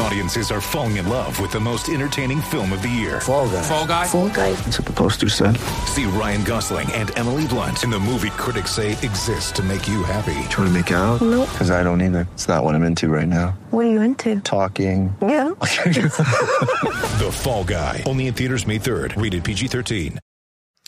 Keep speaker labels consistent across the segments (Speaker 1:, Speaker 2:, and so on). Speaker 1: Audiences are falling in love with the most entertaining film of the year.
Speaker 2: Fall guy.
Speaker 3: Fall guy.
Speaker 4: Fall guy.
Speaker 2: That's what the poster said.
Speaker 1: See Ryan Gosling and Emily Blunt in the movie critics say exists to make you happy.
Speaker 2: Trying to make it out? No. Because I don't either. It's not what I'm into right now.
Speaker 5: What are you into?
Speaker 2: Talking.
Speaker 5: Yeah.
Speaker 1: The Fall Guy. Only in theaters May 3rd. Rated PG-13.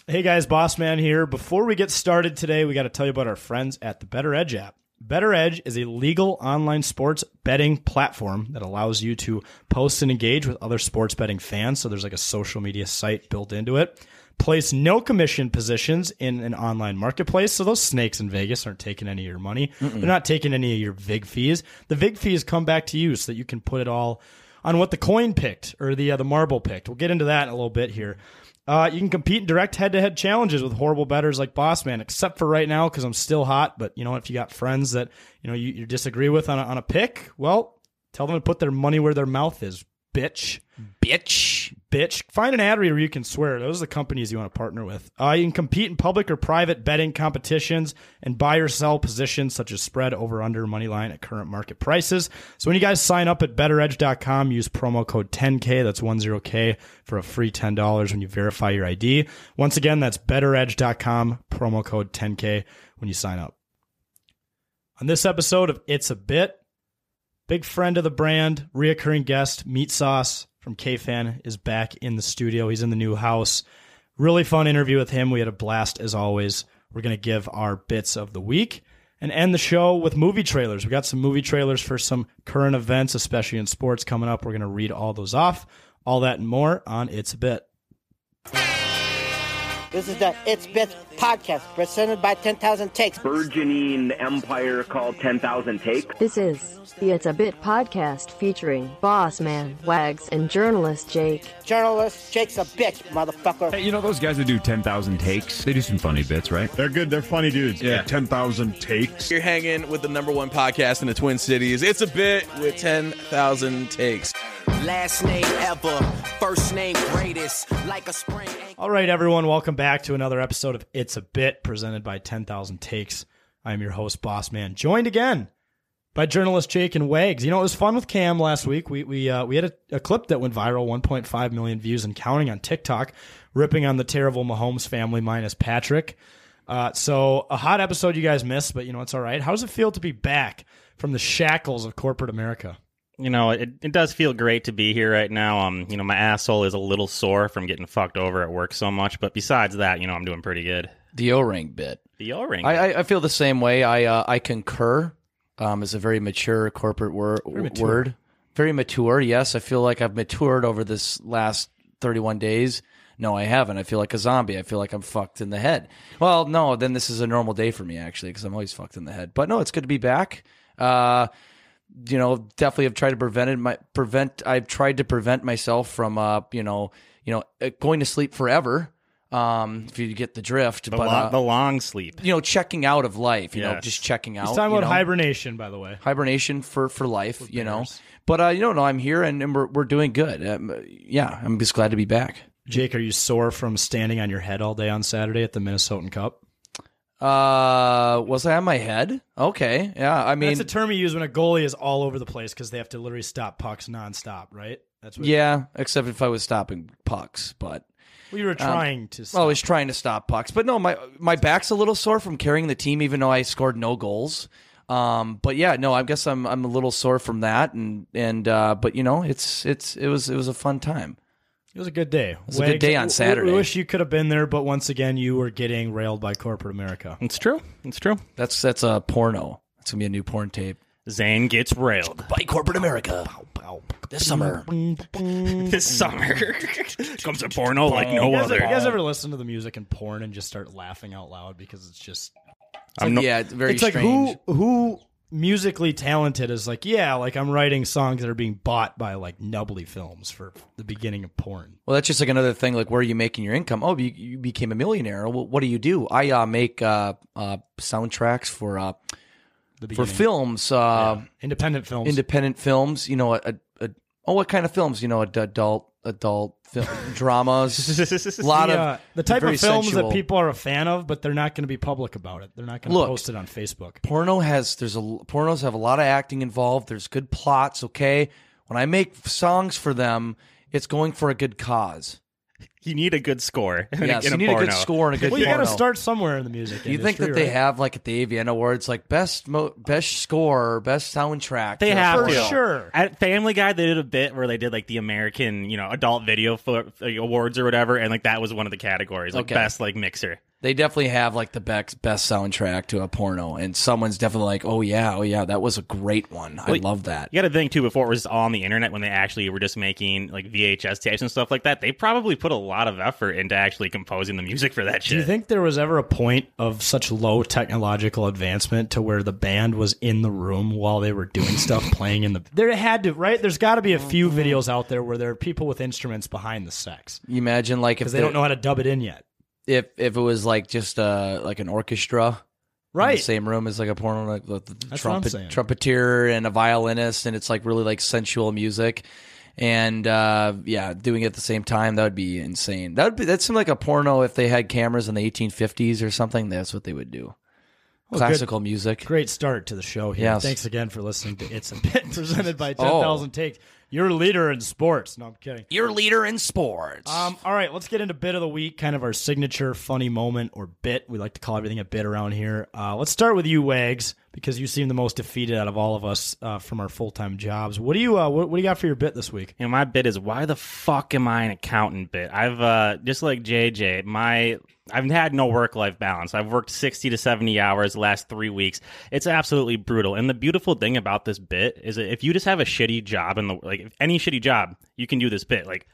Speaker 6: Hey guys, Boss Man here. Before we get started today, we got to tell you about our friends at the Better Edge app. Better Edge is a legal online sports betting platform that allows you to post and engage with other sports betting fans. So there's like a social media site built into it. Place no commission positions in an online marketplace. So those snakes in Vegas aren't taking any of your money. They're not taking any of your VIG fees. The VIG fees come back to you so that you can put it all on what the coin picked or the uh, the marble picked. We'll get into that in a little bit here. Uh, you can compete in direct head-to-head challenges with horrible betters like Bossman, except for right now because I'm still hot. But you know, if you got friends that you know you, you disagree with on a, on a pick, well, tell them to put their money where their mouth is, bitch bitch. Bitch. Find an ad reader you can swear. Those are the companies you want to partner with. Uh, you can compete in public or private betting competitions and buy or sell positions such as spread, over, under, money line at current market prices. So when you guys sign up at betteredge.com, use promo code 10K, that's 10K, for a free $10 when you verify your ID. Once again, that's betteredge.com, promo code 10K when you sign up. On this episode of It's a Bit, Big friend of the brand, reoccurring guest, Meat Sauce from KFan is back in the studio. He's in the new house. Really fun interview with him. We had a blast as always. We're going to give our bits of the week and end the show with movie trailers. We got some movie trailers for some current events, especially in sports coming up. We're going to read all those off. All that and more on It's a Bit.
Speaker 7: This is the It's Bits podcast presented by 10,000 Takes.
Speaker 8: burgeoning empire called 10,000 Takes.
Speaker 9: This is the It's a Bit podcast featuring Boss Man, Wags, and journalist Jake.
Speaker 7: Journalist Jake's a bitch, motherfucker.
Speaker 3: Hey, you know those guys that do 10,000 takes? They do some funny bits, right?
Speaker 10: They're good. They're funny dudes. Yeah. 10,000 takes.
Speaker 11: You're hanging with the number one podcast in the Twin Cities. It's a bit with 10,000 takes.
Speaker 12: Last name ever, first name greatest, like a spring.
Speaker 6: All right, everyone, welcome back to another episode of It's a Bit presented by 10,000 Takes. I'm your host, Boss Man, joined again by journalist Jake and Wags. You know, it was fun with Cam last week. We we uh, we had a, a clip that went viral, 1.5 million views and counting on TikTok, ripping on the terrible Mahomes family minus Patrick. Uh, so a hot episode you guys missed, but you know it's all right. How does it feel to be back from the shackles of corporate America?
Speaker 13: you know, it, it does feel great to be here right now. Um, you know, my asshole is a little sore from getting fucked over at work so much, but besides that, you know, I'm doing pretty good.
Speaker 14: the O-ring bit.
Speaker 13: The O-ring.
Speaker 14: I, I, I feel the same way. I uh, I concur. Um, is a very mature corporate wor- word. Very mature. Yes, I feel like I've matured over this last 31 days. No, I haven't. I feel like a zombie. I feel like I'm fucked in the head. Well, no, then this is a normal day for me actually because I'm always fucked in the head. But no, it's good to be back. Uh, you know, definitely have tried to prevent it. My prevent. I've tried to prevent myself from, uh, you know, you know, uh, going to sleep forever. Um, if you get the drift,
Speaker 13: the,
Speaker 14: but
Speaker 13: lo-
Speaker 14: uh,
Speaker 13: the long sleep.
Speaker 14: you know, checking out of life. You know,
Speaker 13: Yes.
Speaker 14: just checking out.
Speaker 6: He's talking
Speaker 14: you
Speaker 6: about
Speaker 14: know?
Speaker 6: hibernation, by the way.
Speaker 14: hibernation for for life. You know,
Speaker 6: bears.
Speaker 14: but uh, you know, no, I'm here and, and we're we're doing good. Um, yeah, I'm just glad to be back.
Speaker 6: Jake, are you sore from standing on your head all day on Saturday at the Minnesotan Cup?
Speaker 14: Uh, was I on my head? Okay, yeah. I mean,
Speaker 6: That's a term you use when a goalie is all over the place because they have to literally stop pucks nonstop, right? That's what
Speaker 14: yeah. Except if I was stopping pucks, but
Speaker 6: we
Speaker 14: um,
Speaker 6: were trying to.
Speaker 14: I
Speaker 6: Stop.
Speaker 14: was trying to stop pucks. But no, my my back's a little sore from carrying the team, even though I scored no goals. Um, but yeah, no, I guess I'm I'm a little sore from that, and and uh, but you know, it's it's it was it was a fun time.
Speaker 6: it was a good day. It
Speaker 14: was a good day on Saturday.
Speaker 6: We wish you could have been there, but once again, you were getting railed by corporate America.
Speaker 13: It's true. It's true.
Speaker 14: That's that's a porno. That's gonna be a new porn tape.
Speaker 13: Zane gets railed
Speaker 14: by corporate America this summer.
Speaker 13: this summer. Comes a porno like no
Speaker 6: you, guys,
Speaker 13: other.
Speaker 6: you guys ever listen to the music and porn and just start laughing out loud because it's just
Speaker 13: I'm no-
Speaker 14: yeah, it's very
Speaker 6: it's like
Speaker 14: strange.
Speaker 6: who who musically talented is like yeah like I'm writing songs that are being bought by like nubbly films for the beginning of porn.
Speaker 14: well, that's just like another thing. Like, where are you making your income? Oh, you, you became a millionaire. Well, what do you do? I uh, make uh, uh, soundtracks for uh,
Speaker 6: The
Speaker 14: for
Speaker 6: beginning.
Speaker 14: films, uh,
Speaker 6: independent films.
Speaker 14: independent films. You know, a, a, a Well, what kind of films? You know, ad- adult adult film, dramas. a lot
Speaker 6: the,
Speaker 14: of
Speaker 6: uh, the type
Speaker 14: very
Speaker 6: of films
Speaker 14: sensual.
Speaker 6: that people are a fan of, but they're not going to be public about it. They're not going to
Speaker 14: Look.
Speaker 6: post it on Facebook.
Speaker 14: Porno has there's a pornos have a lot of acting involved. There's good plots. Okay, when I make songs for them, it's going for a good cause.
Speaker 13: You need a good score. in a-
Speaker 14: Yes,
Speaker 13: in
Speaker 14: you
Speaker 13: a
Speaker 14: need a good
Speaker 13: porno.
Speaker 14: score and a good.
Speaker 6: Well, you got to
Speaker 14: porno.
Speaker 6: start somewhere in the music.
Speaker 14: Do you think that
Speaker 6: industry,
Speaker 14: they
Speaker 6: right?
Speaker 14: have like at the AVN Awards like best mo- best score, best soundtrack?
Speaker 13: They
Speaker 14: to a
Speaker 13: have
Speaker 14: porno?
Speaker 13: to. At Family Guy, they did a bit where they did like the American, you know, adult video for, like, awards or whatever, and like that was one of the categories, like
Speaker 14: Okay.
Speaker 13: best like mixer.
Speaker 14: They definitely have like the best best soundtrack to a porno, and someone's definitely like, "Oh yeah, oh yeah, that was a great one. I
Speaker 13: Wait.
Speaker 14: love that."
Speaker 13: You got to think too. Before it was all on the internet, when they actually were just making like VHS tapes and stuff like that, they probably put a lot of effort into actually composing the music for that
Speaker 6: Do you
Speaker 13: shit.
Speaker 6: think there was ever a point of such low technological advancement to where the band was in the room while they were doing stuff, playing in the? Mm-hmm. There had to, right? There's got to be a few videos out there where there are people with instruments behind the sex
Speaker 14: You imagine like if
Speaker 6: because they don't know how to dub it in yet.
Speaker 14: if if it was like just uh like an orchestra, In
Speaker 6: Right.
Speaker 14: the same room as like a porno, like with the
Speaker 6: That's what I'm
Speaker 14: trumpet
Speaker 6: saying.
Speaker 14: trumpeter and a violinist, and it's like really like sensual music, and uh yeah, doing it at the same time that would be insane. That would be that seemed like a porno if they had cameras in the 1850s or something. That's what they would do.
Speaker 6: Well, Oh, good-
Speaker 14: Classical music.
Speaker 6: Great start to the show here.
Speaker 14: Yes.
Speaker 6: Thanks again for listening to It's a Bit presented by
Speaker 14: Oh.
Speaker 6: 10,000 Takes. Your leader in sports. No, I'm kidding.
Speaker 14: Your leader in sports.
Speaker 6: Um, all right, let's get into bit of the week, kind of our signature funny moment or bit. We like to call everything a bit around here. Uh, let's start with you, Wags, because you seem the most defeated out of all of us uh, from our full time jobs. What do you uh, what, what do you got for your bit this week?
Speaker 13: You know, my bit is why the fuck am I an accountant bit? I've uh just like JJ, my I've had no work life balance. I've worked 60 to 70 hours the last 3 weeks. It's absolutely brutal. And the beautiful thing about this bit is that if you just have a shitty job in the like if any shitty job, you can do this bit. Like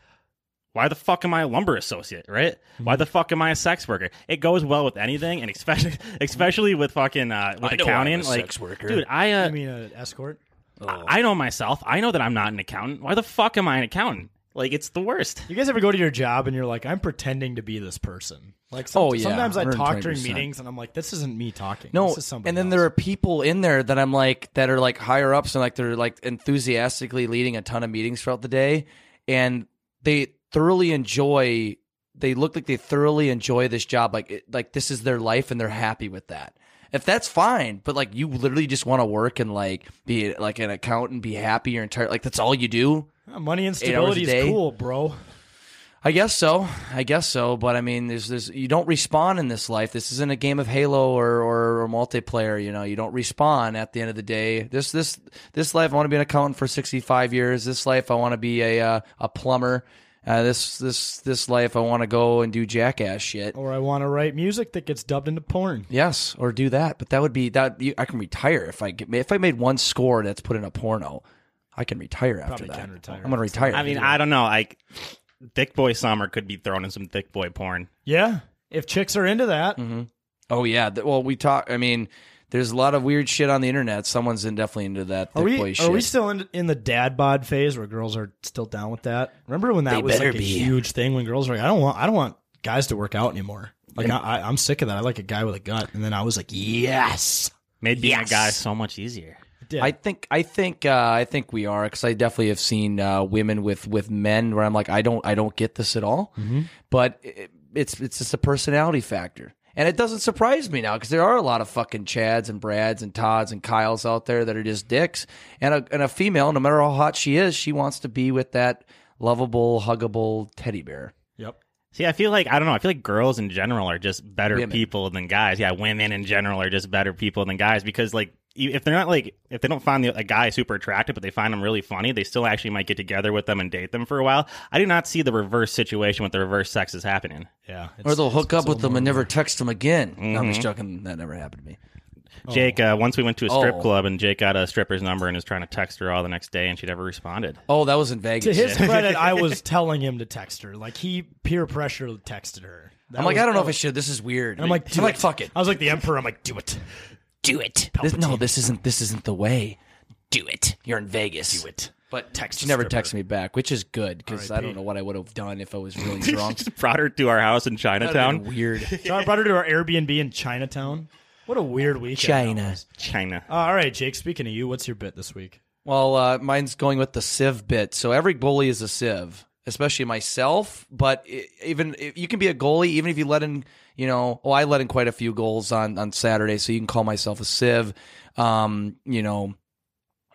Speaker 13: why the fuck am I a lumber associate, right? Why the fuck am I a sex worker? It goes well with anything, and especially especially with fucking uh, with
Speaker 14: I know
Speaker 13: accounting.
Speaker 14: I'm a
Speaker 13: like,
Speaker 14: sex worker.
Speaker 13: dude, I uh,
Speaker 6: You mean an escort?
Speaker 13: I know myself. I know that I'm not an accountant. Why the fuck am I an accountant? Like it's the worst.
Speaker 6: You guys ever go to your job and you're like, I'm pretending to be this person? Like, some,
Speaker 14: Oh, yeah,
Speaker 6: sometimes I talk during
Speaker 14: 120%.
Speaker 6: meetings and I'm like, this isn't me talking.
Speaker 14: No,
Speaker 6: this is somebody.
Speaker 14: and then there are people in there that I'm like that are like higher ups and like they're like enthusiastically leading a ton of meetings throughout the day, and they thoroughly enjoy. They look like they thoroughly enjoy this job, like it, like this is their life and they're happy with that. If that's fine, but like you literally just want to work and like be like an accountant, be happy your entire like that's all you do.
Speaker 6: Uh, money and
Speaker 14: Eight hours
Speaker 6: stability
Speaker 14: a
Speaker 6: is
Speaker 14: day.
Speaker 6: cool, bro.
Speaker 14: I guess so. I guess so. But I mean, there's there's you don't respawn in this life. This isn't a game of Halo or, or, or multiplayer. You know, you don't respawn at the end of the day. This this this life, I want to be an accountant for 65 years. This life, I want to be a uh, a plumber. Uh, this this this life, I want to go and do jackass shit.
Speaker 6: Or I want to write music that gets dubbed into porn.
Speaker 14: Yes, or do that. But that would be that. You, I can retire if I get if I made one score that's put in a porno. I can retire after
Speaker 13: Probably
Speaker 14: that.
Speaker 13: can retire.
Speaker 14: I'm gonna retire.
Speaker 13: I mean, I don't know. Like thick boy summer could be thrown in some thick boy porn.
Speaker 6: Yeah, if chicks are into that.
Speaker 14: Oh yeah. Th- Well, we talk. I mean, there's a lot of weird shit on the internet. Someone's in definitely into that thick
Speaker 6: Are we
Speaker 14: boy shit.
Speaker 6: are we still in in the dad bod phase where girls are still down with that? Remember when that
Speaker 14: They
Speaker 6: was like
Speaker 14: better
Speaker 6: a
Speaker 14: be.
Speaker 6: huge thing when girls were like, I don't want I don't want guys to work out anymore. Like I, I, I'm sick of that. I like a guy with a gut, and then I was like, yes,
Speaker 13: Made being
Speaker 6: Yes.
Speaker 13: a guy so much easier.
Speaker 14: I think I think uh, I think we are because I definitely have seen uh, women with with men where I'm like I don't I don't get this at all.
Speaker 6: Mm-hmm.
Speaker 14: But it, it's it's just a personality factor, and it doesn't surprise me now because there are a lot of fucking Chads and Brads and Todds and Kyles out there that are just dicks, and a and a female, no matter how hot she is, she wants to be with that lovable, huggable teddy bear.
Speaker 6: Yep.
Speaker 13: See, I feel like I don't know. I feel like girls in general are just better
Speaker 14: Women.
Speaker 13: people than guys. Yeah, women in general are just better people than guys because like you- if they're not like if they don't find the, a guy super attractive but they find him really funny, they still actually might get together with them and date them for a while. I do not see the reverse situation with the reverse sex is happening.
Speaker 6: Yeah,
Speaker 14: or they'll hook up with them and never text them again. No, I'm
Speaker 13: Mhm.
Speaker 14: just joking. That never happened to me.
Speaker 13: Jake, uh, once we went to a strip
Speaker 14: Oh.
Speaker 13: club and Jake got a stripper's number and was trying to text her all the next day and she never responded.
Speaker 14: Oh, that was in Vegas.
Speaker 6: To his credit, I was telling him to text her. Like he peer pressure texted her. That
Speaker 14: I'm like,
Speaker 6: was-
Speaker 14: I don't know if I should. This is weird.
Speaker 6: And I'm like,
Speaker 14: I'm
Speaker 6: do
Speaker 14: like,
Speaker 6: it.
Speaker 14: fuck it.
Speaker 6: I was like the emperor. I'm like, do it,
Speaker 14: do it. This, no, this isn't. This isn't the way. Do it. You're in Vegas. Do it. But text. She never texted me back, which is good because I don't know what I would have done if I was really drunk.
Speaker 13: Just brought her to our house in Chinatown.
Speaker 14: Weird.
Speaker 6: So I brought her to our Airbnb in Chinatown. What a weird weekend.
Speaker 14: China.
Speaker 13: China.
Speaker 6: Uh, all right, Jake. Speaking of you, what's your bit this week?
Speaker 14: Well, uh, mine's going with the sieve bit. So every goalie is a sieve, especially myself. But i even if you can be a goalie, even if you let in, you know, oh, I let in quite a few goals on on Saturday, so you can call myself a sieve. Um, you know,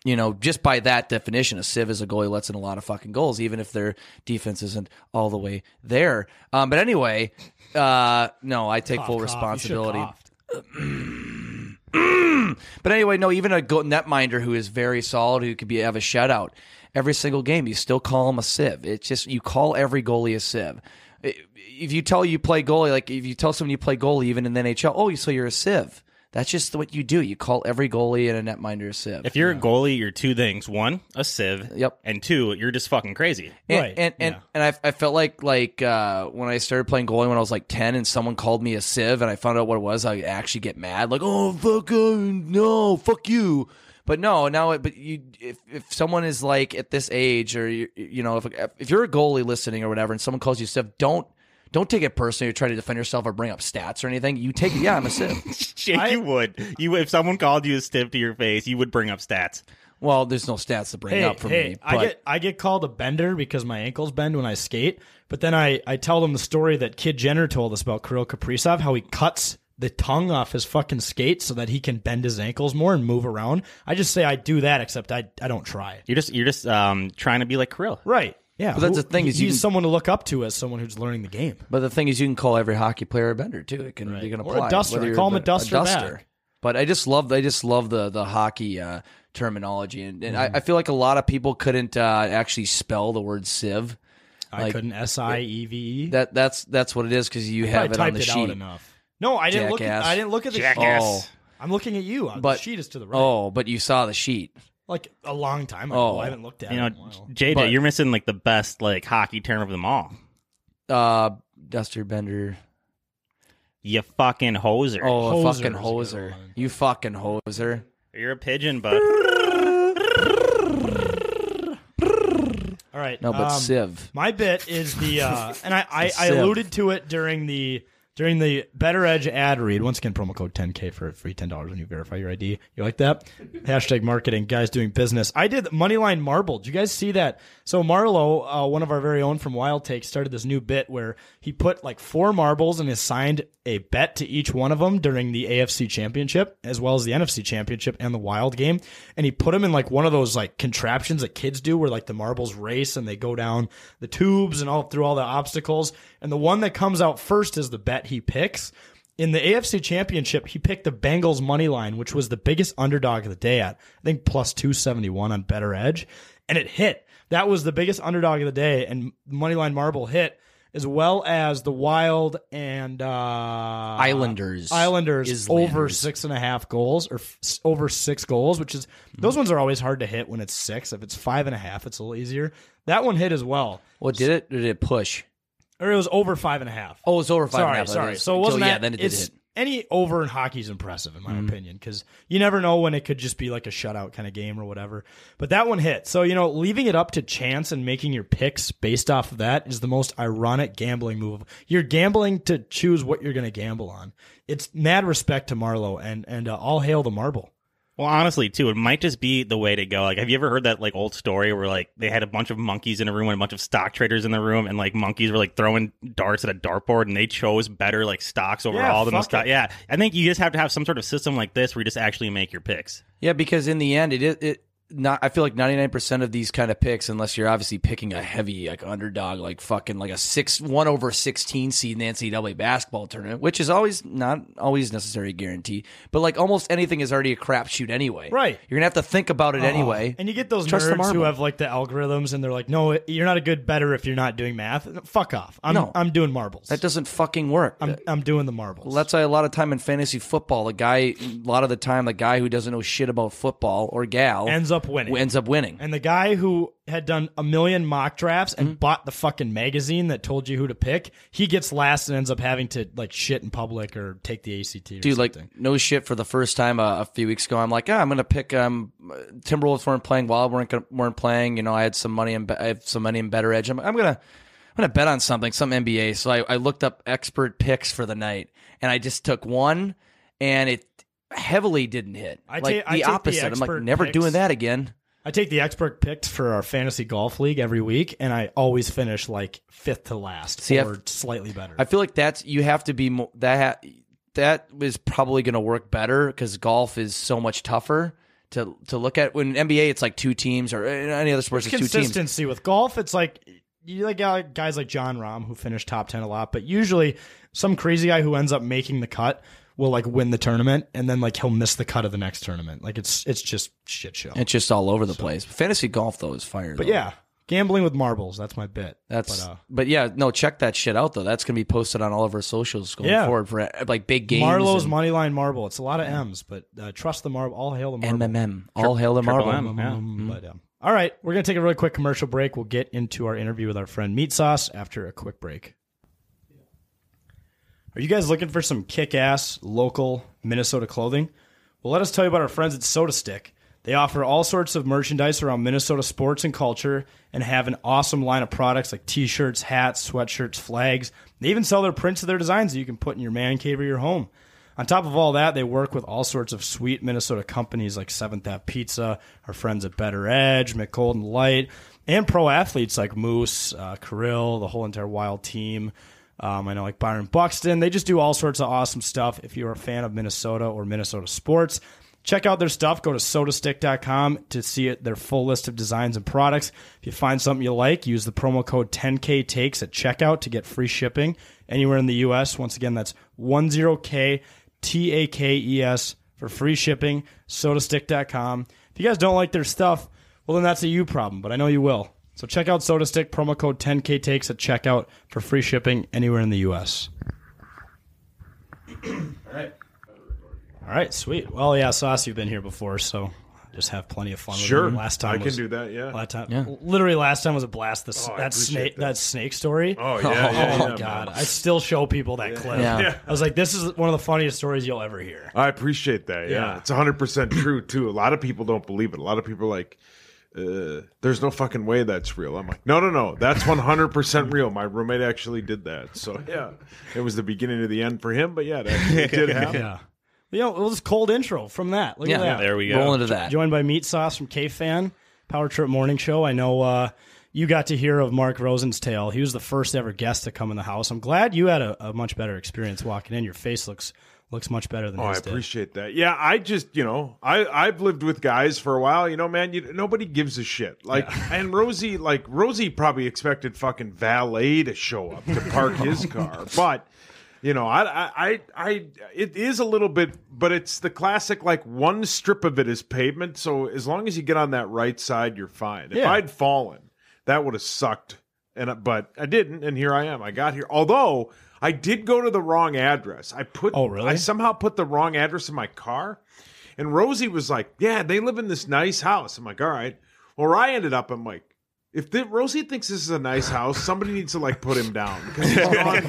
Speaker 14: you know, just by that definition, a sieve is a goalie who lets in a lot of fucking goals, even if their defense isn't all the way there. Um, but anyway, uh, no, I take
Speaker 15: Cough,
Speaker 14: full
Speaker 15: cough. You should've
Speaker 14: responsibility.
Speaker 15: coughed.
Speaker 14: But anyway, no, even a go- netminder who is very solid, who could be have a shutout every single game, you still call him a sieve. It's just you call every goalie a sieve. I- If you tell you play goalie, like if you tell someone you play goalie, even in the NHL, oh, so you're a sieve. That's just what you do. You call every goalie and a netminder a sieve.
Speaker 13: If you're a goalie, you're two things: one, a sieve.
Speaker 14: Yep.
Speaker 13: And two, you're just fucking crazy.
Speaker 14: And, And and, and I, I felt like like uh, when I started playing goalie when I was like ten, and someone called me a sieve, and I found out what it was, I actually get mad, like oh fuck uh, no, fuck you. But no, now it- but you if if someone is like at this age, or you, you know if if you're a goalie listening or whatever, and someone calls you sieve, don't. Don't take it personally. You're trying to defend yourself or bring up stats or anything. You take it. Yeah, I'm a sieve.
Speaker 13: Jake, you would. You if someone called you a stiff to your face, you would bring up stats.
Speaker 14: Well, there's no stats to bring
Speaker 6: hey, hey, I get I get called a bender because my ankles bend when I skate. But then I, I tell them the story that Kid Jenner told us about Kirill Kaprizov, how he cuts the tongue off his fucking skate so that he can bend his ankles more and move around. I just say I do that, except I, I don't try it.
Speaker 13: You're just you're just um trying to be like Krill.
Speaker 6: Right. Yeah.
Speaker 14: But that's
Speaker 6: who-
Speaker 14: the thing is
Speaker 6: he-
Speaker 14: you
Speaker 6: he's
Speaker 14: can-
Speaker 6: someone to look up to as someone who's learning the game.
Speaker 14: But the thing is, you can call every hockey player a bender too. It can you can
Speaker 6: Or a
Speaker 14: apply
Speaker 6: duster.
Speaker 14: whether
Speaker 6: I
Speaker 14: you're
Speaker 6: call 'em a
Speaker 14: ben-
Speaker 6: duster back.
Speaker 14: But I just love I just love the the hockey uh, terminology, and, and
Speaker 6: Mm-hmm.
Speaker 14: I, I feel like a lot of people couldn't uh, actually spell the word sieve.
Speaker 6: I
Speaker 14: Like,
Speaker 6: couldn't S I E V E.
Speaker 14: That that's that's what it is because you
Speaker 6: I
Speaker 14: have
Speaker 6: probably
Speaker 14: it on
Speaker 6: typed
Speaker 14: the
Speaker 6: it out
Speaker 14: sheet.
Speaker 6: enough. No, I didn't look at
Speaker 14: Jackass.
Speaker 6: I didn't look at the
Speaker 14: Jackass.
Speaker 6: sheet. Oh, I'm looking at you. Uh,
Speaker 14: But-
Speaker 6: the sheet is to the right.
Speaker 14: Oh, but you saw the sheet.
Speaker 6: Like a long time ago.
Speaker 14: Oh,
Speaker 6: I haven't looked at
Speaker 13: You
Speaker 6: it.
Speaker 13: know,
Speaker 6: in a while.
Speaker 13: JJ,
Speaker 14: But-
Speaker 13: you're missing like the best like hockey term of them all.
Speaker 14: Uh, duster bender.
Speaker 13: You fucking hoser.
Speaker 14: Oh, a fucking hoser. You fucking hoser.
Speaker 13: You're a pigeon, bud.
Speaker 6: All right. um,
Speaker 14: No, but Civ.
Speaker 6: My bit is the, uh, and I, I,
Speaker 14: It's
Speaker 6: I
Speaker 14: Civ.
Speaker 6: alluded to it during the during the Better Edge ad read. Once again, promo code 10K for a free $10 when you verify your ID. You like that? Hashtag marketing, guys doing business. I did Moneyline Marble. Did you guys see that? So Marlowe, uh, one of our very own from Wild Take, started this new bit where he put like four marbles and assigned a bet to each one of them during the AFC Championship as well as the NFC Championship and the Wild game. And he put them in like one of those like contraptions that kids do where like the marbles race and they go down the tubes and all through all the obstacles. And the one that comes out first is the bet he picks. In the AFC Championship, he picked the Bengals money line, which was the biggest underdog of the day at I think plus 271 on Better Edge, and it hit. That was the biggest underdog of the day, and Moneyline Marble hit, as well as the Wild and uh,
Speaker 14: Islanders.
Speaker 6: Islanders
Speaker 14: Islanders.
Speaker 6: over six and a half goals or f- s- over six goals, which is those ones are always hard to hit when it's six. If it's five and a half, it's a little easier. That one hit as well.
Speaker 14: What did it? Or did it push?
Speaker 6: Or it was over five and a half.
Speaker 14: Oh, it was over five
Speaker 6: sorry,
Speaker 14: and a half. That
Speaker 6: Sorry,
Speaker 14: is-
Speaker 6: So it wasn't
Speaker 14: so, yeah,
Speaker 6: that-
Speaker 14: then it did
Speaker 6: it's-
Speaker 14: hit.
Speaker 6: Any over in hockey is impressive, in my
Speaker 14: Mhm.
Speaker 6: opinion, because you never know when it could just be like a shutout kind of game or whatever. But that one hit. So, you know, leaving it up to chance and making your picks based off of that is the most ironic gambling move. You're gambling to choose what you're going to gamble on. It's mad respect to Marlowe and, and uh, all hail the marble.
Speaker 13: Well, honestly, too, it might just be the way to go. Like, have you ever heard that like old story where like they had a bunch of monkeys in a room and a bunch of stock traders in the room, and like monkeys were like throwing darts at a dartboard, and they chose better like stocks overall than the
Speaker 14: fuck
Speaker 13: stock. Yeah, I think you just have to have some sort of system like this where you just actually make your picks.
Speaker 14: Yeah, because in the end, it it, it not. I feel like ninety nine percent of these kind of picks, unless you're obviously picking a heavy like underdog, like fucking like a six one over sixteen seed in the NCAA basketball tournament, which is always not always necessary guarantee, but like almost anything is already a crapshoot anyway.
Speaker 6: Right.
Speaker 14: You're gonna have to think about it
Speaker 6: Oh.
Speaker 14: anyway.
Speaker 6: And you get those
Speaker 14: Trust the
Speaker 6: nerds who
Speaker 14: marble.
Speaker 6: have like the algorithms and they're like, no, you're not a good better if you're not doing math. Fuck off. I'm,
Speaker 14: No.
Speaker 6: I'm doing marbles.
Speaker 14: That doesn't fucking work.
Speaker 6: I'm, I'm doing the marbles.
Speaker 14: Well, that's why a lot of time in fantasy football, the guy, a lot of the time, the guy who doesn't know shit about football or gal
Speaker 6: Ends up winning.
Speaker 14: Ends up winning.
Speaker 6: And the guy who had done a million mock drafts
Speaker 14: Mm-hmm.
Speaker 6: and bought the fucking magazine that told you who to pick, he gets last and ends up having to like shit in public or take the ACT. Or
Speaker 14: Dude,
Speaker 6: something.
Speaker 14: like no shit. For the first time uh, a few weeks ago, I'm like, ah, I'm gonna pick. Um, Timberwolves weren't playing. Wild weren't gonna, weren't playing. You know, I had some money and I have some money in Better Edge. I'm, I'm gonna I'm gonna bet on something, some NBA. So I, I looked up expert picks for the night, and I just took one, and it heavily didn't hit.
Speaker 6: I
Speaker 14: like
Speaker 6: ta- I take
Speaker 14: the
Speaker 6: the
Speaker 14: opposite. I'm
Speaker 6: expert
Speaker 14: like, never
Speaker 6: picks.
Speaker 14: doing that again.
Speaker 6: I take the expert picked for our fantasy golf league every week, and I always finish like fifth to last
Speaker 14: See, I-
Speaker 6: or slightly better.
Speaker 14: I feel like that's you have to be mo- that ha- that is probably going to work better because golf is so much tougher to to look at. When NBA, it's like two teams, or in any other sports,
Speaker 6: It's
Speaker 14: it's, two teams.
Speaker 6: consistency with golf. It's like you like uh, guys like John Rahm who finish top ten a lot, but usually some crazy guy who ends up making the cut will like win the tournament, and then like he'll miss the cut of the next tournament. Like it's it's just shit show.
Speaker 14: It's just all over the place. Fantasy golf though is fire.
Speaker 6: But
Speaker 14: though.
Speaker 6: yeah, gambling with marbles. That's my bit.
Speaker 14: That's
Speaker 6: But,
Speaker 14: but,
Speaker 6: uh,
Speaker 14: yeah, no, check that shit out though. That's gonna be posted on all of our socials going
Speaker 6: Yeah.
Speaker 14: forward for uh, like big games.
Speaker 6: Marlowe's
Speaker 14: and-
Speaker 6: money line marble. It's a lot of M's, but uh, trust the marble. All hail the marble.
Speaker 14: MMM. All hail the
Speaker 6: Triple
Speaker 14: marble.
Speaker 6: M, yeah. But, um, all right, we're gonna take a really quick commercial break. We'll get into our interview with our friend Meat Sauce after a quick break. Are you guys looking for some kick-ass local Minnesota clothing? Well, let us tell you about our friends at Soda Stick. They offer all sorts of merchandise around Minnesota sports and culture and have an awesome line of products like t-shirts, hats, sweatshirts, flags. They even sell their prints of their designs that you can put in your man cave or your home. On top of all that, they work with all sorts of sweet Minnesota companies like Seventh Ave Pizza, our friends at Better Edge, McColden Light, and pro athletes like Moose, uh, Kirill, the whole entire Wild team. Um, I know like Byron Buxton. They just do all sorts of awesome stuff. If you're a fan of Minnesota or Minnesota sports, check out their stuff. Go to sodastick.com to see it, their full list of designs and products. If you find something you like, use the promo code 10K Takes at checkout to get free shipping anywhere in the U.S. Once again, that's 10K T A K E S for free shipping. Sodastick.com. If you guys don't like their stuff, well, then that's a you problem, but I know you will. So check out SodaStick, promo code 10K takes at checkout for free shipping anywhere in the U.S. All right. All right, sweet. Well, yeah, Sauce, you've been here before, so just have plenty of fun.
Speaker 10: Sure.
Speaker 6: with you. last time
Speaker 10: I can
Speaker 6: was-
Speaker 10: do that, yeah.
Speaker 6: last time,
Speaker 10: Yeah.
Speaker 6: literally last time was a blast. The, s-
Speaker 10: Oh, I
Speaker 6: that
Speaker 10: appreciate
Speaker 6: snake, that. snake story.
Speaker 10: Oh, yeah, yeah,
Speaker 6: oh
Speaker 10: yeah,
Speaker 6: my
Speaker 10: man.
Speaker 6: god, I still show people that clip.
Speaker 10: Yeah. Yeah.
Speaker 6: I was like, this is one of the funniest stories you'll ever hear.
Speaker 10: I appreciate that. Yeah.
Speaker 6: Yeah.
Speaker 10: It's 100% true, too. A lot of people don't believe it. A lot of people are like, uh, there's no fucking way that's real. I'm like, no, no, no. That's 100% real. My roommate actually did that. So, yeah, it was the beginning of the end for him. But, yeah, that it did happen.
Speaker 6: Yeah. You know, it was a cold intro from that. Look
Speaker 10: Yeah,
Speaker 6: at that.
Speaker 10: there we go. Roll into
Speaker 6: Jo-
Speaker 10: that.
Speaker 6: Joined by Meat Sauce from K Fan, Power Trip Morning Show. I know uh, you got to hear of Mark Rosen's tale. He was the first ever guest to come in the house. I'm glad you had a, a much better experience walking in. Your face looks looks much better than
Speaker 10: Oh, I
Speaker 6: his did.
Speaker 10: appreciate that. Yeah, I just you know, I I've lived with guys for a while. You know, man, you, nobody gives a shit. Like, and Rosie, like Rosie, probably expected fucking valet to show up to park his car, but. You know, I, I, I, I, it is a little bit, but it's the classic. Like one strip of it is pavement, so as long as you get on that right side, you're fine. If
Speaker 15: Yeah.
Speaker 10: I'd fallen, that would have sucked. And I- but I didn't, and here I am. I got here. Although I did go to the wrong address. I put. Oh really? I somehow put the wrong address in my car, and Rosie was like, "Yeah, they live in this nice house." I'm like, "All right." Where I ended up, I'm like. If the, Rosie thinks this is a nice house, somebody needs to like put him down because he's gone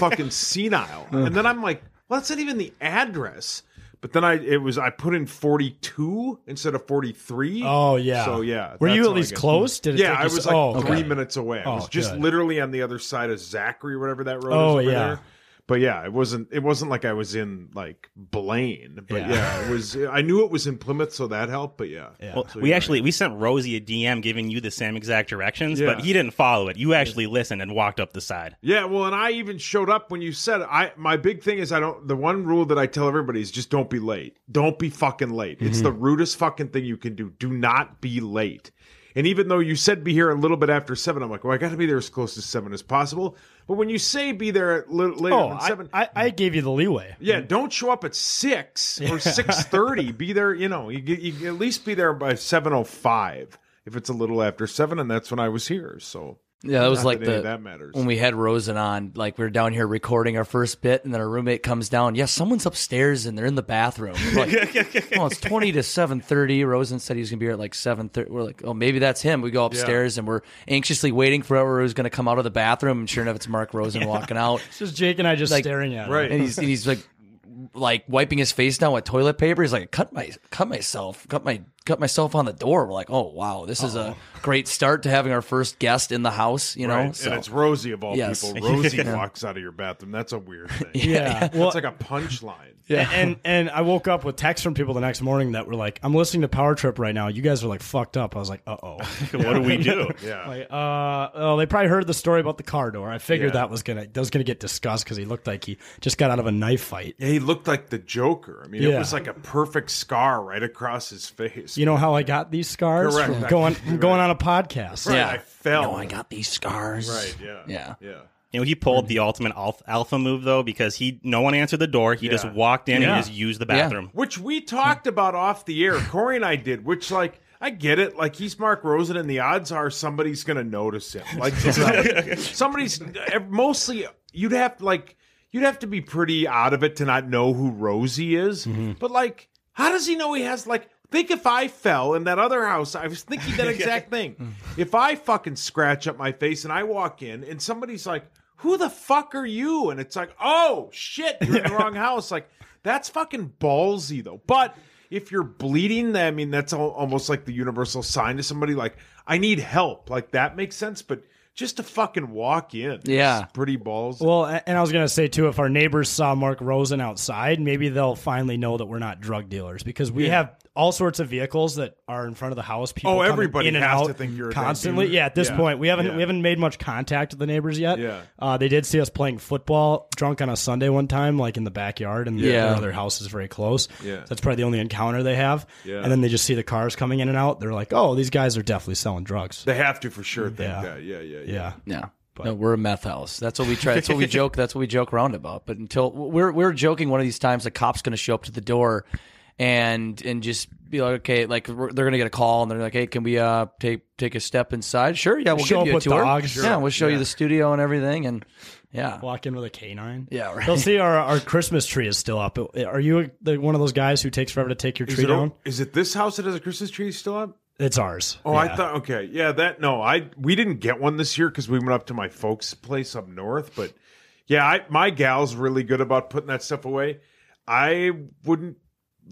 Speaker 10: fucking senile. And then I'm like, well, that's not even the address. But then I it was I put in 42 instead of 43.
Speaker 6: Oh, yeah.
Speaker 10: So yeah.
Speaker 6: Were you
Speaker 10: that's
Speaker 6: at
Speaker 10: how I
Speaker 6: least
Speaker 10: got-
Speaker 6: close? Did it
Speaker 10: yeah,
Speaker 6: take
Speaker 10: I
Speaker 6: you-
Speaker 10: was like
Speaker 6: oh,
Speaker 10: three
Speaker 6: okay.
Speaker 10: minutes away. I
Speaker 6: Oh,
Speaker 10: was just
Speaker 6: good.
Speaker 10: literally on the other side of Zachary, whatever that road
Speaker 6: Oh,
Speaker 10: is over
Speaker 6: yeah.
Speaker 10: there. But yeah, it wasn't it wasn't like I was in like Blaine. But
Speaker 13: Yeah.
Speaker 10: yeah, it was I knew it was in Plymouth, so that helped. But yeah.
Speaker 13: Well,
Speaker 10: So
Speaker 13: we
Speaker 10: yeah.
Speaker 13: actually we sent Rosie a DM giving you the same exact directions,
Speaker 10: Yeah.
Speaker 13: but he didn't follow it. You actually listened and walked up the side.
Speaker 10: Yeah, well, and I even showed up when you said it. I my big thing is I don't the one rule that I tell everybody is just don't be late. Don't be fucking late. It's
Speaker 15: Mhm.
Speaker 10: the rudest fucking thing you can do. Do not be late. And even though you said be here a little bit after seven, I'm like, well, I got to be there as close to seven as possible. But when you say be there at li- later
Speaker 6: Oh,
Speaker 10: than
Speaker 6: I,
Speaker 10: seven,
Speaker 6: I, I gave you the leeway.
Speaker 10: yeah,
Speaker 14: Mm-hmm.
Speaker 10: don't show up at six
Speaker 6: Yeah.
Speaker 10: or six thirty. Be there, you know, you, get- you get- at least be there by seven o five if it's a little after seven, and that's when I was here. So
Speaker 14: Yeah, that was
Speaker 10: Not
Speaker 14: like
Speaker 10: any
Speaker 14: the
Speaker 10: of that matters.
Speaker 14: when we had Rosen on. Like we were down here recording our first bit, and then our roommate comes down. Yeah, someone's upstairs and they're in the bathroom. We're like, well, it's twenty to seven thirty. Rosen said he was gonna be here at like seven thirty. We're like, oh, maybe that's him. We go upstairs and we're anxiously waiting for whoever was gonna come out of the bathroom. And sure enough, it's Mark Rosen walking out.
Speaker 6: It's just Jake and I just
Speaker 14: Like,
Speaker 6: staring at it.
Speaker 14: And he's, and he's like, like wiping his face down with toilet paper. He's like, cut my, cut myself, cut my cut myself on the door. We're like, oh wow, this is a great start to having our first guest in the house. You know,
Speaker 10: Right,
Speaker 14: So-
Speaker 10: and it's Rosie of all
Speaker 14: Yes.
Speaker 10: people. Rosie
Speaker 14: Yeah.
Speaker 10: walks out of your bathroom. That's a weird thing.
Speaker 6: Yeah.
Speaker 10: that's
Speaker 6: Well-
Speaker 10: like a punchline.
Speaker 6: Yeah. And and I woke up with texts from people the next morning that were like, "I'm listening to Power Trip right now. You guys are like fucked up." I was like, "Uh oh,
Speaker 15: What do we do?
Speaker 10: Yeah.
Speaker 6: Like, uh, oh, they probably heard the story about the car door. I figured
Speaker 10: Yeah.
Speaker 6: that was gonna that was gonna get discussed because he looked like he just got out of a knife fight.
Speaker 10: Yeah, he looked like the Joker. I mean, it
Speaker 6: Yeah.
Speaker 10: was like a perfect scar right across his face.
Speaker 6: You know how I got these scars
Speaker 10: Correct.
Speaker 6: from going from going on a podcast?
Speaker 10: Right, I fell.
Speaker 14: No, I got these scars.
Speaker 10: Right. Yeah. Yeah.
Speaker 13: You know, he pulled the ultimate alpha, alpha move though because he no one answered the door. He just walked in
Speaker 10: Yeah.
Speaker 13: and just used the bathroom.
Speaker 10: Which we talked about off the air. Corey and I did, which like I get it. Like he's Mark Rosen, and the odds are somebody's going to notice him. Like somebody- somebody's eh, mostly you'd have like you'd have to be pretty out of it to not know who Rosie is. But like, how does he know he has like? Think if I fell in that other house, I was thinking that exact thing. If I fucking scratch up my face and I walk in and somebody's like, "Who the fuck are you?" and it's like, "Oh shit, you're in the wrong house." Like that's fucking ballsy though. But if you're bleeding, I mean, that's al- almost like the universal sign to somebody like, I need help. Like that makes sense. But just to fucking walk in,
Speaker 6: Yeah.
Speaker 10: is pretty ballsy.
Speaker 6: Well, a- and I was gonna say too, if our neighbors saw Mark Rosen outside, maybe they'll finally know that we're not drug dealers because we
Speaker 10: Yeah.
Speaker 6: have all sorts of vehicles that are in front of the house. People
Speaker 10: Oh,
Speaker 6: coming
Speaker 10: everybody
Speaker 6: in and
Speaker 10: has
Speaker 6: out
Speaker 10: to think you're a drug
Speaker 6: constantly.
Speaker 10: dealer.
Speaker 6: Yeah, at this
Speaker 10: Yeah.
Speaker 6: point, we haven't
Speaker 10: Yeah.
Speaker 6: we haven't made much contact with the neighbors yet.
Speaker 10: Yeah.
Speaker 6: uh, they did see us playing football drunk on a Sunday one time, like in the backyard, and
Speaker 10: Yeah.
Speaker 6: their other house is very close.
Speaker 10: Yeah.
Speaker 6: so that's probably the only encounter they have.
Speaker 10: Yeah.
Speaker 6: and then they just see the cars coming in and out. They're like, oh, these guys are definitely selling drugs.
Speaker 10: They have to for sure think
Speaker 6: Yeah.
Speaker 10: that. Yeah, yeah, yeah.
Speaker 6: yeah.
Speaker 14: No. no, we're a meth house. That's what we try. That's what we joke. That's what we joke around about. But until we're we're joking, one of these times the cop's going to show up to the door, and and just be like, okay, like we're- they're going to get a call, and they're like, hey, can we uh take take a step inside? Sure, yeah, we'll
Speaker 6: Show
Speaker 14: give
Speaker 6: up
Speaker 14: you a
Speaker 6: with
Speaker 14: tour.
Speaker 6: dogs.
Speaker 14: Yeah, we'll show
Speaker 6: Yeah.
Speaker 14: you the studio and everything, and yeah,
Speaker 6: walk in with a canine.
Speaker 14: Yeah, right.
Speaker 6: They'll see our, our Christmas tree is still up. Are you the, one of those guys who takes forever to take your
Speaker 10: Is
Speaker 6: tree
Speaker 10: it,
Speaker 6: down?
Speaker 10: is it this house that has a Christmas tree still up?
Speaker 6: It's ours.
Speaker 10: Oh,
Speaker 6: Yeah.
Speaker 10: I thought okay, yeah. That no, I we didn't get one this year because we went up to my folks' place up north. But yeah, I, my gal's really good about putting that stuff away. I wouldn't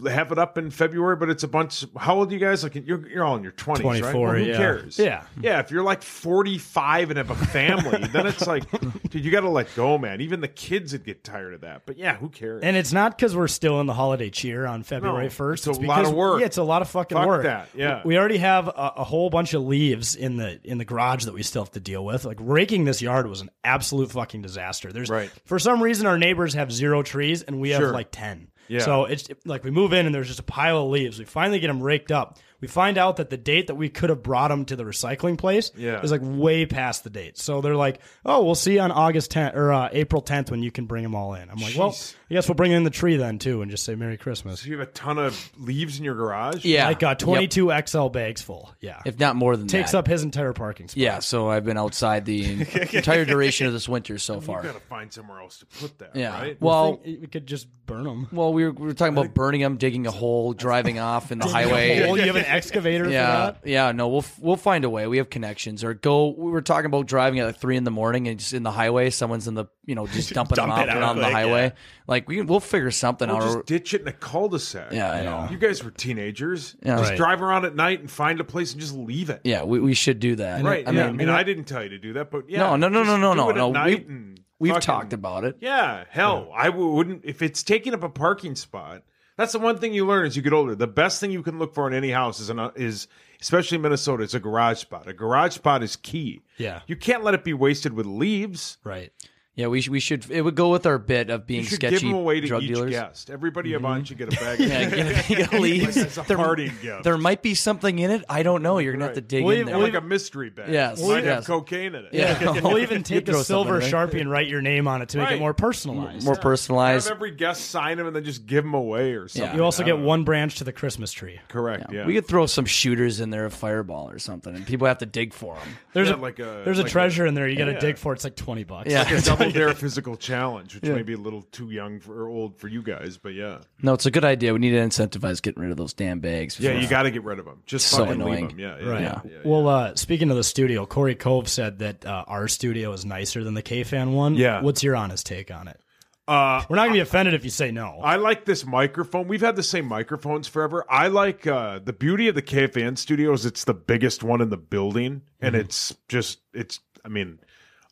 Speaker 10: have it up in February, but it's a bunch. How old are you guys? Like you're you're all in your twenties, right?
Speaker 6: 24,
Speaker 10: Well, who
Speaker 6: yeah.
Speaker 10: cares?
Speaker 6: Yeah.
Speaker 10: yeah. If you're like 45 and have a family, then it's like, dude, you got to let go, man. Even the kids would get tired of that. But yeah, who cares?
Speaker 6: And it's not because we're still in the holiday cheer on February
Speaker 10: No,
Speaker 6: first.
Speaker 10: it's a lot of work.
Speaker 6: Yeah, it's a lot of fucking
Speaker 10: Fuck
Speaker 6: work.
Speaker 10: that, yeah.
Speaker 6: we, we already have a, a whole bunch of leaves in the in the garage that we still have to deal with. Like raking this yard was an absolute fucking disaster. There's
Speaker 10: Right.
Speaker 6: for some reason our neighbors have zero trees and we
Speaker 10: Sure.
Speaker 6: have like ten.
Speaker 10: Yeah.
Speaker 6: So it's like we move in and there's just a pile of leaves. We finally get them raked up. We find out that the date that we could have brought them to the recycling place
Speaker 10: Yeah.
Speaker 6: is like way past the date. So they're like, "Oh, we'll see you on August 10th or uh, April 10th when you can bring them all in." I'm like, "Well,
Speaker 10: Jeez.
Speaker 6: I guess we'll bring in the tree then too and just say Merry Christmas."
Speaker 10: so you have a ton of leaves in your garage.
Speaker 6: like uh, 22 XL bags full. Yeah,
Speaker 14: if not more than
Speaker 6: takes
Speaker 14: that.
Speaker 6: up his entire parking spot.
Speaker 14: Yeah, so I've been outside the entire duration of this winter so
Speaker 10: You
Speaker 14: far.
Speaker 10: got to find somewhere else to put that.
Speaker 14: Yeah.
Speaker 10: Right?
Speaker 14: Well,
Speaker 6: we could just burn them.
Speaker 14: Well, we were, we were talking about burning them, digging a hole, driving off in the
Speaker 6: Digging a
Speaker 14: highway.
Speaker 6: hole? You have an excavator for
Speaker 14: yeah,
Speaker 6: that?
Speaker 14: Yeah, no, we'll f- we'll find a way. We have connections. Or go. We were talking about driving at like three in the morning and just in the highway. Someone's in the you know just dumping
Speaker 10: Dump
Speaker 14: them
Speaker 10: it
Speaker 14: out,
Speaker 10: out,
Speaker 14: on the
Speaker 10: like,
Speaker 14: highway. Like we we'll figure something
Speaker 10: We'll
Speaker 14: out.
Speaker 10: just ditch it in a cul-de-sac.
Speaker 14: Yeah, I know.
Speaker 10: You guys were teenagers.
Speaker 14: Yeah.
Speaker 10: Just
Speaker 14: Right.
Speaker 10: drive around at night and find a place and just leave it.
Speaker 14: yeah, we, we should do that.
Speaker 10: right.
Speaker 14: I
Speaker 10: yeah.
Speaker 14: mean,
Speaker 10: I mean, I didn't tell you to do that, but yeah.
Speaker 14: no, no, no, no,
Speaker 10: just
Speaker 14: no,
Speaker 10: do
Speaker 14: no,
Speaker 10: it at
Speaker 14: no.
Speaker 10: night
Speaker 14: We
Speaker 10: and
Speaker 14: we've
Speaker 10: fucking-
Speaker 14: talked about it.
Speaker 10: Yeah. Hell, I w- wouldn't if it's taking up a parking spot. That's the one thing you learn as you get older. The best thing you can look for in any house is an, is especially in Minnesota. It's a garage spot. A garage spot is key.
Speaker 6: Yeah.
Speaker 10: You can't let it be wasted with leaves.
Speaker 6: Right.
Speaker 14: Yeah, we should, we should. It would go with our bit of being
Speaker 10: You should
Speaker 14: sketchy
Speaker 10: give them away to
Speaker 14: drug
Speaker 10: each
Speaker 14: dealers.
Speaker 10: guest. Everybody you have on should get a bag.
Speaker 14: Yeah, get a bag of leaves.
Speaker 10: Like, that's a partying gift.
Speaker 14: There might be something in it. I don't know. You're gonna have to dig
Speaker 10: We'll e,
Speaker 14: in
Speaker 10: even-
Speaker 14: there.
Speaker 10: like a mystery bag.
Speaker 14: Yes,
Speaker 10: Might have
Speaker 14: yes.
Speaker 10: cocaine in it.
Speaker 14: Yeah,
Speaker 6: we'll even take
Speaker 14: Throw
Speaker 6: a silver
Speaker 14: something, right?
Speaker 6: sharpie and write your name on it to make
Speaker 10: Right.
Speaker 6: it more personalized.
Speaker 14: More personalized.
Speaker 10: Have every guest sign them and then just give them away or something.
Speaker 6: You also
Speaker 10: I
Speaker 6: get
Speaker 10: don't know.
Speaker 6: one branch to the Christmas tree.
Speaker 10: correct. Yeah,
Speaker 14: We could throw some shooters in there, a fireball or something, and people have to dig for them.
Speaker 6: There's a, there's a treasure in there. You got to dig for. it. It's like twenty bucks.
Speaker 14: Yeah.
Speaker 10: Like a double dare physical challenge, which
Speaker 14: Yeah.
Speaker 10: may be a little too young for or old for you guys, but yeah,
Speaker 14: No, it's a good idea. We need to incentivize getting rid of those damn bags.
Speaker 10: yeah, you got to get rid of them. Just
Speaker 14: So
Speaker 10: fucking
Speaker 14: annoying.
Speaker 10: leave them. Yeah, yeah,
Speaker 6: Right.
Speaker 10: yeah.
Speaker 6: well, uh, speaking of the studio, Corey Cove said that uh, our studio is nicer than the K fan one.
Speaker 10: Yeah.
Speaker 6: What's your honest take on it?
Speaker 10: Uh,
Speaker 6: We're not gonna be offended if you say no.
Speaker 10: I like this microphone. We've had the same microphones forever. I like uh, the beauty of the KFN studio is it's the biggest one in the building, and
Speaker 6: Mm-hmm.
Speaker 15: Mhm.
Speaker 10: it's just it's. I mean,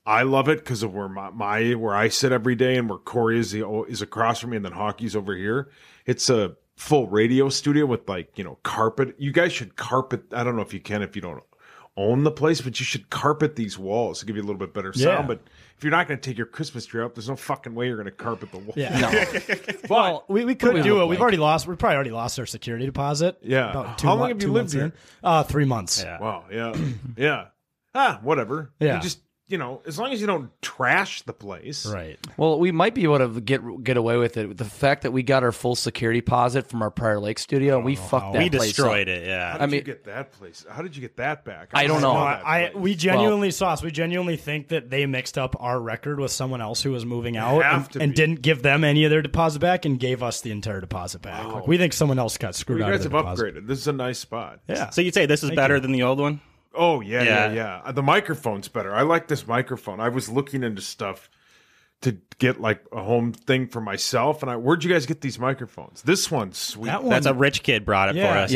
Speaker 10: I love it because of where my, my where I sit every day, and where Corey is the, is across from me, and then Hockey's over here. It's a full radio studio with like you know carpet. You guys should carpet. I don't know if you can if you don't own the place, but you should carpet these walls to give you a little bit better
Speaker 6: Yeah.
Speaker 10: sound. But if you're not going to take your Christmas tree up, there's no fucking way you're going to carpet the wall.
Speaker 6: Yeah. well, we, we
Speaker 10: do
Speaker 6: could
Speaker 10: we
Speaker 6: do it.
Speaker 10: look
Speaker 6: We've already lost. We probably already lost our security deposit.
Speaker 10: Yeah.
Speaker 6: About two
Speaker 10: How long
Speaker 6: mon-
Speaker 10: have you
Speaker 6: two months
Speaker 10: lived
Speaker 6: in.
Speaker 10: here?
Speaker 6: Uh, three months.
Speaker 10: Wow. Yeah. yeah. Ah, whatever.
Speaker 6: Yeah.
Speaker 10: You just you know, as long as you don't trash the place,
Speaker 6: right?
Speaker 14: Well, we might be able to get get away with it. The fact that we got our full security deposit from our Prior Lake studio, and we fucked that
Speaker 13: We
Speaker 14: place
Speaker 13: destroyed
Speaker 14: up.
Speaker 13: it, yeah.
Speaker 10: How did
Speaker 14: I
Speaker 10: you
Speaker 14: mean,
Speaker 10: get that place? How did you get that back?
Speaker 14: I don't know.
Speaker 10: that
Speaker 6: I,
Speaker 10: place.
Speaker 6: we genuinely sauce. We genuinely think that they mixed up our record with someone else who was moving out
Speaker 10: have
Speaker 6: and,
Speaker 10: to
Speaker 6: and
Speaker 10: be.
Speaker 6: didn't give them any of their deposit back and gave us the entire deposit back. Like, we think someone else got
Speaker 10: you
Speaker 6: screwed out
Speaker 10: guys
Speaker 6: of
Speaker 10: have
Speaker 6: their deposit.
Speaker 10: upgraded. This is a nice spot.
Speaker 6: Yeah.
Speaker 13: So you'd say this is
Speaker 10: Thank
Speaker 13: better
Speaker 10: you.
Speaker 13: than the old one?
Speaker 10: Oh yeah, yeah,
Speaker 13: Yeah.
Speaker 10: yeah, Uh, The microphone's better. I like this microphone. I was looking into stuff to get like a home thing for myself, and I where'd you guys get these microphones? This one's sweet.
Speaker 6: That one- That's a
Speaker 13: rich kid brought it
Speaker 6: Yeah, he-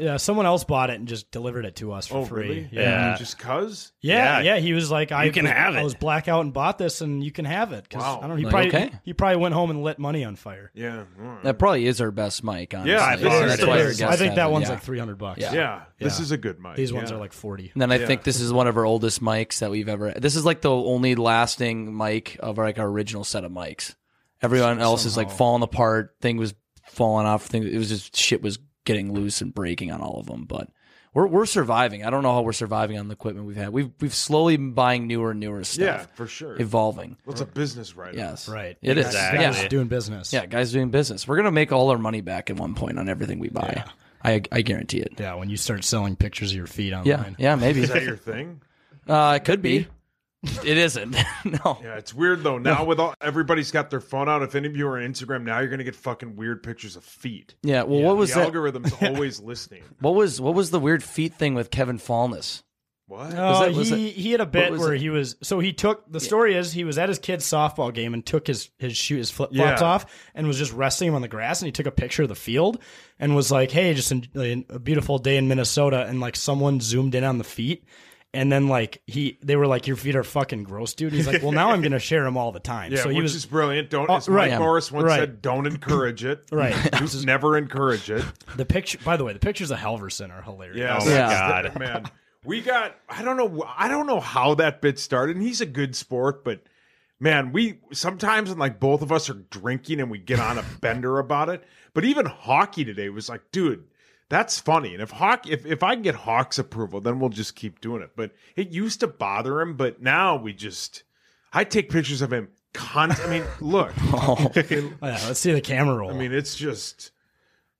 Speaker 6: he- yeah, someone else bought it and just delivered it to us for
Speaker 10: oh
Speaker 6: free.
Speaker 10: really?
Speaker 6: Yeah.
Speaker 10: Just cause?
Speaker 6: Yeah, yeah, He was like, "I
Speaker 13: You can have
Speaker 6: I
Speaker 13: it.
Speaker 6: was blackout and bought this, and you can have it." 'Cause,
Speaker 10: Wow.
Speaker 6: I don't. know, He
Speaker 14: Like,
Speaker 6: probably
Speaker 14: okay.
Speaker 6: he probably went home and lit money on fire.
Speaker 10: Yeah. Mm.
Speaker 14: That probably is our best mic. Honestly.
Speaker 6: Yeah,
Speaker 14: So
Speaker 6: this is-
Speaker 14: that's
Speaker 6: it
Speaker 14: why our
Speaker 6: is.
Speaker 14: guests
Speaker 6: I think
Speaker 14: have
Speaker 6: that
Speaker 14: it,
Speaker 6: one's
Speaker 14: yeah.
Speaker 6: like 300 bucks.
Speaker 14: Yeah.
Speaker 10: Yeah, this is a good mic.
Speaker 6: These ones
Speaker 10: Yeah.
Speaker 6: are like 40.
Speaker 14: And then I
Speaker 10: Yeah.
Speaker 14: think this is one of our oldest mics that we've ever. This is like the only lasting mic of like our original set of mics. Everyone else is like
Speaker 6: Somehow.
Speaker 14: falling apart. Thing was falling off. Thing it was just shit was getting loose and breaking on all of them. But we're we're surviving. I don't know how we're surviving on the equipment we've had. We've we've slowly been buying newer and newer stuff.
Speaker 10: Yeah, for sure.
Speaker 14: Evolving.
Speaker 10: What's a business right?
Speaker 14: Yes,
Speaker 6: Right.
Speaker 14: It is.
Speaker 6: Exactly.
Speaker 14: Yeah.
Speaker 6: Guys doing business.
Speaker 14: Yeah, guys doing business. We're gonna make all our money back at one point on everything we buy. I I guarantee it.
Speaker 6: Yeah, when you start selling pictures of your feet
Speaker 14: Yeah,
Speaker 6: online.
Speaker 14: yeah, maybe.
Speaker 10: Is that your thing?
Speaker 14: Uh, it could be. it isn't. no.
Speaker 10: Yeah, it's weird though. Now with all everybody's got their phone out. If any of you are on Instagram now, you're gonna get fucking weird pictures of feet.
Speaker 14: Yeah. Well, what was
Speaker 10: the
Speaker 14: that?
Speaker 10: algorithm's always listening?
Speaker 14: What was what was the weird feet thing with Kevin Fallness?
Speaker 10: What?
Speaker 6: No,
Speaker 14: that- was
Speaker 6: Uh, he,
Speaker 14: that-
Speaker 6: he had a
Speaker 14: what
Speaker 6: bit
Speaker 14: was
Speaker 6: where
Speaker 14: it?
Speaker 6: he was so he took the story is he was at his kid's softball game and took his his shoe his flip flops
Speaker 14: Yeah.
Speaker 6: off and was just resting him on the grass and he took a picture of the field and was like hey just en- en- a beautiful day in Minnesota and like someone zoomed in on the feet and then like he they were like your feet are fucking gross dude and he's like well now I'm gonna share them all the time
Speaker 10: Yeah,
Speaker 6: so he
Speaker 10: which
Speaker 6: was
Speaker 10: is brilliant. Don't
Speaker 6: Oh,
Speaker 10: as Mike
Speaker 6: right.
Speaker 10: Morris once
Speaker 6: Right.
Speaker 10: said, don't encourage it.
Speaker 6: Right.
Speaker 10: Just never encourage it.
Speaker 6: the picture by the way the pictures of Halverson are hilarious
Speaker 10: Yeah. that's- man. We got I don't know I don't know how that bit started. And he's a good sport, but man, we sometimes when like both of us are drinking and we get on a bender about it. But even hockey today was like, dude, that's funny. And if Hawk if, if I can get Hawk's approval, then we'll just keep doing it. But it used to bother him, but now we just I take pictures of him con I mean, look.
Speaker 6: Oh, yeah let's see the camera roll
Speaker 10: I mean, it's just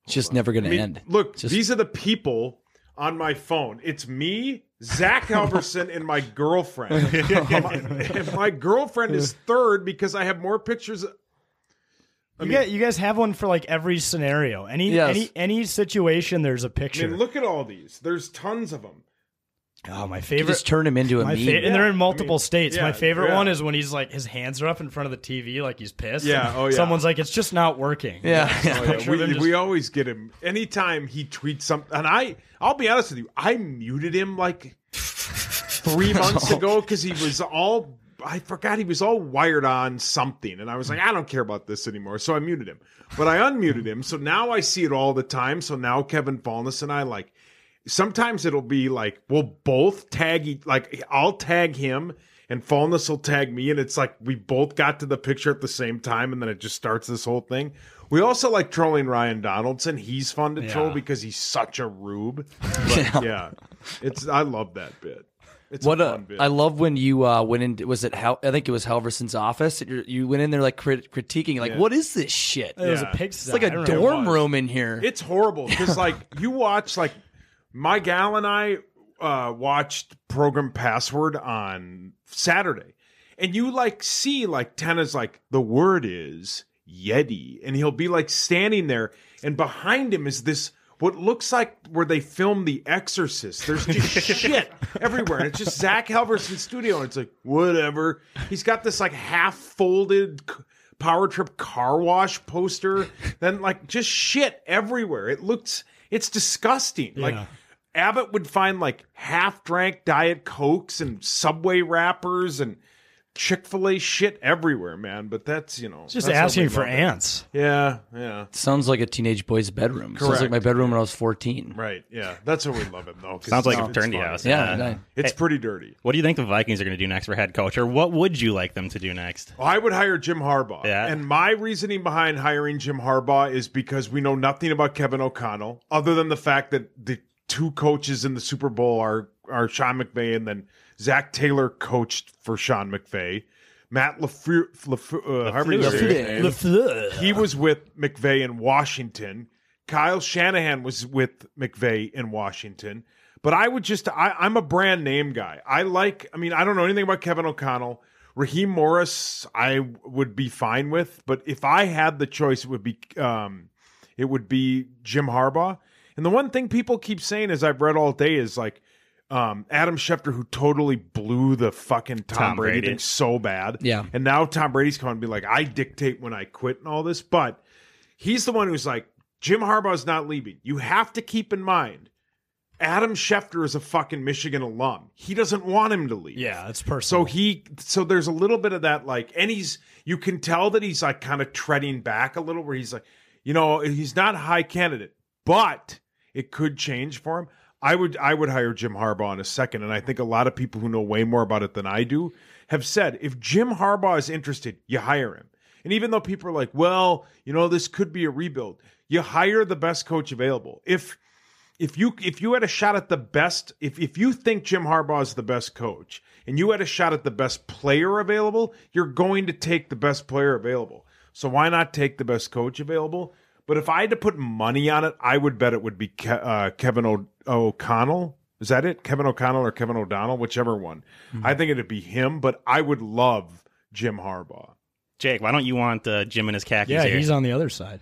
Speaker 14: It's just never gonna
Speaker 10: I mean,
Speaker 14: end.
Speaker 10: Look, these are the people on my phone. It's me, Zach Halverson, and my girlfriend. my, and my girlfriend is third because I have more pictures.
Speaker 6: you, guys, you guys have one for like every scenario. Any
Speaker 10: Yes.
Speaker 6: any any situation, there's a
Speaker 10: I
Speaker 6: picture.
Speaker 10: mean, look at all these. There's tons of them.
Speaker 6: oh, my favorite.
Speaker 14: just turn him into a
Speaker 6: my
Speaker 14: meme.
Speaker 6: and they're
Speaker 10: Yeah,
Speaker 6: in multiple
Speaker 10: I mean,
Speaker 6: states. my
Speaker 10: yeah,
Speaker 6: favorite
Speaker 10: yeah.
Speaker 6: one is when he's like his hands are up in front of the TV, like he's pissed.
Speaker 10: Yeah,
Speaker 6: and
Speaker 10: oh, yeah.
Speaker 6: Someone's like, it's just not working.
Speaker 10: Oh, yeah.
Speaker 6: Picture of
Speaker 10: We,
Speaker 6: him just-
Speaker 10: we always get him anytime he tweets something. And I, I'll be honest with you, I muted him like three months ago because he was all. I forgot he was all wired on something, and I was like, I don't care about this anymore. So I muted him, but I unmuted him. So now I see it all the time. So now Kevin Fallness and I like. Sometimes it'll be like we'll both tag e- like I'll tag him and Fallness will tag me, and it's like we both got to the picture at the same time, and then it just starts this whole thing. We also like trolling Ryan Donaldson. He's fun to troll
Speaker 6: Yeah.
Speaker 10: because he's such a rube. But, yeah, it's I love that bit. It's
Speaker 14: what
Speaker 10: a
Speaker 14: a-
Speaker 10: fun bit.
Speaker 14: I love when you uh, went in. Was it Hal? I think it was Halverson's office. that you're- You went in there like crit- critiquing, like,
Speaker 10: Yeah.
Speaker 14: what is this shit?
Speaker 10: It was a
Speaker 14: It's
Speaker 10: pigsty.
Speaker 14: like
Speaker 10: I
Speaker 14: a
Speaker 10: don't know.
Speaker 14: dorm
Speaker 10: It was.
Speaker 14: room in here.
Speaker 10: It's horrible because like you watch like my gal and I uh, watched program password on Saturday, and you like see like Tana's like the word is Yeti, and he'll be like standing there, and behind him is this. What looks like where they filmed The Exorcist. There's just shit everywhere. And it's just Zach Halverson's studio. And it's like, whatever. He's got this like half folded Power Trip car wash poster, then like just shit everywhere. It looks it's disgusting.
Speaker 6: Yeah.
Speaker 10: Like Abbott would find like half drank Diet Cokes and Subway wrappers and Chick fil A shit everywhere, man. But that's, you know,
Speaker 6: It's just
Speaker 10: that's how
Speaker 6: asking
Speaker 10: they
Speaker 6: for
Speaker 10: love it.
Speaker 6: ants.
Speaker 10: Yeah, yeah.
Speaker 14: Sounds like a teenage boy's bedroom. Sounds
Speaker 10: Correct.
Speaker 14: like my bedroom when I was 14.
Speaker 10: Right, yeah. That's what we love it, though. 'cause
Speaker 13: Sounds like
Speaker 10: it's-
Speaker 13: a
Speaker 10: it's
Speaker 13: dirty
Speaker 10: fun.
Speaker 13: house.
Speaker 14: Yeah, yeah.
Speaker 10: It's pretty dirty.
Speaker 13: What do you think the Vikings are going to do next for head coach, or what would you like them to do next?
Speaker 10: Well, I would hire Jim Harbaugh. And my reasoning behind hiring Jim Harbaugh is because we know nothing about Kevin O'Connell other than the fact that the two coaches in the Super Bowl are are Sean McVay and then Zach Taylor coached for Sean McVay. Matt LaFleur, LaFleur, uh, however you say his name. He was with McVay in Washington. Kyle Shanahan was with McVay in Washington. But I would just, I, I'm a brand name guy. I like, I mean, I don't know anything about Kevin O'Connell. Raheem Morris, I would be fine with. But if I had the choice, it would be, um, it would be Jim Harbaugh. And the one thing people keep saying, as I've read all day, is like, um, Adam Schefter, who totally blew the fucking Tom,
Speaker 13: Tom
Speaker 10: Brady,
Speaker 13: Brady.
Speaker 10: thing so bad.
Speaker 14: Yeah.
Speaker 10: And now Tom Brady's coming to be like, I dictate when I quit and all this. But he's the one who's like, Jim Harbaugh's not leaving. You have to keep in mind, Adam Schefter is a fucking Michigan alum. He doesn't want him to leave.
Speaker 6: Yeah, it's personal.
Speaker 10: So he, so there's a little bit of that, like, and he's, you can tell that he's like kind of treading back a little, where he's like, you know, he's not a high candidate, but it could change for him. I would, I would hire Jim Harbaugh in a second, and I think a lot of people who know way more about it than I do have said if Jim Harbaugh is interested, you hire him. And even though people are like, well, you know, this could be a rebuild, you hire the best coach available. If if you if you had a shot at the best if if you think Jim Harbaugh is the best coach and you had a shot at the best player available, you're going to take the best player available. So why not take the best coach available? But if I had to put money on it, I would bet it would be Ke- uh, Kevin o- O'Connell. Is that it? Kevin O'Connell or Kevin O'Donnell, whichever one. I think it'd be him, but I would love Jim Harbaugh.
Speaker 13: Jake, why don't you want uh, Jim and his khakis? here?
Speaker 6: on the other side.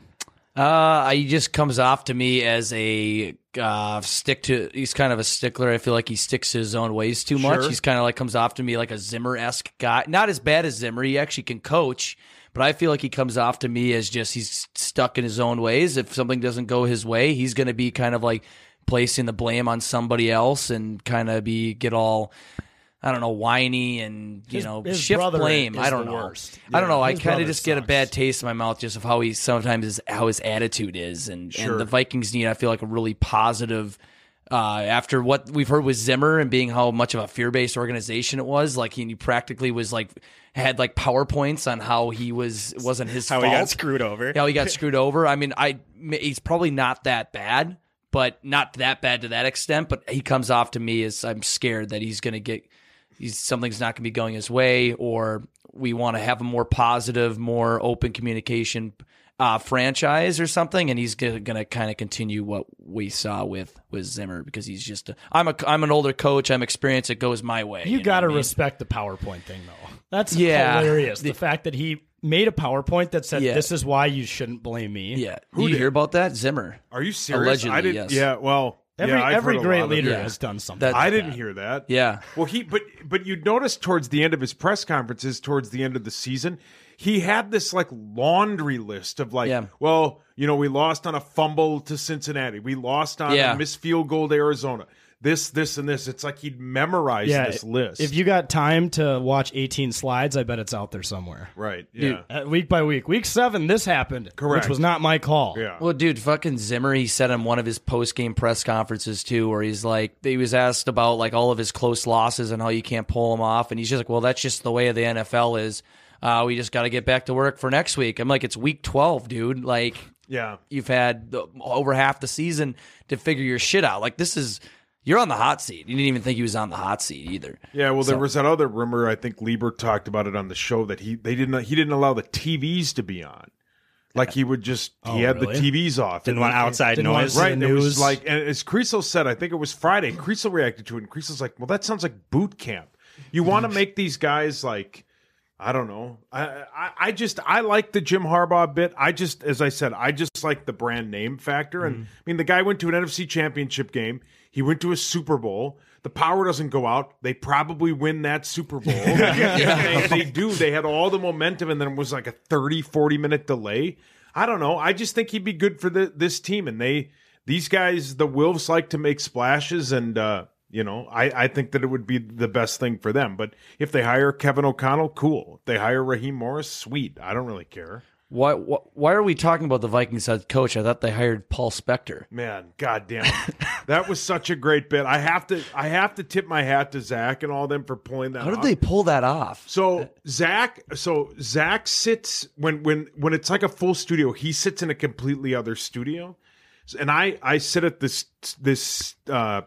Speaker 14: Uh, he just comes off to me as a uh, stick to. He's kind of a stickler. I feel like he sticks to his own ways too much.
Speaker 10: Sure.
Speaker 14: He's kind of like comes off to me like a Zimmer esque guy. Not as bad as Zimmer. He actually can coach, but I feel like he comes off to me as just he's stuck in his own ways. If something doesn't go his way, he's going to be kind of like placing the blame on somebody else and kind of be get all. I don't know, whiny and you
Speaker 6: His-
Speaker 14: know,
Speaker 6: his
Speaker 14: shift
Speaker 6: brother
Speaker 14: blame.
Speaker 6: is
Speaker 14: I don't
Speaker 6: the
Speaker 14: know.
Speaker 6: worst.
Speaker 14: I don't know. I
Speaker 6: His
Speaker 14: kind of
Speaker 6: brother
Speaker 14: just get a bad taste in my mouth just of how he sometimes is, how his attitude is, and
Speaker 10: Sure.
Speaker 14: and the Vikings need I feel like a really positive. Uh, after what we've heard with Zimmer and being how much of a fear-based organization it was, like he practically was like had like powerpoints on how he was it wasn't his
Speaker 13: How
Speaker 14: fault.
Speaker 13: he got screwed over.
Speaker 14: How he got screwed over. I mean, I he's probably not that bad, but not that bad to that extent. But he comes off to me as I'm scared that he's going to get he's something's not going to be going his way, or we want to have a more positive, more open communication uh, franchise or something, and he's going to kind of continue what we saw with with Zimmer because he's just a, I'm a I'm an older coach, I'm experienced, it goes my way.
Speaker 6: You,
Speaker 14: know
Speaker 6: got to
Speaker 14: what I mean?
Speaker 6: respect the PowerPoint thing, though. That's
Speaker 14: Yeah.
Speaker 6: hilarious. The, fact that he made a PowerPoint that said,
Speaker 14: Yeah.
Speaker 6: "This is why you shouldn't blame me."
Speaker 14: Yeah, Did you hear about that Zimmer?
Speaker 10: Are you serious?
Speaker 14: Allegedly,
Speaker 10: I
Speaker 14: yes.
Speaker 10: didn't. Yeah. Well,
Speaker 6: Every-
Speaker 10: yeah, I've
Speaker 6: every
Speaker 10: heard a
Speaker 6: great
Speaker 10: lot of
Speaker 6: leader
Speaker 10: that.
Speaker 6: has done something
Speaker 14: That-
Speaker 10: I didn't hear that.
Speaker 14: Yeah.
Speaker 10: Well, he but but you noticed towards the end of his press conferences, towards the end of the season, he had this like laundry list of like, well, you know, we lost on a fumble to Cincinnati, we lost on
Speaker 6: Yeah.
Speaker 10: a missed field goal to Arizona. This, this, and this. It's like he'd memorized
Speaker 6: Yeah,
Speaker 10: this list.
Speaker 6: If you got time to watch 18 slides, I bet it's out there somewhere.
Speaker 10: right. Yeah.
Speaker 6: Dude, uh, week by week, week seven, this happened, which was not my call.
Speaker 10: Yeah.
Speaker 14: Well, dude, fucking Zimmer, he said on one of his post game press conferences too, where he's like, he was asked about like all of his close losses and how you can't pull them off, and he's just like, well, that's just the way the NFL is. Uh, we just got to get back to work for next week. I'm like, it's week 12, dude. Like,
Speaker 10: yeah,
Speaker 14: you've had the, over half the season to figure your shit out. Like, this is you're on the hot seat. You didn't even think he was on the hot seat either.
Speaker 10: Yeah, well, there
Speaker 14: So-
Speaker 10: was that other rumor. I think Lieber talked about it on the show that he they didn't he didn't allow the TVs to be on. Like he would just
Speaker 13: Oh,
Speaker 10: he had
Speaker 13: really?
Speaker 10: the TVs off.
Speaker 13: Didn't
Speaker 10: And-
Speaker 13: want outside Didn't want noise. to see
Speaker 10: Right,
Speaker 13: the
Speaker 10: and it was
Speaker 13: news.
Speaker 10: like and as Creasel said, I think it was Friday. Creasel reacted to it, and Creasel's like, "Well, that sounds like boot camp. You want to make these guys like." I don't know. I, I I just I like the Jim Harbaugh bit. I just as I said, I just like the
Speaker 13: Mm.
Speaker 10: brand name factor. And I mean, the guy went to an NFC Championship game. He went to a Super Bowl. The power doesn't go out. They probably win that Super Bowl. they, they do. They had all the momentum, and then it was like a 30, 40 minute delay. I don't know. I just think he'd be good for the, this team. And they, these guys, the Wolves like to make splashes, and uh, you know, I, I think that it would be the best thing for them. But if they hire Kevin O'Connell, cool. If they hire Raheem Morris, sweet. I don't really care.
Speaker 14: Why, why, why are we talking about the Vikings head coach? I thought they hired Paul Spector.
Speaker 10: Man, goddamn, that was such a great bit. I have to, I have to tip my hat to Zach and all them for pulling that.
Speaker 14: How did
Speaker 10: off.
Speaker 14: they Uh, pull that off?
Speaker 10: So Zach, so Zach sits when when when it's like a full studio, he sits in a completely other studio, and I I sit at this this uh,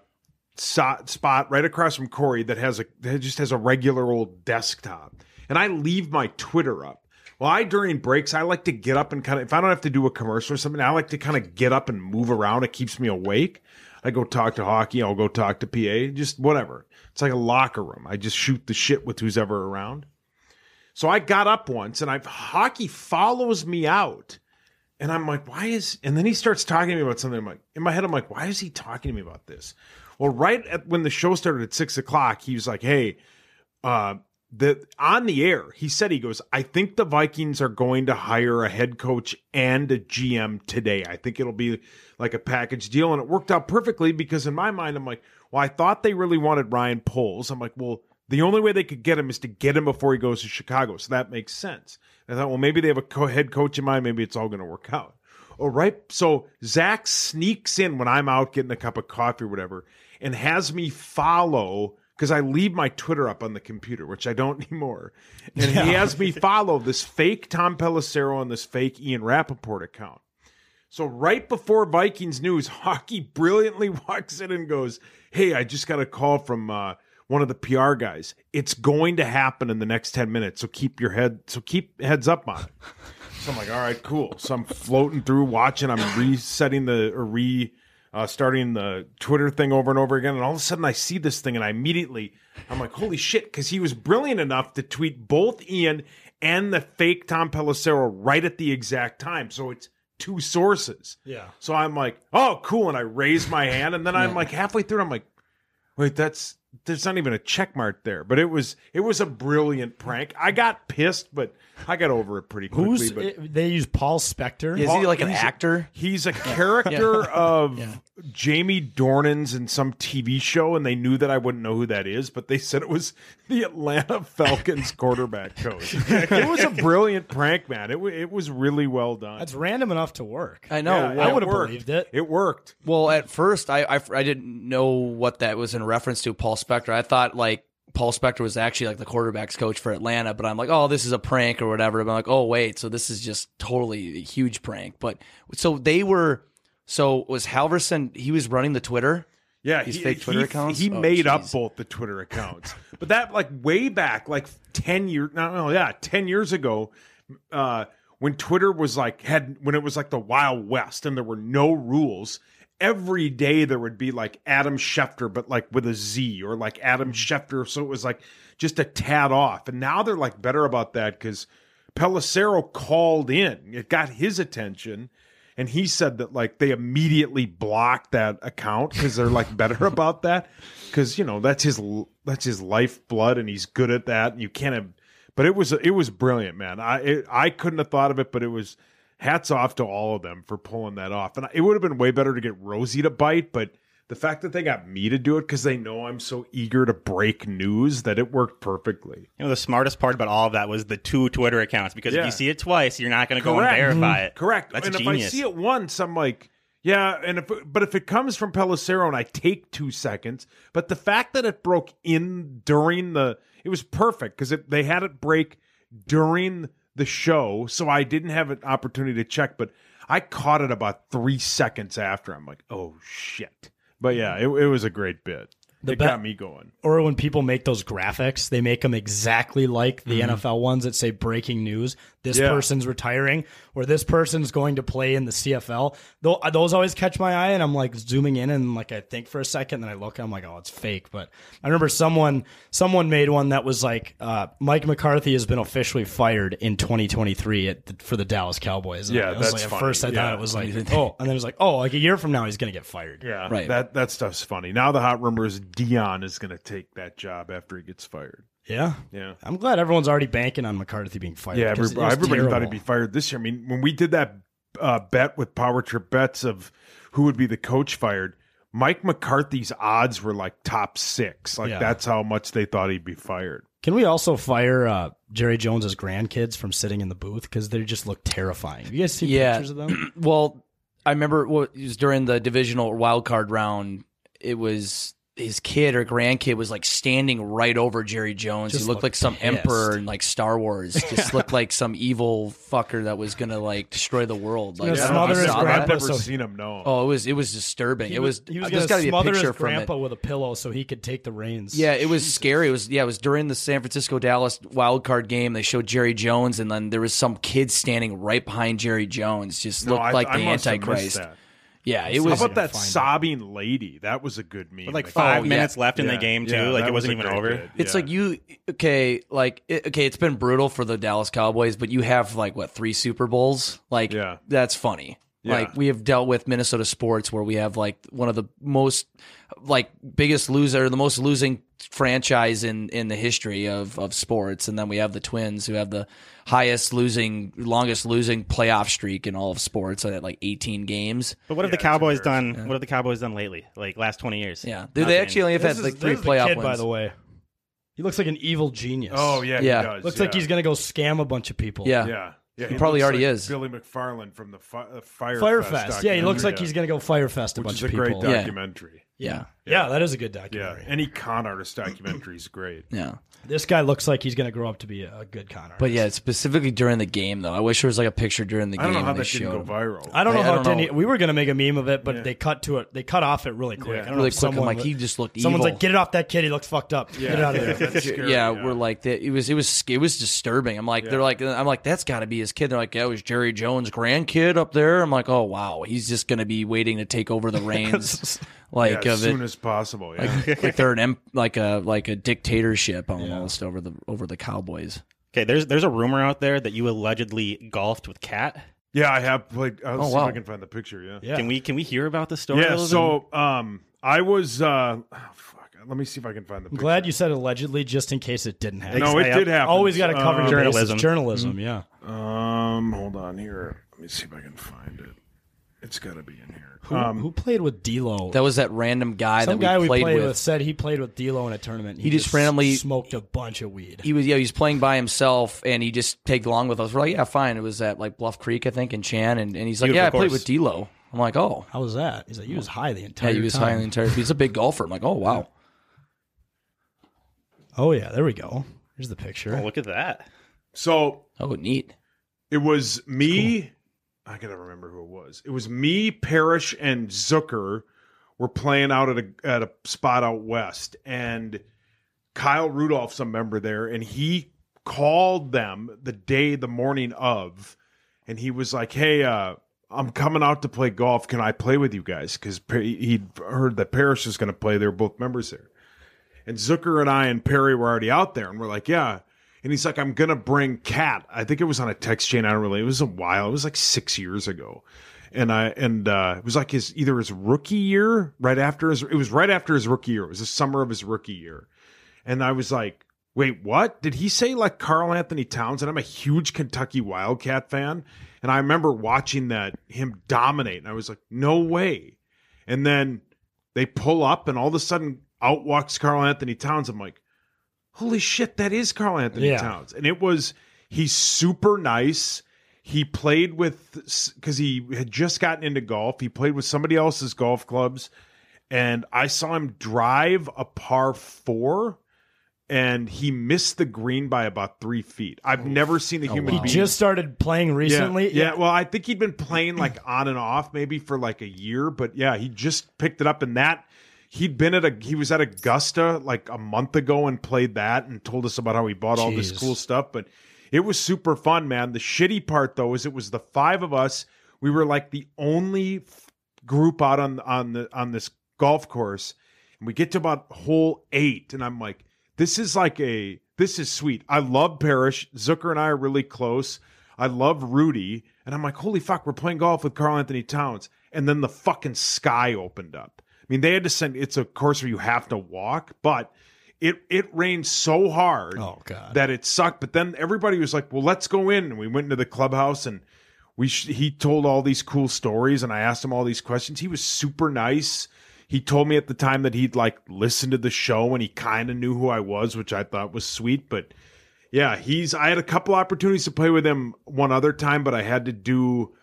Speaker 10: so, spot right across from Corey that has a that just has a regular old desktop, and I leave my Twitter up. Well, I during breaks I like to get up and kind of if I don't have to do a commercial or something, I like to kind of get up and move around. It keeps me awake. I go talk to hockey. I'll go talk to PA. Just whatever. It's like a locker room. I just shoot the shit with who's ever around. So I got up once and I've hockey follows me out. And I'm like, why is and then he starts talking to me about something. I'm like, in my head, I'm like, why is he talking to me about this? Well, right at when the show started at six o'clock, he was like, Hey, uh, the on the air, he said he goes, I think the Vikings are going to hire a head coach and a GM today. I think it'll be like a package deal. And it worked out perfectly because in my mind, I'm like, well, I thought they really wanted Ryan Poles. I'm like, well, the only way they could get him is to get him before he goes to Chicago. So that makes sense. And I thought, well, maybe they have a co- head coach in mind. Maybe it's all going to work out. All Oh, right. So Zach sneaks in when I'm out getting a cup of coffee or whatever and has me follow because I leave my Twitter up on the computer, which I don't anymore. And he has me follow this fake Tom Pelissero and this fake Ian Rappaport account. So right before Vikings news, Hockey brilliantly walks in and goes, "Hey, I just got a call from uh, one of the PR guys. It's going to happen in the next ten minutes. So keep your head. So keep heads up on it." So I'm like, "All right, cool." So I'm floating through, watching. I'm resetting the or re uh, starting the Twitter thing over and over again. And all of a sudden, I see this thing, and I immediately, I'm like, holy shit, because he was brilliant enough to tweet both Ian and the fake Tom Pelissero right at the exact time. So it's two sources.
Speaker 6: Yeah.
Speaker 10: So I'm like, oh, cool. And I raise my hand, and then I'm like, halfway through, I'm like, wait, that's. There's not even a check mark there, but it was it was a brilliant prank. I got pissed, but I got over it pretty quickly.
Speaker 6: Who's
Speaker 10: but
Speaker 6: they use Paul Spector?
Speaker 10: Paul- he's a- he's a character of Jamie Dornan's in some TV show, and they knew that I wouldn't know who that is, but they said it was the Atlanta Falcons quarterback coach. it was a brilliant prank, man. It, wa- it was really well done.
Speaker 6: That's random enough to work.
Speaker 14: I know.
Speaker 10: Yeah,
Speaker 14: Well,
Speaker 10: it worked. It worked.
Speaker 14: Well, at first, I, I I didn't know what that was in reference to Paul Spector. I thought like Paul Spector was actually like the quarterbacks coach for Atlanta, but I'm like, oh, this is a prank or whatever. But I'm like, oh wait, so this is just totally a huge prank. But so they were. So was Halverson? He was running the Twitter.
Speaker 10: Yeah,
Speaker 14: his
Speaker 10: he-
Speaker 14: fake Twitter
Speaker 10: he-
Speaker 14: accounts.
Speaker 10: He
Speaker 14: Oh,
Speaker 10: made
Speaker 14: jeez.
Speaker 10: up both the Twitter accounts, but that like way back, like ten years. No, no, yeah, ten years ago, uh, when Twitter was like had when it was like the Wild West and there were no rules. Every day there would be like Adam Schefter, but like with a Z, or like Adam Schefter. So it was like just a tad off. And now they're like better about that because Pelissero called in. It got his attention. And he said that like they immediately blocked that account because they're like better about that because you know that's his that's his lifeblood and he's good at that and you can't have but it was it was brilliant man I it, I couldn't have thought of it but it was hats off to all of them for pulling that off and it would have been way better to get Rosie to bite but the fact that they got me to do it because they know I'm so eager to break news that it worked perfectly
Speaker 15: You know, the smartest part about all of that was the two Twitter accounts because if
Speaker 10: Yeah.
Speaker 15: you see it twice, you're not going to go and verify it.
Speaker 10: Correct.
Speaker 15: That's
Speaker 10: and
Speaker 15: genius.
Speaker 10: if I see it once, I'm like, yeah. And if but if it comes from Pelissero and I take two seconds, but the fact that it broke in during the, it was perfect because they had it break during the show, so I didn't have an opportunity to check. But I caught it about three seconds after. I'm like, oh shit. But yeah, it, it was a great bit.
Speaker 6: The
Speaker 10: it
Speaker 6: be-
Speaker 10: got me going.
Speaker 6: Or when people make those graphics, they make them exactly like the
Speaker 10: Mhm.
Speaker 6: NFL ones that say breaking news. This
Speaker 10: Yeah.
Speaker 6: person's retiring, or this person's going to play in the CFL. Tho- Those always catch my eye, and I'm like zooming in and like I think for a second, then I look, and I'm like, oh, it's fake. But I remember someone someone made one that was like, uh, Mike McCarthy has been officially fired in 2023 at the, for the Dallas Cowboys. And
Speaker 10: Yeah,
Speaker 6: I was
Speaker 10: that's
Speaker 6: like, at
Speaker 10: funny.
Speaker 6: first I
Speaker 10: Yeah.
Speaker 6: thought it was like, oh, and then it was like, oh, like a year from now he's gonna get fired.
Speaker 10: Yeah,
Speaker 6: Right.
Speaker 10: That that stuff's funny. Now the hot rumor is Dion is going to take that job after he gets fired.
Speaker 6: Yeah.
Speaker 10: Yeah.
Speaker 6: I'm glad everyone's already banking on McCarthy being fired.
Speaker 10: yeah,
Speaker 6: 'cause it
Speaker 10: everybody,
Speaker 6: was
Speaker 10: everybody thought he'd
Speaker 6: terrible.
Speaker 10: be fired this year. I mean, when we did that uh, bet with Power Trip bets of who would be the coach fired, Mike McCarthy's odds were like top six. Like
Speaker 6: Yeah.
Speaker 10: that's how much they thought he'd be fired.
Speaker 6: Can we also fire uh, Jerry Jones's grandkids from sitting in the booth because they just look terrifying? You guys see
Speaker 14: yeah.
Speaker 6: pictures of them?
Speaker 14: well, I remember well, it was during the divisional wild card round. It was his kid or grandkid was like standing right over Jerry Jones.
Speaker 6: Just
Speaker 14: he looked
Speaker 6: looked
Speaker 14: like some
Speaker 6: pissed.
Speaker 14: emperor in like Star Wars. Just looked like some evil fucker that was gonna like destroy the world. Like
Speaker 6: Gonna
Speaker 14: I don't know if you
Speaker 6: smother his
Speaker 14: saw that.
Speaker 6: grandpa I've never so- seen
Speaker 10: him. No.
Speaker 14: Oh, it was it was disturbing.
Speaker 6: He
Speaker 14: it was.
Speaker 6: he was
Speaker 14: there's
Speaker 6: going
Speaker 14: got
Speaker 6: to
Speaker 14: to be a
Speaker 6: smother
Speaker 14: picture
Speaker 6: his
Speaker 14: from it.
Speaker 6: grandpa with a pillow so he could take the reins.
Speaker 14: Yeah, it was scary. It was yeah, it was during the San Francisco Dallas wild card game. They showed Jerry Jones, and then there was some kid standing right behind Jerry Jones, just
Speaker 10: No,
Speaker 14: looked
Speaker 10: I-
Speaker 14: like
Speaker 10: I
Speaker 14: the
Speaker 10: must have missed
Speaker 14: Antichrist.
Speaker 10: that.
Speaker 14: Yeah, it was.
Speaker 10: How about that sobbing lady? That was a good meme.
Speaker 14: With, like,
Speaker 10: five
Speaker 14: five minutes left in the game,
Speaker 15: too. Like, it wasn't even over.
Speaker 14: It's like you okay, like it, okay, it's been brutal for the Dallas Cowboys, but you have like what three Super Bowls? Like that's funny.
Speaker 15: Yeah.
Speaker 14: Like we have dealt with Minnesota sports where we have like one of the most like biggest loser, the most losing franchise in in the history of of sports, and then we have the Twins who have the highest losing, longest losing playoff streak in all of sports at like eighteen games.
Speaker 6: Oh,
Speaker 15: But what have the Cowboys done? What have the Cowboys done lately? Like last twenty years?
Speaker 14: Yeah, they, they actually only have
Speaker 6: This
Speaker 14: had
Speaker 6: is-
Speaker 14: like
Speaker 6: this
Speaker 14: three
Speaker 6: is the
Speaker 14: playoff
Speaker 6: kid,
Speaker 14: wins.
Speaker 6: by the way. He looks like an evil genius.
Speaker 10: Oh, yeah, he Yeah. does,
Speaker 6: Looks like
Speaker 10: yeah.
Speaker 6: he's going to go scam a bunch of people.
Speaker 14: Yeah.
Speaker 10: yeah, yeah.
Speaker 14: He probably
Speaker 10: looks
Speaker 14: already
Speaker 10: like
Speaker 14: is.
Speaker 10: Billy McFarland from the fi- uh, Firefest.
Speaker 6: Firefest. Yeah, he looks like
Speaker 10: documentary.
Speaker 6: he's going to go Firefest a
Speaker 10: Which
Speaker 6: bunch
Speaker 10: is
Speaker 6: of
Speaker 10: a
Speaker 6: people.
Speaker 10: great documentary.
Speaker 6: Yeah. Yeah, that is a good documentary.
Speaker 10: Yeah, any con artist documentary is great.
Speaker 14: Yeah.
Speaker 6: This guy looks like he's going to grow up to be a good con artist.
Speaker 14: But yeah, specifically during the game though. I wish there was like a picture during the
Speaker 6: I
Speaker 14: game.
Speaker 6: don't know how
Speaker 14: when they
Speaker 6: that didn't
Speaker 14: showed
Speaker 6: go
Speaker 14: him.
Speaker 10: viral.
Speaker 6: I don't know how it
Speaker 14: know.
Speaker 6: didn't. We were going to make a meme of it, but they cut to it. They cut off it really quick.
Speaker 14: Yeah.
Speaker 6: I don't know
Speaker 14: Really
Speaker 6: if
Speaker 14: quick, I'm
Speaker 6: someone
Speaker 14: like,
Speaker 6: would-
Speaker 14: he just looked
Speaker 6: Someone's
Speaker 14: evil.
Speaker 6: like, get it off that kid. He looks fucked up. Get it out of there.
Speaker 14: yeah, we're like that. It was it was sc- it was disturbing. I'm like they're like I'm like that's got to be his kid. They're like that was Jerry Jones' grandkid up there. I'm like oh wow, he's just gonna be waiting to take over the reins, like
Speaker 10: Yeah,
Speaker 14: of
Speaker 10: as soon
Speaker 14: it.
Speaker 10: as possible. Yeah.
Speaker 14: like, like they're an em- like a like a dictatorship almost over the over the Cowboys.
Speaker 15: Okay, there's there's a rumor out there that you allegedly golfed with Cat.
Speaker 10: Yeah, I have played. I'll
Speaker 15: Oh,
Speaker 10: see
Speaker 15: wow.
Speaker 10: if I can find the picture. Yeah.
Speaker 15: Can we can we hear about the story? a
Speaker 10: Yeah.
Speaker 15: little
Speaker 10: So, um, I was. Uh, oh, fuck. Let me see if I can find the.
Speaker 6: I'm
Speaker 10: picture.
Speaker 6: glad you said allegedly, just in case it didn't happen.
Speaker 10: No, it did happen.
Speaker 6: Always got to cover your bases. Journalism,
Speaker 14: Mm-hmm.
Speaker 10: Mhm.
Speaker 6: yeah.
Speaker 10: Um, hold on here. Let me see if I can find it. It's got to be in here.
Speaker 6: Who,
Speaker 10: um,
Speaker 6: who played with D'Lo?
Speaker 14: That was that random guy
Speaker 6: Some
Speaker 14: that
Speaker 6: guy
Speaker 14: we played,
Speaker 6: with.
Speaker 14: with.
Speaker 6: said he played with D'Lo in a tournament. and
Speaker 14: He just randomly-
Speaker 6: smoked a bunch of weed.
Speaker 14: He was yeah, he was playing by himself and he just tagged along with us. We're like, yeah, fine. It was at like Bluff Creek, I think, in Chan and, and he's like,
Speaker 6: Beautiful
Speaker 14: Yeah, I played
Speaker 6: course.
Speaker 14: with D'Lo. I'm like, Oh.
Speaker 6: How was that? He's like, he was high the entire
Speaker 14: Yeah, he was
Speaker 6: time.
Speaker 14: high the entire he's a big golfer. I'm like, Oh wow.
Speaker 6: Oh yeah, there we go. Here's the picture.
Speaker 15: Oh, look at that.
Speaker 10: So
Speaker 14: oh, neat.
Speaker 10: It was me. I gotta remember who it was. It was me, Parrish, and Zucker were playing out at a at a spot out west, and Kyle Rudolph's a member there, and he called them the day, the morning of, and he was like, "Hey, uh, I'm coming out to play golf. Can I play with you guys?" Because he'd heard that Parrish was going to play. They were both members there. And Zucker and I and Perry were already out there, and we're like, yeah. And he's like, I'm gonna bring Cat. I think it was on a text chain. I don't really. It was a while. It was like six years ago, and I and uh, it was like his either his rookie year, right after his. It was right after his rookie year. It was the summer of his rookie year, and I was like, wait, what? Did he say like Carl Anthony Towns? And I'm a huge Kentucky Wildcat fan, and I remember watching that him dominate, and I was like, no way. And then they pull up, and all of a sudden, out walks Carl Anthony Towns. I'm like, holy shit, that is Carl Anthony
Speaker 6: Yeah.
Speaker 10: Towns. And it was, he's super nice. He played with, because he had just gotten into golf, he played with somebody else's golf clubs. And I saw him drive a par four. And he missed the green by about three feet. I've never seen a human
Speaker 6: He
Speaker 10: being
Speaker 6: just started playing recently.
Speaker 10: yeah, yeah, well, I think he'd been playing like on and off maybe for like a year, but yeah, he just picked it up and that he'd been at a he was at Augusta like a month ago and played that and told us about how he bought all this
Speaker 6: Jeez.
Speaker 10: cool stuff, but it was super fun, man. The shitty part though is it was the five of us. We were like the only f- group out on on the on this golf course and we get to about hole eight, and I'm like, this is like a this is sweet. I love Parrish. Zucker and I are really close. I love Rudy. And I'm like, holy fuck, we're playing golf with Carl Anthony Towns. And then the fucking sky opened up. mean, they had to send. It's a course where you have to walk, but it it rained so hard that it sucked. But then everybody was like, "Well, let's go in," and we went into the clubhouse and we sh- he told all these cool stories and I asked him all these questions. He was super nice. He told me at the time that he'd like listened to the show and he kind of knew who I was, which I thought was sweet, but. Yeah, he's. I had a couple opportunities to play with him one other time, but I had to do.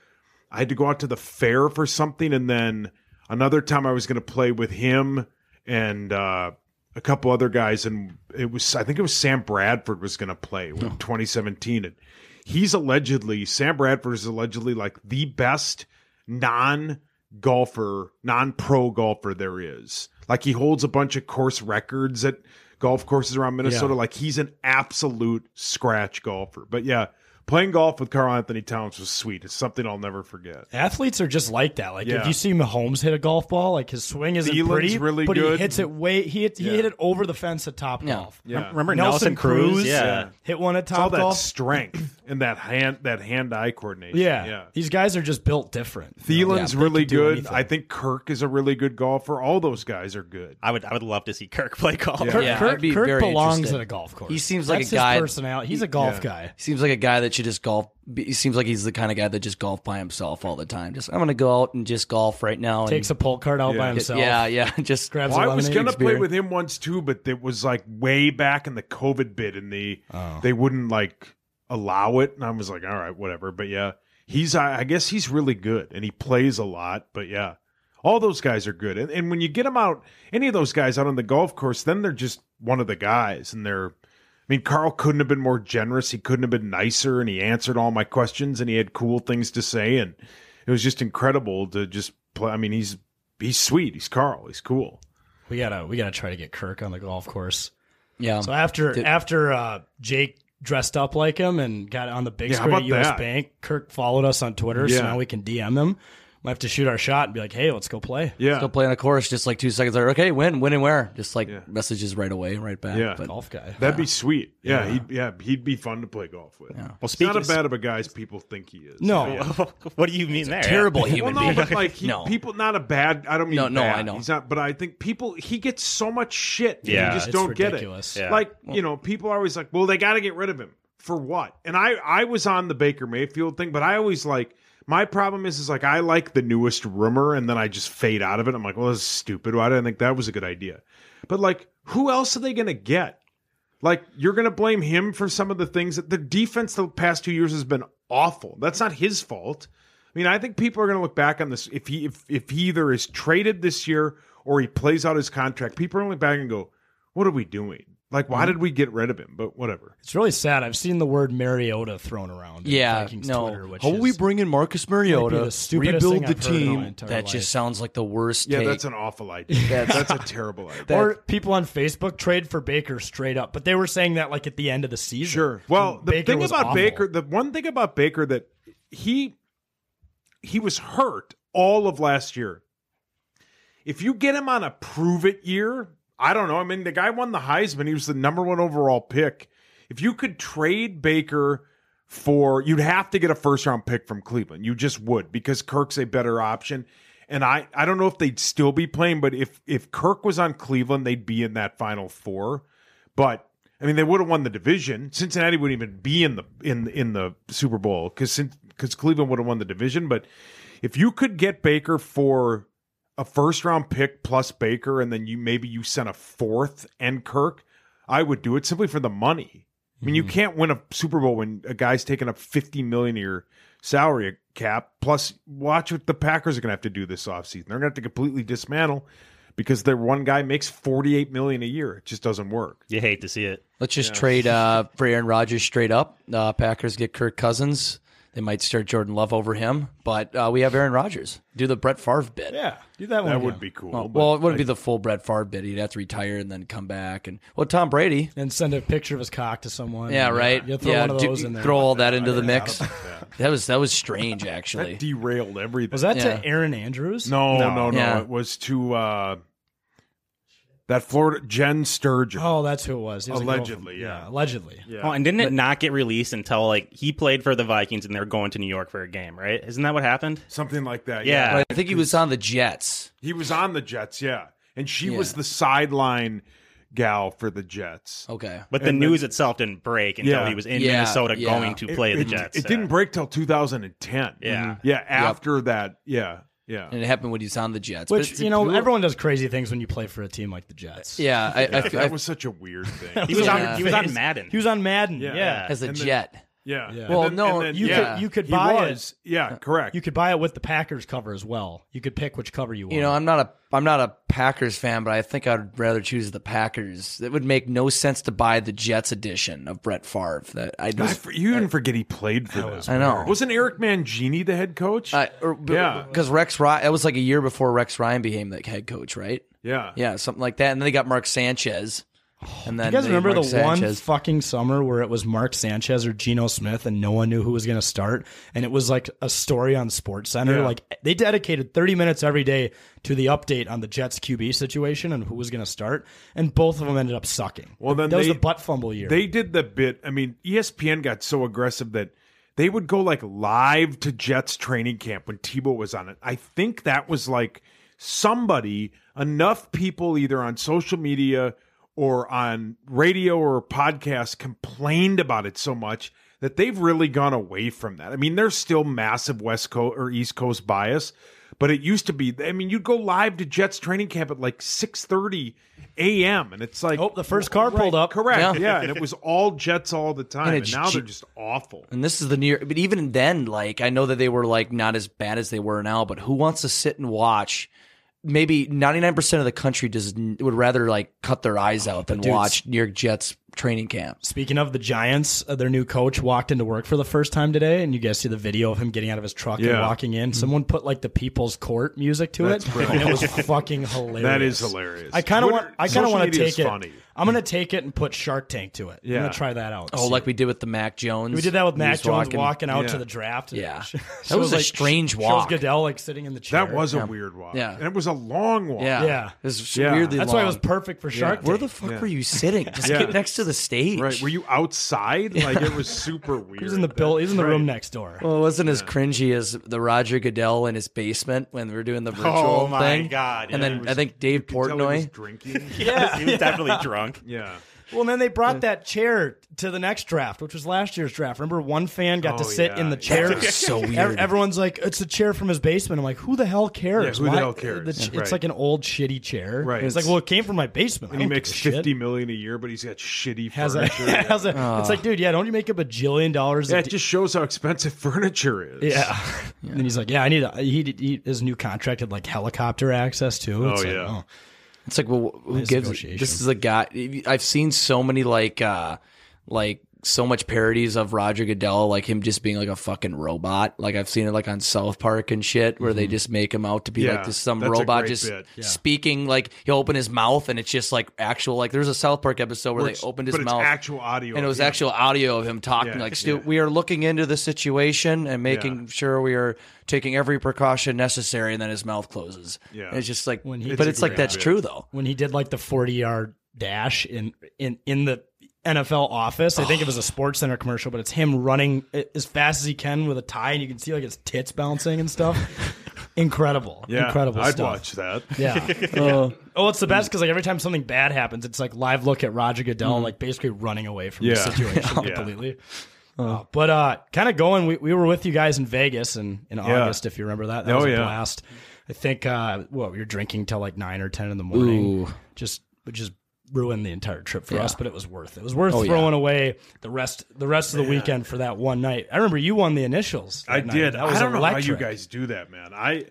Speaker 10: I had to go out to the fair for something, and then another time I was going to play with him and uh, a couple other guys, and it was. I think it was Sam Bradford was going to play with 2017, and he's allegedly Sam Bradford is allegedly like the best non golfer, non pro golfer there is. Like he holds a bunch of course records at golf courses around Minnesota.
Speaker 16: Yeah.
Speaker 10: Like he's an absolute scratch golfer. But yeah, playing golf with Carl Anthony Towns was sweet. It's something I'll never forget.
Speaker 6: Athletes are just like that. Like
Speaker 10: Yeah.
Speaker 6: if you see Mahomes hit a golf ball, like his swing isn't
Speaker 10: Thielen's
Speaker 6: pretty,
Speaker 10: really
Speaker 6: but
Speaker 10: good.
Speaker 6: he hits it way. He hit, he hit it over the fence at Top Golf.
Speaker 10: Yeah.
Speaker 6: remember Nelson, Cruz? hit one at
Speaker 10: It's all
Speaker 6: Top
Speaker 10: that
Speaker 6: Golf.
Speaker 10: strength and that hand that hand eye coordination.
Speaker 6: yeah.
Speaker 10: yeah.
Speaker 6: these guys are just built different.
Speaker 10: Thielen's
Speaker 6: Yeah, they
Speaker 10: really
Speaker 6: could do
Speaker 10: good.
Speaker 6: anything.
Speaker 10: I think Kirk is a really good golfer. All those guys are good.
Speaker 15: I would I would love to see Kirk play golf.
Speaker 10: Yeah.
Speaker 6: Kirk,
Speaker 10: Yeah,
Speaker 6: Kirk,
Speaker 10: I'd be
Speaker 6: Kirk
Speaker 10: very
Speaker 6: belongs
Speaker 10: interested.
Speaker 6: at a golf course.
Speaker 14: He seems like
Speaker 6: That's
Speaker 14: a guy.
Speaker 6: His personality. He's a golf guy.
Speaker 14: Seems like a guy that should just golf. He seems like he's the kind of guy that just golf by himself all the time. Just I'm going to go out and just golf right now. And
Speaker 6: Takes a pull card out by
Speaker 14: Yeah.
Speaker 6: himself.
Speaker 14: Yeah, yeah. Just
Speaker 6: grabs.
Speaker 10: Well,
Speaker 6: a
Speaker 10: I was
Speaker 6: lemonade
Speaker 10: gonna
Speaker 6: and beer.
Speaker 10: play with him once too, but it was like way back in the COVID bid, and the
Speaker 6: Oh.
Speaker 10: they wouldn't like allow it, and I was like, all right, whatever. But yeah, he's I, I guess he's really good, and he plays a lot. But yeah, all those guys are good, and and when you get them out, any of those guys out on the golf course, then they're just one of the guys, and they're. I mean, Carl couldn't have been more generous. He couldn't have been nicer, and he answered all my questions, and he had cool things to say, and it was just incredible to just play. I mean, he's he's sweet. He's Carl. He's cool.
Speaker 6: We gotta we gotta try to get Kirk on the golf course.
Speaker 14: Yeah.
Speaker 6: So after
Speaker 14: Did-
Speaker 6: after uh, Jake dressed up like him and got on the big
Speaker 14: Yeah, how
Speaker 6: screen at
Speaker 14: about
Speaker 6: US
Speaker 14: that?
Speaker 6: Bank, Kirk followed us on Twitter,
Speaker 14: Yeah.
Speaker 6: so now we can DM them. We'll have to shoot our shot and be like, hey, let's go play.
Speaker 10: Yeah.
Speaker 14: Still playing a course just like two seconds later. Okay, when, when, and where? Just like messages right away, right back.
Speaker 10: Yeah.
Speaker 14: But-
Speaker 10: Golf guy. That'd be sweet. Yeah,
Speaker 14: Yeah.
Speaker 10: he'd yeah he'd be fun to play golf with. Well,
Speaker 14: Well,
Speaker 10: he's not
Speaker 14: speaking
Speaker 10: as
Speaker 14: of-
Speaker 10: bad of a guy as people think he is.
Speaker 14: No.
Speaker 15: what do you mean there?
Speaker 10: well, no, But like he, people, not a bad. I don't mean
Speaker 14: No, no,
Speaker 10: bad.
Speaker 14: I know.
Speaker 10: He's not, but I think people. He gets so much shit. and
Speaker 15: Yeah,
Speaker 10: you just
Speaker 15: it's
Speaker 10: don't
Speaker 15: ridiculous.
Speaker 10: get it.
Speaker 15: Yeah.
Speaker 10: Like you know, people are always like, "Well, they got to get rid of him for what?" And I, I was on the Baker Mayfield thing, but I always like. My problem is, is like I like the newest rumor, and then I just fade out of it. I'm like, well, this is stupid. Why didn't I think that was a good idea? But like, who else are they gonna get? Like you're going to blame him for some of the things that the defense the past two years has been awful. That's not his fault. I mean, I think people are going to look back on this if he if, if he either is traded this year or he plays out his contract. People are going to look back and go, "What are we doing? Like, why did we get rid of him?" But whatever.
Speaker 6: It's really sad. I've seen the word Mariota thrown around. in
Speaker 14: Yeah,
Speaker 6: Vikings
Speaker 14: no.
Speaker 6: Twitter, which
Speaker 14: How
Speaker 6: is-
Speaker 14: will we bring in Marcus
Speaker 6: might be
Speaker 14: Mariota?
Speaker 6: the stupidest
Speaker 14: Rebuild
Speaker 6: thing
Speaker 14: the
Speaker 6: I've heard in my
Speaker 14: team.
Speaker 6: entire
Speaker 14: That
Speaker 6: life.
Speaker 14: just sounds like the worst.
Speaker 10: Yeah,
Speaker 14: take.
Speaker 10: that's an awful idea. that's a terrible idea.
Speaker 6: or people on Facebook trade for Baker straight up, but they were saying that like at the end of the season. Sure.
Speaker 10: Well, the thing
Speaker 6: was
Speaker 10: about
Speaker 6: awful.
Speaker 10: Baker, the one thing about Baker that he he was hurt all of last year. If you get him on a prove it year, I don't know. I mean, the guy won the Heisman. He was the number one overall pick. If you could trade Baker for, you'd have to get a first round pick from Cleveland. You just would because Kirk's a better option. And I, I don't know if they'd still be playing, but if if Kirk was on Cleveland, they'd be in that final four. But I mean, they would have won the division. Cincinnati wouldn't even be in the in in the Super Bowl because because Cleveland would have won the division. But if you could get Baker for a first round pick plus Baker, and then you maybe you sent a fourth and Kirk, I would do it simply for the money. I mean, you can't win a Super Bowl when a guy's taking up fifty million a year salary cap. Plus, watch what the Packers are going to have to do this offseason. They're going to have to completely dismantle because their one guy makes forty eight million a year. It just doesn't work.
Speaker 15: You hate to see it.
Speaker 14: Let's just trade uh, for Aaron Rodgers straight up. Uh, Packers get Kirk Cousins. They might start Jordan Love over him, but uh, we have Aaron Rodgers. Do the Brett Favre bit.
Speaker 6: Yeah, do
Speaker 10: Oh,
Speaker 6: that one.
Speaker 14: That would
Speaker 6: again.
Speaker 14: be Well, well, it wouldn't be the full Brett Favre bit. He'd have to retire and then come back. And well, Tom Brady.
Speaker 6: and send a picture of his cock to someone.
Speaker 14: Yeah, right.
Speaker 6: You throw
Speaker 14: yeah,
Speaker 6: one of
Speaker 14: do-
Speaker 6: those in there.
Speaker 14: Throw all that into the
Speaker 6: Yeah.
Speaker 14: mix. That was that was strange, actually.
Speaker 10: That derailed everything.
Speaker 6: Was that
Speaker 14: Yeah.
Speaker 6: to Aaron Andrews?
Speaker 10: No, no, no.
Speaker 14: Yeah.
Speaker 10: It was to uh, that Florida Jen Sturgeon.
Speaker 6: Oh, that's who it was. He was a
Speaker 10: Allegedly,
Speaker 6: girlfriend. yeah. Allegedly.
Speaker 15: Oh, and didn't it not get released until like he played for the Vikings and they're going to New York for a game, right? Isn't that what happened?
Speaker 10: Something like that.
Speaker 15: Yeah,
Speaker 14: But I think he was on the Jets.
Speaker 10: He was on the Jets, yeah, and she
Speaker 13: Yeah.
Speaker 10: was the sideline gal for the Jets.
Speaker 14: Okay,
Speaker 13: But the news itself didn't break until he was in Minnesota going to play
Speaker 10: It-
Speaker 13: the
Speaker 10: it-
Speaker 13: Jets.
Speaker 10: It, didn't break till 2010.
Speaker 13: Yeah.
Speaker 6: Mm-hmm.
Speaker 10: yeah.
Speaker 13: Yep.
Speaker 10: After that, yeah, yeah.
Speaker 14: And it happened when he was on the Jets.
Speaker 6: Which you know, everyone does crazy things when you play for a team like the Jets.
Speaker 14: Yeah, I- I- Yeah, I- that
Speaker 10: was such a weird thing.
Speaker 6: That
Speaker 14: He was on-
Speaker 6: weird
Speaker 14: he was on
Speaker 6: phase.
Speaker 14: Madden.
Speaker 6: He was on Madden. Yeah,
Speaker 14: As a
Speaker 6: And then-
Speaker 14: Jet.
Speaker 10: Yeah.
Speaker 6: Yeah.
Speaker 14: Well,
Speaker 6: And then-
Speaker 14: no,
Speaker 6: and then-
Speaker 14: you
Speaker 6: you
Speaker 14: yeah.
Speaker 6: could you could
Speaker 14: He
Speaker 6: buy
Speaker 14: was.
Speaker 6: it.
Speaker 10: Yeah, correct.
Speaker 6: You could buy it with the Packers cover as well. You could pick which cover you want.
Speaker 14: You know, I'm not a I'm not a Packers fan, but I think I'd rather choose the Packers. It would make no sense to buy the Jets edition of Brett Favre. That I
Speaker 10: I
Speaker 14: just
Speaker 10: for- you didn't forget he played for them.
Speaker 14: I know.
Speaker 10: Wasn't Eric Mangini the head coach? yeah,
Speaker 14: because Rex Ryan. That was like a year before Rex Ryan became the head coach, right?
Speaker 10: Yeah,
Speaker 14: yeah, something like that. And then they got Mark Sanchez. And then
Speaker 6: you guys
Speaker 14: they-
Speaker 6: remember
Speaker 14: Mark
Speaker 6: the one
Speaker 14: Sanchez.
Speaker 6: fucking summer where it was Mark Sanchez or Geno Smith and no one knew who was going to start and it was like a story on Sports Center
Speaker 14: Yeah.
Speaker 6: like they dedicated 30 minutes every day to the update on the Jets QB situation and who was going to start and both of them ended up sucking.
Speaker 10: Well, then
Speaker 6: that was
Speaker 10: they-
Speaker 6: the butt fumble year.
Speaker 10: They did the bit. I mean, E ESPN got so aggressive that they would go like live to Jets training camp when Tebow was on it. I think that was like somebody, enough people either on social media or on radio or podcast complained about it so much that they've really gone away from that. I mean, there's still massive West Coast or East Coast bias, but it used to be. I mean, you'd go live to Jets training camp at like 6:30 a.m. and it's like, oh,
Speaker 6: the first car pulled up.
Speaker 10: Correct.
Speaker 14: Yeah.
Speaker 10: Yeah. and it was all Jets all the time.
Speaker 14: And
Speaker 10: And,
Speaker 14: it's
Speaker 10: now they're
Speaker 14: G-
Speaker 10: just awful.
Speaker 14: And this is the New York, but even then, like I know that they were like not as bad as they were now. But who wants to sit and watch? Maybe ninety nine percent of the country does would rather like cut their eyes out than
Speaker 6: dudes-
Speaker 14: watch New York Jets training camp.
Speaker 6: Speaking of the Giants, uh, their new coach walked into work for the first time today, and you guys see the video of him getting out of his truck and
Speaker 10: Yeah. Mm-hmm.
Speaker 6: walking in. Someone put like the People's Court music to
Speaker 10: That's
Speaker 6: it,
Speaker 10: brilliant.
Speaker 6: and it was fucking hilarious.
Speaker 10: That is hilarious.
Speaker 6: I kind of
Speaker 10: Twitter-
Speaker 6: want. I kind of
Speaker 10: social
Speaker 6: want to
Speaker 10: media is
Speaker 6: take it.
Speaker 10: funny.
Speaker 6: I'm gonna take it and put Shark Tank to it. I'm
Speaker 14: Yeah.
Speaker 6: gonna try that out.
Speaker 14: Oh,
Speaker 6: See.
Speaker 14: like we did with the Mac Jones.
Speaker 6: we did that with
Speaker 14: He
Speaker 6: Mac
Speaker 14: was
Speaker 6: Jones walking, out to the draft. and
Speaker 14: Yeah,
Speaker 6: it
Speaker 14: that
Speaker 6: shows,
Speaker 14: was a
Speaker 6: like,
Speaker 14: strange
Speaker 6: shows
Speaker 14: walk.
Speaker 6: Goodell like sitting in the chair.
Speaker 10: That was a weird walk.
Speaker 14: Yeah.
Speaker 10: And it was a long walk.
Speaker 14: Yeah,
Speaker 6: Yeah.
Speaker 14: It was
Speaker 10: Yeah.
Speaker 14: weirdly.
Speaker 6: That's why it
Speaker 14: long.
Speaker 6: was perfect for Shark
Speaker 14: Where the
Speaker 6: Tank.
Speaker 14: fuck
Speaker 10: Yeah.
Speaker 14: were you sitting? Just
Speaker 10: Yeah.
Speaker 14: get next to the stage.
Speaker 10: Right. Were you outside? Like it was super weird.
Speaker 6: He's in the bill. He's in the room next door.
Speaker 14: Well, it wasn't as cringy as the Roger Goodell in his basement when we were doing the virtual
Speaker 6: Oh my
Speaker 14: thing.
Speaker 6: God,
Speaker 14: And
Speaker 6: yeah.
Speaker 14: then
Speaker 6: He
Speaker 14: I think Dave Portnoy.
Speaker 10: drinking.
Speaker 6: Yeah.
Speaker 13: he was definitely drunk.
Speaker 10: Yeah.
Speaker 6: Well, and then they brought that chair to the next draft, which was last year's draft. Remember, one fan got to
Speaker 10: Oh,
Speaker 6: sit
Speaker 10: yeah.
Speaker 6: in the chair.
Speaker 10: That was so
Speaker 6: Ev-
Speaker 10: weird.
Speaker 6: Everyone's like, "It's a chair from his basement." I'm like, "Who the hell cares?
Speaker 10: Yeah, who the hell cares?
Speaker 6: the ch-
Speaker 10: Yeah.
Speaker 6: It's
Speaker 10: Right.
Speaker 6: like an old shitty chair."
Speaker 10: Right.
Speaker 6: It's like, well, it came from my basement.
Speaker 10: And
Speaker 6: I
Speaker 10: he
Speaker 6: don't
Speaker 10: makes
Speaker 6: give a shit.
Speaker 10: fifty million a year, but he's got shitty
Speaker 6: Has a,
Speaker 10: furniture. yeah.
Speaker 6: has a, it's like, dude, yeah, don't you make a bajillion dollars?
Speaker 10: Yeah,
Speaker 6: a
Speaker 10: it just shows how expensive furniture is.
Speaker 6: Yeah. And he's like, yeah, I need a, he, he his new contract had like helicopter access too.
Speaker 10: Oh,
Speaker 6: It's like,
Speaker 10: yeah.
Speaker 6: oh.
Speaker 14: It's like, well, who
Speaker 6: Nice
Speaker 14: gives?
Speaker 6: negotiation.
Speaker 14: This is a guy. I've seen so many like, uh like so much parodies of Roger Goodell, like him just being like a fucking robot. Like I've seen it like on South Park and shit, where they just make him out to be
Speaker 10: Mm-hmm. Yeah,
Speaker 14: like this some
Speaker 10: that's a
Speaker 14: robot
Speaker 10: great
Speaker 14: just
Speaker 10: bit. Yeah.
Speaker 14: speaking. Like he'll open his mouth and it's just like actual. Like there's a South Park episode where,
Speaker 10: Where
Speaker 14: they
Speaker 10: it's-
Speaker 14: opened his
Speaker 10: but it's
Speaker 14: mouth,
Speaker 10: actual audio
Speaker 14: and it
Speaker 10: of
Speaker 14: was
Speaker 10: him.
Speaker 14: actual audio of him talking.
Speaker 10: Yeah,
Speaker 14: like, Stu, we are looking into the situation and making sure we are taking every precaution necessary. And then his mouth closes.
Speaker 10: Yeah.
Speaker 14: And it's just like,
Speaker 6: when he,
Speaker 14: but it's like that's true though.
Speaker 6: When he did like the forty yard dash in in in the NFL office, I think it was a Sports Center commercial, but it's him running a- as fast as he can with a tie, and you can see like his tits bouncing and stuff. Incredible,
Speaker 10: Yeah,
Speaker 6: incredible.
Speaker 10: I'd
Speaker 6: stuff.
Speaker 10: watch that.
Speaker 6: Yeah.
Speaker 10: Yeah.
Speaker 6: oh, it's the best because like every time something bad happens, it's like live look at Roger Goodell
Speaker 14: Mm.
Speaker 6: like basically running away from the
Speaker 14: Yeah.
Speaker 6: situation
Speaker 14: Yeah.
Speaker 6: completely.
Speaker 10: Oh.
Speaker 6: Uh, but uh, kind of going, we, we were with you guys in Vegas in, in
Speaker 10: Yeah.
Speaker 6: August, if you remember that. That
Speaker 10: Oh,
Speaker 6: was a
Speaker 10: yeah.
Speaker 6: blast. I think, uh, well, we were drinking till like nine or 10 in the morning.
Speaker 14: Ooh.
Speaker 6: Just, just ruined the entire trip for
Speaker 14: Yeah.
Speaker 6: us, but it was worth it. It was worth
Speaker 14: Oh, yeah.
Speaker 6: throwing away the rest, the rest of the weekend for that one night. I remember you won the initials.
Speaker 10: I
Speaker 6: that night.
Speaker 10: did.
Speaker 6: That was
Speaker 10: I don't know
Speaker 6: electric.
Speaker 10: how you guys do that, man. I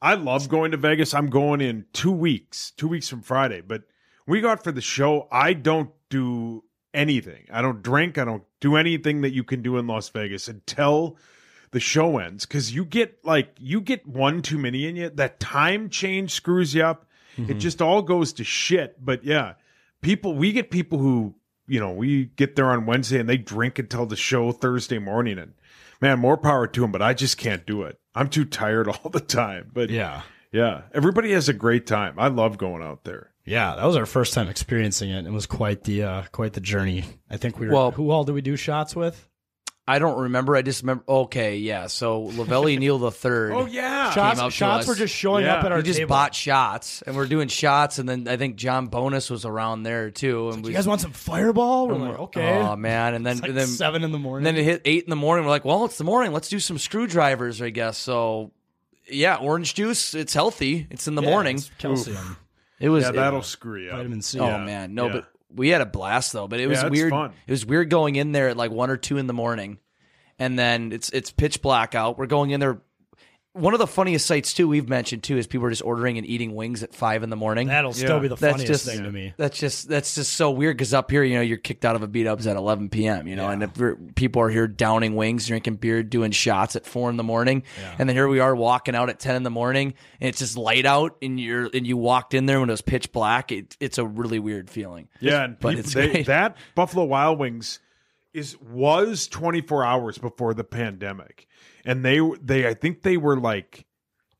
Speaker 10: I love going to Vegas. I'm going in two weeks, two weeks from Friday. But we got for the show. I don't do anything. I don't drink. I don't do anything that you can do in Las Vegas until the show ends because you get like you get one too many in you. That time change screws you up. It
Speaker 16: Mhm.
Speaker 10: just all goes to shit. But yeah, people we get people who you know we get there on Wednesday and they drink until the show Thursday morning and man, more power to them. But I just can't do it. I'm too tired all the time. But
Speaker 6: yeah,
Speaker 10: yeah, everybody has a great time. I love going out there.
Speaker 6: Yeah, that was our first time experiencing it. It was quite the uh, quite the journey. I think we were.
Speaker 14: Well-
Speaker 6: who all did we do shots with?
Speaker 14: I don't remember. I just remember. Okay, yeah. So Lavelli Neal the third.
Speaker 10: Oh, yeah.
Speaker 6: Shots- shots were just showing up at our
Speaker 14: We just
Speaker 6: table.
Speaker 14: bought shots, and we're doing shots, and then I think John Bonus was around there too. And we
Speaker 6: You guys want some fireball? We're like, okay.
Speaker 14: Oh man! And then
Speaker 6: It's like
Speaker 14: and then
Speaker 6: seven in the morning.
Speaker 14: And then it hit eight in the morning. We're like, well, it's the morning. Let's do some screwdrivers, I guess. So, yeah, orange juice. It's healthy. It's in the
Speaker 6: Yeah,
Speaker 14: morning.
Speaker 6: it's calcium. Oof.
Speaker 14: It was
Speaker 10: Yeah,
Speaker 14: it-
Speaker 10: that'll screw you up. Vitamin C.
Speaker 14: Oh
Speaker 10: Yeah.
Speaker 14: man, no,
Speaker 10: Yeah.
Speaker 14: but we had a blast though. But it
Speaker 10: Yeah,
Speaker 14: was
Speaker 10: it's
Speaker 14: weird.
Speaker 10: fun.
Speaker 14: It was weird going in there at like one or two in the morning, and then it's it's pitch black out. We're going in there. One of the funniest sights too we've mentioned too is people are just ordering and eating wings at five in the morning.
Speaker 6: That'll still be the
Speaker 14: That's
Speaker 6: funniest
Speaker 14: just-
Speaker 6: thing to me.
Speaker 14: That's just that's just so weird because up here, you know, you're kicked out of a beat ups at 11 p.m. You know, and if you're- people are here downing wings, drinking beer, doing shots at four in the morning, and then here we are walking out at 10 in the morning, and it's just light out, and you're and you walked in there when it was pitch black. It, it's a really weird feeling.
Speaker 10: Yeah, and
Speaker 14: but
Speaker 10: people-
Speaker 14: it's
Speaker 10: they-
Speaker 14: great.
Speaker 10: that Buffalo Wild Wings is was 24 hours before the pandemic, and they they I think they were like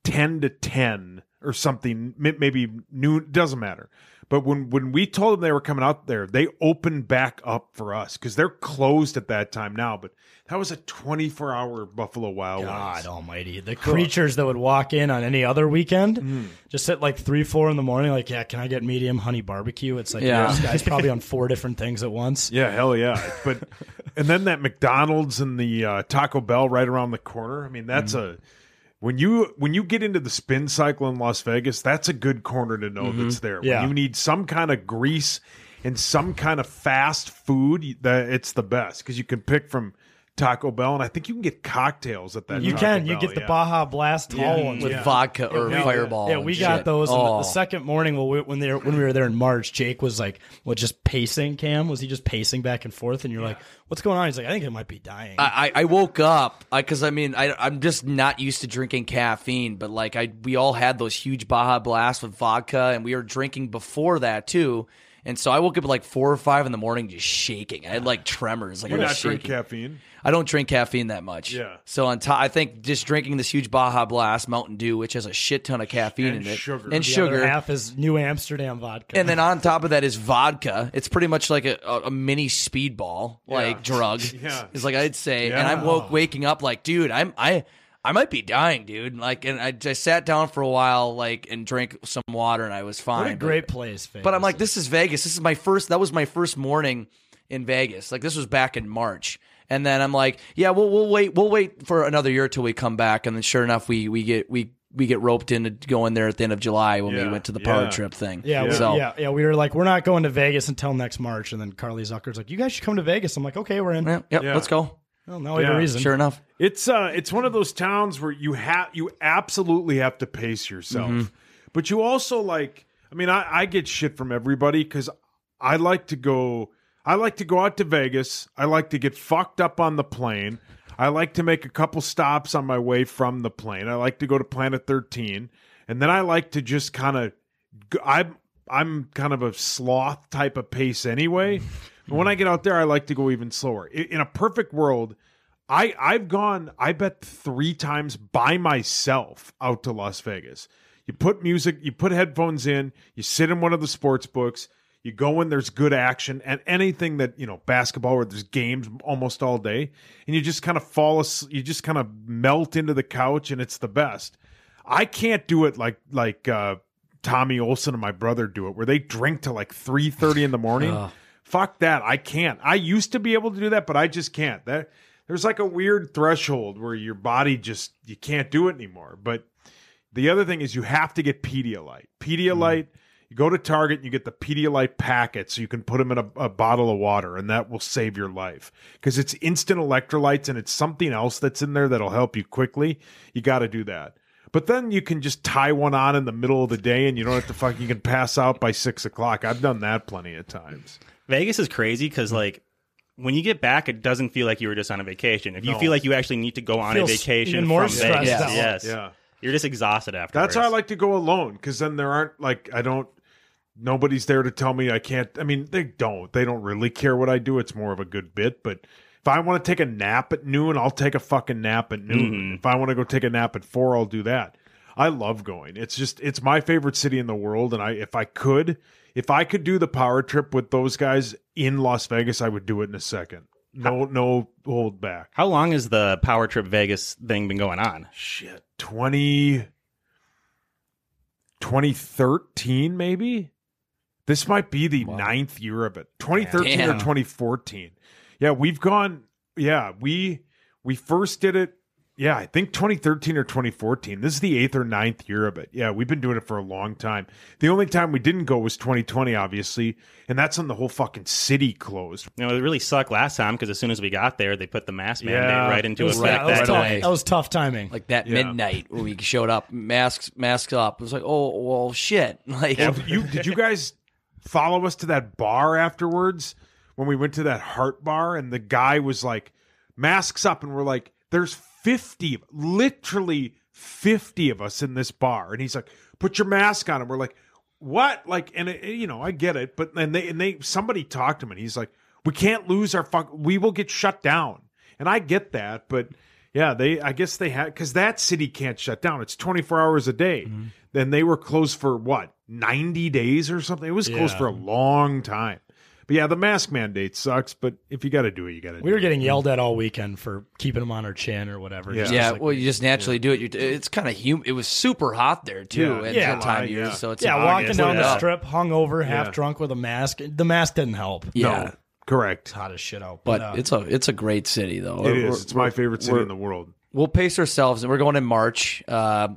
Speaker 10: 10 to 10 or something, may- maybe noon. Doesn't matter. But when when we told them they were coming out there, they opened back up for us because they're closed at that time now. But that was a 24 hour Buffalo Wild Wings.
Speaker 6: God almighty. The creatures that would walk in on any other weekend
Speaker 14: Hmm.
Speaker 6: just at like three, four in the morning, like, yeah, can I get medium honey barbecue? It's like,
Speaker 10: Yeah.
Speaker 6: yeah. this guy's probably on four different things at once.
Speaker 10: Yeah, hell yeah. But and then that McDonald's and the uh, Taco Bell right around the corner. I mean, that's
Speaker 6: Mm-hmm.
Speaker 10: a when you when you get into the spin cycle in Las Vegas, that's a good corner to know
Speaker 6: Mhm.
Speaker 10: that's there. When
Speaker 6: Yeah.
Speaker 10: you need some kind of grease and some kind of fast food, you- that it's the best because you can pick from Taco Bell, and I think you can get cocktails at that.
Speaker 6: You
Speaker 10: Taco
Speaker 6: can. You
Speaker 10: Bell,
Speaker 6: get the
Speaker 10: yeah.
Speaker 6: Baja Blast tall
Speaker 10: Yeah.
Speaker 6: ones
Speaker 10: With vodka or
Speaker 6: we-
Speaker 10: Fireball
Speaker 6: Yeah,
Speaker 10: and
Speaker 6: we got
Speaker 10: shit.
Speaker 6: those. And the-
Speaker 10: Oh.
Speaker 6: the second morning, well, we, when they were, when we were there in March, Jake was like, "What, just pacing? Cam was he just pacing back and forth?" And you're like, "What's going on?" He's like, "I think I might be dying."
Speaker 14: I, I I woke up because I, mean I I'm just not used to drinking caffeine, but like I we all had those huge Baja blasts with vodka, and we were drinking before that too. And so I woke up at like four or five in the morning, just shaking. I had like tremors. Like
Speaker 10: You
Speaker 14: I was
Speaker 10: not drink
Speaker 14: shaking.
Speaker 10: caffeine.
Speaker 14: I don't drink caffeine that much.
Speaker 10: Yeah.
Speaker 14: So on top, I think just drinking this huge Baja Blast Mountain Dew, which has a shit ton of caffeine
Speaker 6: And
Speaker 14: in it,
Speaker 6: sugar.
Speaker 14: and
Speaker 6: The
Speaker 14: sugar,
Speaker 6: other half is New Amsterdam vodka.
Speaker 14: and then on top of that is vodka. It's pretty much like a, a, a mini speedball, like drug.
Speaker 10: Yeah.
Speaker 14: It's like I'd say, and
Speaker 10: Yeah.
Speaker 14: I'm woke waking up like, dude, I'm I I might be dying, dude. And, Like, and I, I sat down for a while, like, and drank some water, and I was fine.
Speaker 6: what a
Speaker 14: But-
Speaker 6: great place, Vegas.
Speaker 14: but I'm like, this is Vegas. This is my first. That was my first morning in Vegas. Like this was back in March. And then I'm like, yeah, we'll we'll wait. We'll wait for another year till we come back. And then sure enough, we we get we we get roped into going there at the end of July when we went to the power
Speaker 6: yeah.
Speaker 14: trip thing.
Speaker 6: Yeah, we-
Speaker 14: so
Speaker 6: yeah, yeah. We were like, we're not going to Vegas until next March, and then Carly Zucker's like, you guys should come to Vegas. I'm like, okay, we're in.
Speaker 14: Yeah, yep, Yeah. let's go.
Speaker 6: Well, now we have a reason.
Speaker 14: enough.
Speaker 10: It's uh it's one of those towns where you have you absolutely have to pace yourself.
Speaker 14: Mhm.
Speaker 10: But you also like I mean I, I get shit from everybody because I like to go I like to go out to Vegas. I like to get fucked up on the plane. I like to make a couple stops on my way from the plane. I like to go to Planet 13. And then I like to just kind of I'm I'm kind of a sloth type of pace anyway. But when I get out there, I like to go even slower. I- In a perfect world, I I've gone I bet three times by myself out to Las Vegas. You put music, you put headphones in, you sit in one of the sports books, you go in, there's good action and anything that you know basketball where there's games almost all day, and you just kind of fall, as, you just kind of melt into the couch, and it's the best. I can't do it like like uh, Tommy Olson and my brother do it, where they drink till like three thirty in the morning.
Speaker 14: Ugh.
Speaker 10: Fuck that! I can't. I used to be able to do that, but I just can't. That there's like a weird threshold where your body just you can't do it anymore. But the other thing is you have to get Pedialyte. Pedialyte. You go to Target and you get the Pedialyte packet, so you can put them in a, a bottle of water, and that will save your life because it's instant electrolytes and it's something else that's in there that'll help you quickly. You got to do that. But then you can just tie one on in the middle of the day, and you don't have to fuck. You can pass out by six o'clock. I've done that plenty of times.
Speaker 15: Vegas is crazy
Speaker 6: Mm-hmm.
Speaker 15: because like when you get back, it doesn't feel like you were just on a vacation. If
Speaker 10: No.
Speaker 15: you feel like you actually need to go on a
Speaker 10: Feels
Speaker 15: vacation,
Speaker 10: even more
Speaker 15: from
Speaker 10: stressed
Speaker 15: Vegas,
Speaker 10: out.
Speaker 15: yes,
Speaker 10: Yeah.
Speaker 15: you're just exhausted after.
Speaker 10: That's how I like to go alone because then there aren't like I don't. Nobody's there to tell me I can't. I mean, they don't. They don't really care what I do. It's more of a good bit. But if I want to take a nap at noon, I'll take a fucking nap at noon. If I want to go take a nap at four, I'll do that. I love going. It's just it's my favorite city in the world, and I if I could, if I could do the power trip with those guys in Las Vegas, I would do it in a second. No, no hold back.
Speaker 15: How long has the Power Trip Vegas thing been going on?
Speaker 10: Shit, 20, 2013 maybe. This might be the ninth year of it. Twenty thirteen or
Speaker 15: Damn.
Speaker 10: twenty fourteen. Yeah, we've gone. Yeah, we we first did it. Yeah, I think 2013 or 2014. This is the eighth or ninth year of it. Yeah, we've been doing it for a long time. The only time we didn't go was 2020, obviously, and that's when the whole fucking city closed.
Speaker 15: You know, it really sucked last time because as soon as we got there, they put the mask mandate
Speaker 10: Yeah.
Speaker 15: right into
Speaker 10: It
Speaker 15: effect
Speaker 10: was-
Speaker 15: that,
Speaker 10: yeah, it was
Speaker 15: day.
Speaker 14: away.
Speaker 6: That was tough timing.
Speaker 14: Like that midnight when we showed up, masks masks up. It was like, oh well, shit. Like
Speaker 10: Well, you did you guys follow us to that bar afterwards when we went to that heart bar and the guy was like masks up and we're like there's 50 literally 50 of us in this bar and he's like put your mask on and we're like what like and it, you know I get it but and they and they somebody talked to him and he's like we can't lose our fuck we will get shut down and I get that but yeah, they. I guess they had because that city can't shut down. It's twenty four hours a day. Then they were closed for what ninety days or something. It was closed
Speaker 6: Yeah.
Speaker 10: for a long time. But yeah, the mask mandate sucks. But if you got to do it, you got to.
Speaker 6: We were getting yelled at all weekend for keeping them on our chin or whatever.
Speaker 10: Yeah.
Speaker 6: Just
Speaker 14: Yeah,
Speaker 6: like-
Speaker 14: well, you just naturally do it. You, it's kind of hum. It was super hot there too at that time of year, so it's
Speaker 6: yeah,
Speaker 14: in
Speaker 6: walking
Speaker 14: August.
Speaker 6: down
Speaker 14: Yeah.
Speaker 6: the strip, hungover, half
Speaker 14: Yeah.
Speaker 6: drunk with a mask. The mask didn't help.
Speaker 14: Yeah.
Speaker 6: No.
Speaker 10: correct.
Speaker 6: hot as shit out.
Speaker 14: But
Speaker 6: uh,
Speaker 14: it's a it's a great city though.
Speaker 10: It
Speaker 14: We're-
Speaker 10: is. It's my favorite city
Speaker 14: we're-
Speaker 10: in the world.
Speaker 14: We'll pace ourselves, and we're going in March. Uh,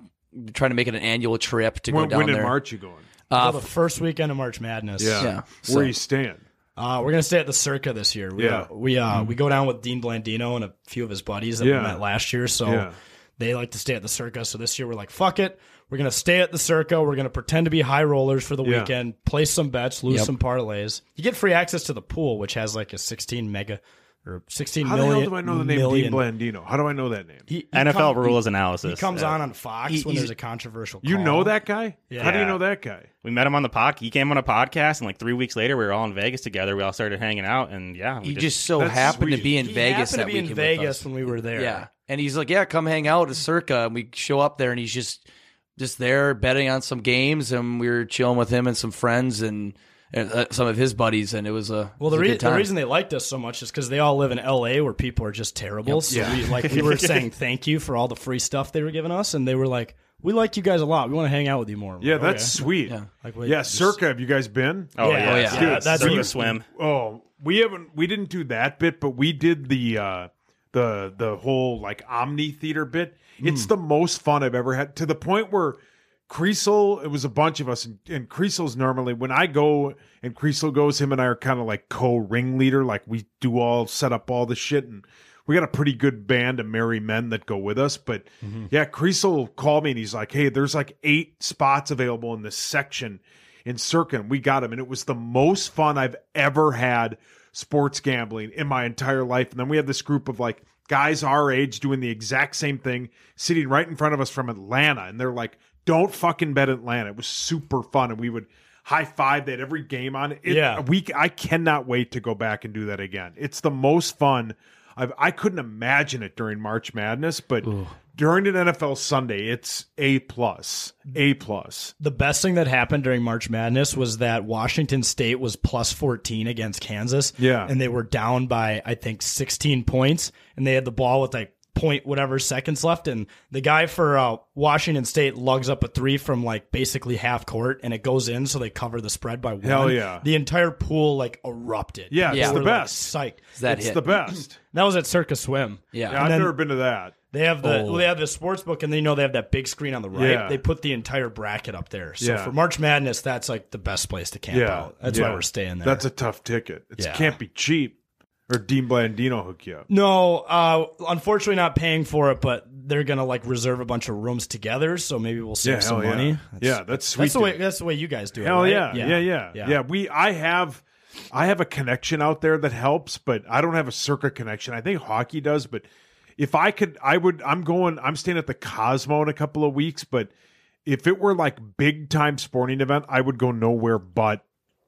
Speaker 14: trying to make it an annual trip to
Speaker 10: When-
Speaker 14: go down
Speaker 10: when in
Speaker 14: there.
Speaker 10: March you going?
Speaker 6: well,
Speaker 14: Uh,
Speaker 6: the first weekend of March Madness.
Speaker 14: Yeah. Yeah.
Speaker 10: Where you staying?
Speaker 6: Uh, we're gonna stay at the Circa this year. We,
Speaker 10: Yeah.
Speaker 6: uh, we uh,
Speaker 10: Mhm.
Speaker 6: we go down with Dean Blandino and a few of his buddies that
Speaker 10: Yeah.
Speaker 6: we met last year.
Speaker 14: Oh.
Speaker 6: So
Speaker 10: Yeah.
Speaker 6: they like to stay at the Circa. So this year we're like, fuck it, we're gonna stay at the Circa. We're gonna pretend to be high rollers for the
Speaker 10: Yeah.
Speaker 6: weekend, place some bets, lose
Speaker 10: Yep.
Speaker 6: some parlays. You get free access to the pool, which has like a 16 mega or 16
Speaker 10: How the hell
Speaker 6: million-
Speaker 10: do I know the name
Speaker 6: million-
Speaker 10: Dean Blandino? How do I know that name?
Speaker 15: NFL
Speaker 6: come-
Speaker 15: rules
Speaker 6: he-
Speaker 15: analysis.
Speaker 6: He comes
Speaker 15: Yeah.
Speaker 6: on on Fox
Speaker 15: He-
Speaker 6: when
Speaker 15: he's-
Speaker 6: there's a controversial.
Speaker 10: You
Speaker 6: call.
Speaker 10: know that guy?
Speaker 6: Yeah.
Speaker 10: How do you know that guy?
Speaker 15: We met him on the pod. He came on a podcast, and like three weeks later, we were all in Vegas together. We all started hanging out, and yeah, we
Speaker 14: He just so
Speaker 15: That's
Speaker 14: happened to
Speaker 15: sweet.
Speaker 14: be in
Speaker 6: He happened
Speaker 14: Vegas
Speaker 6: to
Speaker 14: that
Speaker 6: be in
Speaker 14: weekend with
Speaker 6: Vegas
Speaker 14: us.
Speaker 6: when we were there.
Speaker 14: Yeah, and he's like, "Yeah, come hang out at Circa." And we show up there, and he's just just there betting on some games, and we were chilling with him and some friends and, and uh, some of his buddies, and it was a
Speaker 6: Well, the,
Speaker 14: it was a
Speaker 6: rea-
Speaker 14: good time.
Speaker 6: the reason they liked us so much is because they all live in L.A. where people are just terrible.
Speaker 14: Yep.
Speaker 6: So
Speaker 14: Yeah.
Speaker 6: we, like we were saying thank you for all the free stuff they were giving us, and they were like, "We like you guys a lot. We want to hang out with you more." Oh,
Speaker 14: Oh,
Speaker 10: Yeah, that's sweet. Yeah,
Speaker 6: Like, wait,
Speaker 10: yeah
Speaker 6: just-
Speaker 10: Circa. Have you guys been?
Speaker 6: Oh, Yeah. yeah. Oh, yeah.
Speaker 10: Dude,
Speaker 6: Yeah, that's
Speaker 10: we-
Speaker 6: where-
Speaker 15: swim.
Speaker 10: Oh, we haven't. We didn't do that bit, but we did the uh, the the whole like Omni Theater bit. It's the most fun I've ever had. To the point where Creasel, it was a bunch of us, and, and Creasel's normally when I go and Creasel goes, him and I are kind of like co ringleader. Like we do all set up all the shit, and we got a pretty good band of merry men that go with us. But yeah, Creasel called me and he's like, "Hey, there's like eight spots available in this section in Circa, and we got him, and it was the most fun I've ever had sports gambling in my entire life." And then we had this group of like guys our age doing the exact same thing, sitting right in front of us from Atlanta, and they're like, "Don't fucking bet Atlanta." It was super fun, and we would high five that every game on it.
Speaker 6: Yeah.
Speaker 10: we I cannot wait to go back and do that again. It's the most fun. I've, I couldn't imagine it during March Madness, but during an NFL Sunday, it's a plus, a plus.
Speaker 6: The best thing that happened during March Madness was that Washington State was plus 14 against Kansas.
Speaker 10: Yeah.
Speaker 6: And they were down by, I think, 16 points. And they had the ball with like point whatever seconds left. And the guy for uh, Washington State lugs up a three from like basically half court and it goes in. So they cover the spread by one.
Speaker 10: Hell yeah.
Speaker 6: The entire pool like erupted.
Speaker 10: Yeah, it's
Speaker 6: People
Speaker 10: the
Speaker 6: were, like,
Speaker 10: best.
Speaker 6: psyched.
Speaker 10: It's that It's hit. the best.
Speaker 6: that was at Circus Swim.
Speaker 10: Yeah,
Speaker 6: And
Speaker 10: I've
Speaker 6: then-
Speaker 10: never been to that.
Speaker 6: They have the
Speaker 10: Oh.
Speaker 6: well, they have the sports book, and they know they have that big screen on the right.
Speaker 10: Yeah.
Speaker 6: They put the entire bracket up there. So
Speaker 10: Yeah.
Speaker 6: for March Madness, that's like the best place to camp out. That's why
Speaker 10: yeah.
Speaker 6: we're staying there.
Speaker 10: That's a tough ticket. It
Speaker 6: Yeah.
Speaker 10: can't be cheap. Or Dean Blandino hook you up.
Speaker 6: no, uh, unfortunately, not paying for it, but they're gonna like reserve a bunch of rooms together. So maybe we'll save
Speaker 10: Yeah,
Speaker 6: some
Speaker 10: hell yeah.
Speaker 6: money.
Speaker 10: Yeah, that's sweet,
Speaker 6: That's the way.
Speaker 10: dude.
Speaker 6: That's the way you guys do
Speaker 10: Hell
Speaker 6: it.
Speaker 10: yeah.
Speaker 6: right?
Speaker 10: yeah, yeah, yeah, We, I have, I have a connection out there that helps, but I don't have a circuit connection. I think hockey does, but if I could, I would. I'm going. I'm staying at the Cosmo in a couple of weeks, but if it were like big time sporting event, I would go nowhere but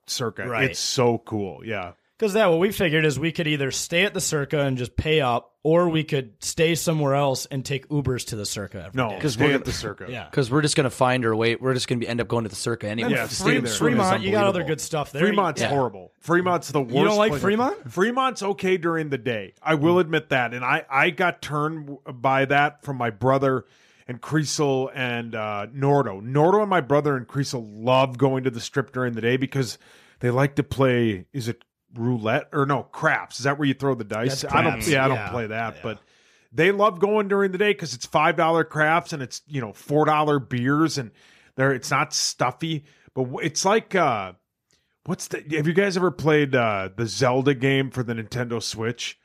Speaker 10: circuit.
Speaker 6: Right.
Speaker 10: It's so cool. Yeah,
Speaker 6: Because that what we figured is we could either stay at the Circa and just pay up, or we could stay somewhere else and take Ubers to the Circa. Every
Speaker 10: No,
Speaker 6: day.
Speaker 10: because we're at the circuit.
Speaker 6: Yeah.
Speaker 14: Because we're just going to find our way. We're just going to end up going to the circa anyway.
Speaker 10: Yeah,
Speaker 14: The
Speaker 10: stay
Speaker 14: stadium
Speaker 10: there.
Speaker 14: swim is
Speaker 6: Fremont, you got other
Speaker 14: unbelievable.
Speaker 6: good stuff there.
Speaker 10: Fremont's
Speaker 6: Yeah.
Speaker 10: horrible. Fremont's the worst.
Speaker 6: don't like
Speaker 10: place.
Speaker 6: Fremont?
Speaker 10: Fremont's okay during the day. I will admit that, and I I got turned by that from my brother and Creasel and uh, Nordo. Nordo and my brother and Creasel love going to the strip during the day because they like to play. Is it roulette or no craps? Is that where you throw the dice?
Speaker 6: That's
Speaker 10: I don't.
Speaker 6: craps,
Speaker 10: Yeah, I
Speaker 6: yeah.
Speaker 10: don't play that, but. They love going during the day because it's five dollar crafts and it's you know four dollar beers and there it's not stuffy, but w- it's like uh, What's the? Have you guys ever played uh, the Zelda game for the Nintendo Switch?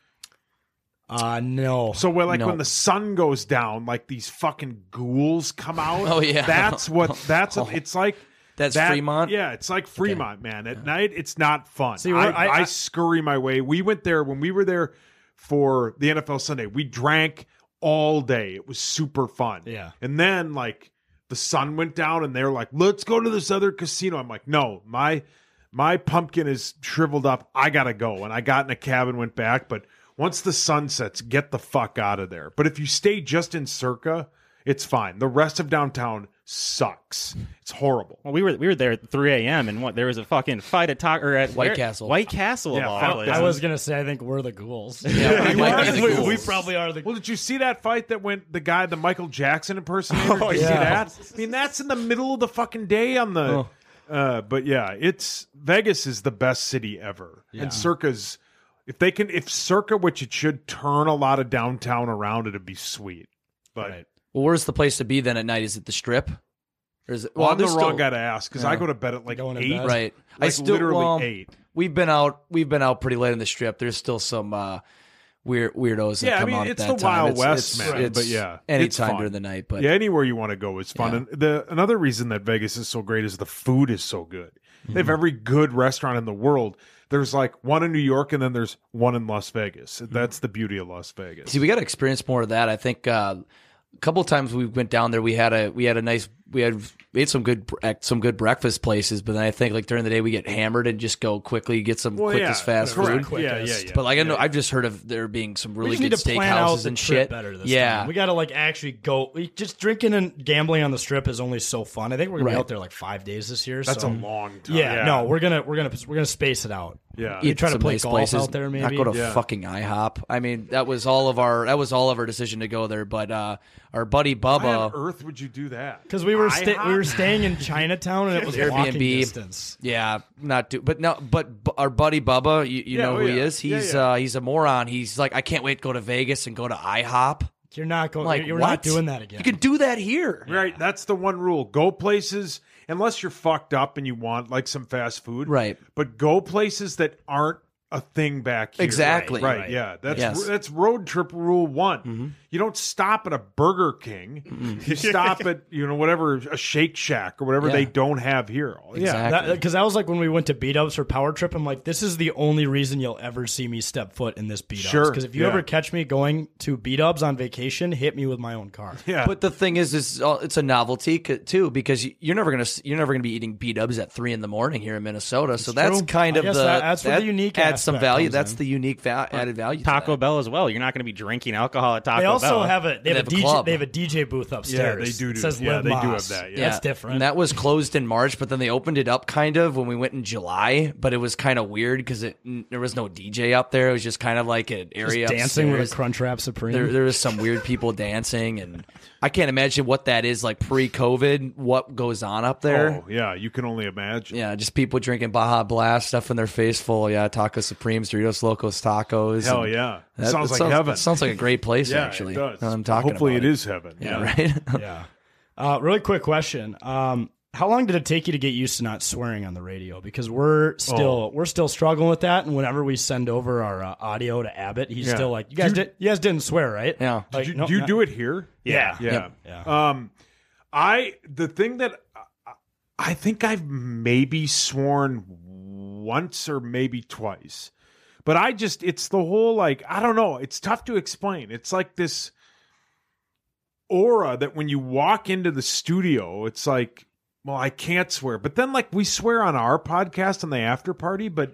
Speaker 6: Uh no.
Speaker 10: So well, like
Speaker 6: No.
Speaker 10: when the sun goes down, like these fucking ghouls come out.
Speaker 14: Oh, yeah. Oh.
Speaker 10: that's what. That's it's like.
Speaker 14: That's Fremont?
Speaker 10: Yeah, it's like Fremont, man. At night, it's not fun.
Speaker 6: See,
Speaker 10: I,
Speaker 6: we're-
Speaker 10: I,
Speaker 6: I- I-
Speaker 10: scurry my way. We went there when we were there for the NFL Sunday. We drank all day. It was super fun.
Speaker 6: Yeah.
Speaker 10: And then like the sun went down and they're like, let's go to this other casino. I'm like, no, my my pumpkin is shriveled up. I gotta go. And I got in a cab and went back. But once the sun sets, get the fuck out of there. But if you stay just in circa, it's fine. The rest of downtown sucks. It's horrible.
Speaker 15: Well, we were we were there at 3 a.m. and what there was a fucking fight at Taco or at
Speaker 14: White
Speaker 15: where-
Speaker 14: Castle.
Speaker 15: White Castle. of
Speaker 10: Yeah,
Speaker 15: all
Speaker 10: fuck
Speaker 15: places.
Speaker 6: I was gonna say I think we're the ghouls.
Speaker 14: Yeah,
Speaker 10: You
Speaker 14: Mike
Speaker 10: are
Speaker 14: is
Speaker 10: the
Speaker 14: the
Speaker 10: ghouls.
Speaker 6: we probably are the.
Speaker 10: Well, did you see that fight that went the guy, the Michael Jackson impersonator?
Speaker 6: Oh,
Speaker 10: did you
Speaker 6: yeah. Oh.
Speaker 10: see that? I mean, that's in the middle of the fucking day on the. Uh, but yeah, it's Vegas is the best city ever, and Circa's. If they can, if Circa, which it should, turn a lot of downtown around, it'd be sweet. But
Speaker 14: Well, where's the place to be then at night? Is it the strip? Or is it,
Speaker 10: well, I'm the
Speaker 14: there's
Speaker 10: wrong
Speaker 14: still-
Speaker 10: guy to ask because I
Speaker 14: Yeah.
Speaker 10: go to bed at like
Speaker 6: Going to
Speaker 10: eight.
Speaker 6: bed.
Speaker 14: right. I
Speaker 10: Like,
Speaker 14: still
Speaker 10: literally
Speaker 14: well,
Speaker 10: eight.
Speaker 14: We've been out. We've been out pretty late in the strip. There's still some uh, weird weirdos. That
Speaker 10: Yeah, I
Speaker 14: come
Speaker 10: mean,
Speaker 14: out at
Speaker 10: it's
Speaker 14: that
Speaker 10: the
Speaker 14: time.
Speaker 10: Wild
Speaker 14: It's-
Speaker 10: West,
Speaker 14: it's-
Speaker 10: man,
Speaker 14: it's
Speaker 10: but yeah, it's
Speaker 14: anytime
Speaker 10: fun.
Speaker 14: during the night. But
Speaker 10: yeah, anywhere you want to go is fun. And the another reason that Vegas is so great is the food is so good. They
Speaker 14: Mm-hmm.
Speaker 10: have every good restaurant in the world. There's like one in New York, and then there's one in Las Vegas. That's the beauty of Las Vegas.
Speaker 14: Mm-hmm. See, we got to experience more of that. I think uh, a couple times we went down there. We had a we had a nice we had we had some good bre- at some good breakfast places. But then I think like during the day we get hammered and just go quickly get some
Speaker 10: Well,
Speaker 14: quickest
Speaker 10: yeah,
Speaker 14: fast
Speaker 10: correct.
Speaker 14: food.
Speaker 10: Yeah, yeah, yeah.
Speaker 14: But like I know I've just heard of there being some
Speaker 6: We
Speaker 14: really
Speaker 6: just
Speaker 14: good
Speaker 6: need to plan out
Speaker 14: steakhouses
Speaker 6: the
Speaker 14: and
Speaker 6: trip
Speaker 14: shit.
Speaker 6: better this
Speaker 14: yeah,
Speaker 6: time. we got to like actually go. We, just drinking and gambling on the strip is only so fun. I think we're gonna
Speaker 14: Right.
Speaker 6: be out there like five days this year.
Speaker 10: That's
Speaker 6: so-
Speaker 10: a long time.
Speaker 6: Yeah, no, we're gonna we're gonna we're gonna space it out.
Speaker 10: yeah.
Speaker 6: You
Speaker 14: Eat
Speaker 6: try to
Speaker 14: some
Speaker 6: play
Speaker 14: nice
Speaker 6: golf
Speaker 14: places,
Speaker 6: out there, maybe.
Speaker 14: Not go to
Speaker 10: Yeah.
Speaker 14: fucking IHOP. I mean, that was all of our that was all of our decision to go there. But uh, our buddy
Speaker 10: Why on
Speaker 14: Bubba,
Speaker 10: earth would you do that?
Speaker 6: Because we were sta- we
Speaker 10: IHOP?
Speaker 6: were staying in Chinatown and it was walking
Speaker 14: Airbnb.
Speaker 6: distance.
Speaker 14: Yeah, not do, but no, but bu- our buddy Bubba, you, you
Speaker 10: Yeah,
Speaker 14: know
Speaker 10: oh,
Speaker 14: who he
Speaker 10: yeah.
Speaker 14: is.
Speaker 10: Yeah,
Speaker 14: He's
Speaker 10: yeah.
Speaker 14: uh he's a moron. He's like, I can't wait to go to Vegas and go to IHOP.
Speaker 6: You're not going.
Speaker 14: I'm like,
Speaker 6: you're
Speaker 14: what?
Speaker 6: not doing that again.
Speaker 14: You can do that here.
Speaker 10: Right. That's the one rule. Go places unless you're fucked up and you want like some fast food.
Speaker 14: Right.
Speaker 10: But go places that aren't a thing back here.
Speaker 14: Exactly.
Speaker 10: Right.
Speaker 14: Right.
Speaker 10: Yeah. That's
Speaker 14: Yes. Mm-hmm.
Speaker 10: that's road trip rule one. You don't stop at a Burger King. You stop at you know whatever a Shake Shack or whatever
Speaker 14: Yeah.
Speaker 10: they don't have here. Oh, Yeah.
Speaker 14: Exactly.
Speaker 6: Because that, was like when we went to beat ups for Power Trip. I'm like, this is the only reason you'll ever see me step foot in this beat ups.
Speaker 10: Sure,
Speaker 6: Because if you
Speaker 10: yeah.
Speaker 6: ever catch me going to beat ups on vacation, hit me with my own car.
Speaker 10: Yeah.
Speaker 14: But the thing is, is uh, it's a novelty c- too because you- you're never gonna s- you're never gonna be eating beat ups at three in the morning here in Minnesota. so that's
Speaker 6: true.
Speaker 14: kind
Speaker 6: I
Speaker 14: of the
Speaker 6: guess that- that's where the unique
Speaker 14: adds some
Speaker 6: aspect
Speaker 14: value.
Speaker 6: comes
Speaker 14: That's
Speaker 6: in.
Speaker 14: the unique va- added value. to
Speaker 15: Taco
Speaker 14: that.
Speaker 15: Bell as well. You're not going to be drinking alcohol at Taco
Speaker 6: They also
Speaker 15: Bell.
Speaker 6: have a they have,
Speaker 14: have
Speaker 6: a
Speaker 14: a
Speaker 6: DJ
Speaker 14: club.
Speaker 6: they have a DJ booth upstairs.
Speaker 10: they do
Speaker 6: It
Speaker 10: do-
Speaker 6: says
Speaker 10: yeah,
Speaker 6: Live
Speaker 10: they do have
Speaker 6: Moss.
Speaker 10: that, yeah.
Speaker 6: That's different.
Speaker 14: Uh, And that was closed in March, but then they opened it up kind of when we went in July. But it was kind of weird because it n- there was no DJ up there. It was just kind of like an
Speaker 6: Just
Speaker 14: area
Speaker 6: dancing with a
Speaker 14: upstairs.
Speaker 6: Crunchwrap Supreme.
Speaker 14: There, there was some weird people dancing, and I can't imagine what that is like pre-COVID. What goes on up there?
Speaker 10: Oh, yeah. You can only imagine.
Speaker 14: Yeah, just people drinking Baja Blast, stuff in their face full. Yeah, Taco Supremes, Doritos Locos Tacos.
Speaker 10: Hell
Speaker 14: and
Speaker 10: yeah.
Speaker 14: that-
Speaker 10: sounds
Speaker 14: that
Speaker 10: like
Speaker 14: sounds,
Speaker 10: heaven.
Speaker 14: that sounds like a great place,
Speaker 10: yeah,
Speaker 14: actually.
Speaker 10: It does.
Speaker 14: now that I'm talking
Speaker 10: Hopefully
Speaker 14: about
Speaker 10: it is heaven.
Speaker 14: Yeah, right?
Speaker 6: yeah. Uh, really quick question. Um, how long did it take you to get used to not swearing on the radio? Because we're
Speaker 10: Oh.
Speaker 6: still we're still struggling with that. And whenever we send over our uh, audio to Abbott, he's
Speaker 10: Yeah.
Speaker 6: still like, "You guys
Speaker 10: Dude-
Speaker 6: did you guys didn't swear, right?"
Speaker 14: Yeah.
Speaker 6: Like,
Speaker 10: Did you,
Speaker 6: "Nope,
Speaker 10: do you
Speaker 6: not-
Speaker 10: do it here?
Speaker 6: Yeah.
Speaker 10: Yeah.
Speaker 6: Yep.
Speaker 10: Um, I the thing that I- I think I've maybe sworn once or maybe twice, but I just it's the whole like I don't know. It's tough to explain. It's like this aura that when you walk into the studio, it's like, well, I can't swear. But then like we swear on our podcast and the after party, but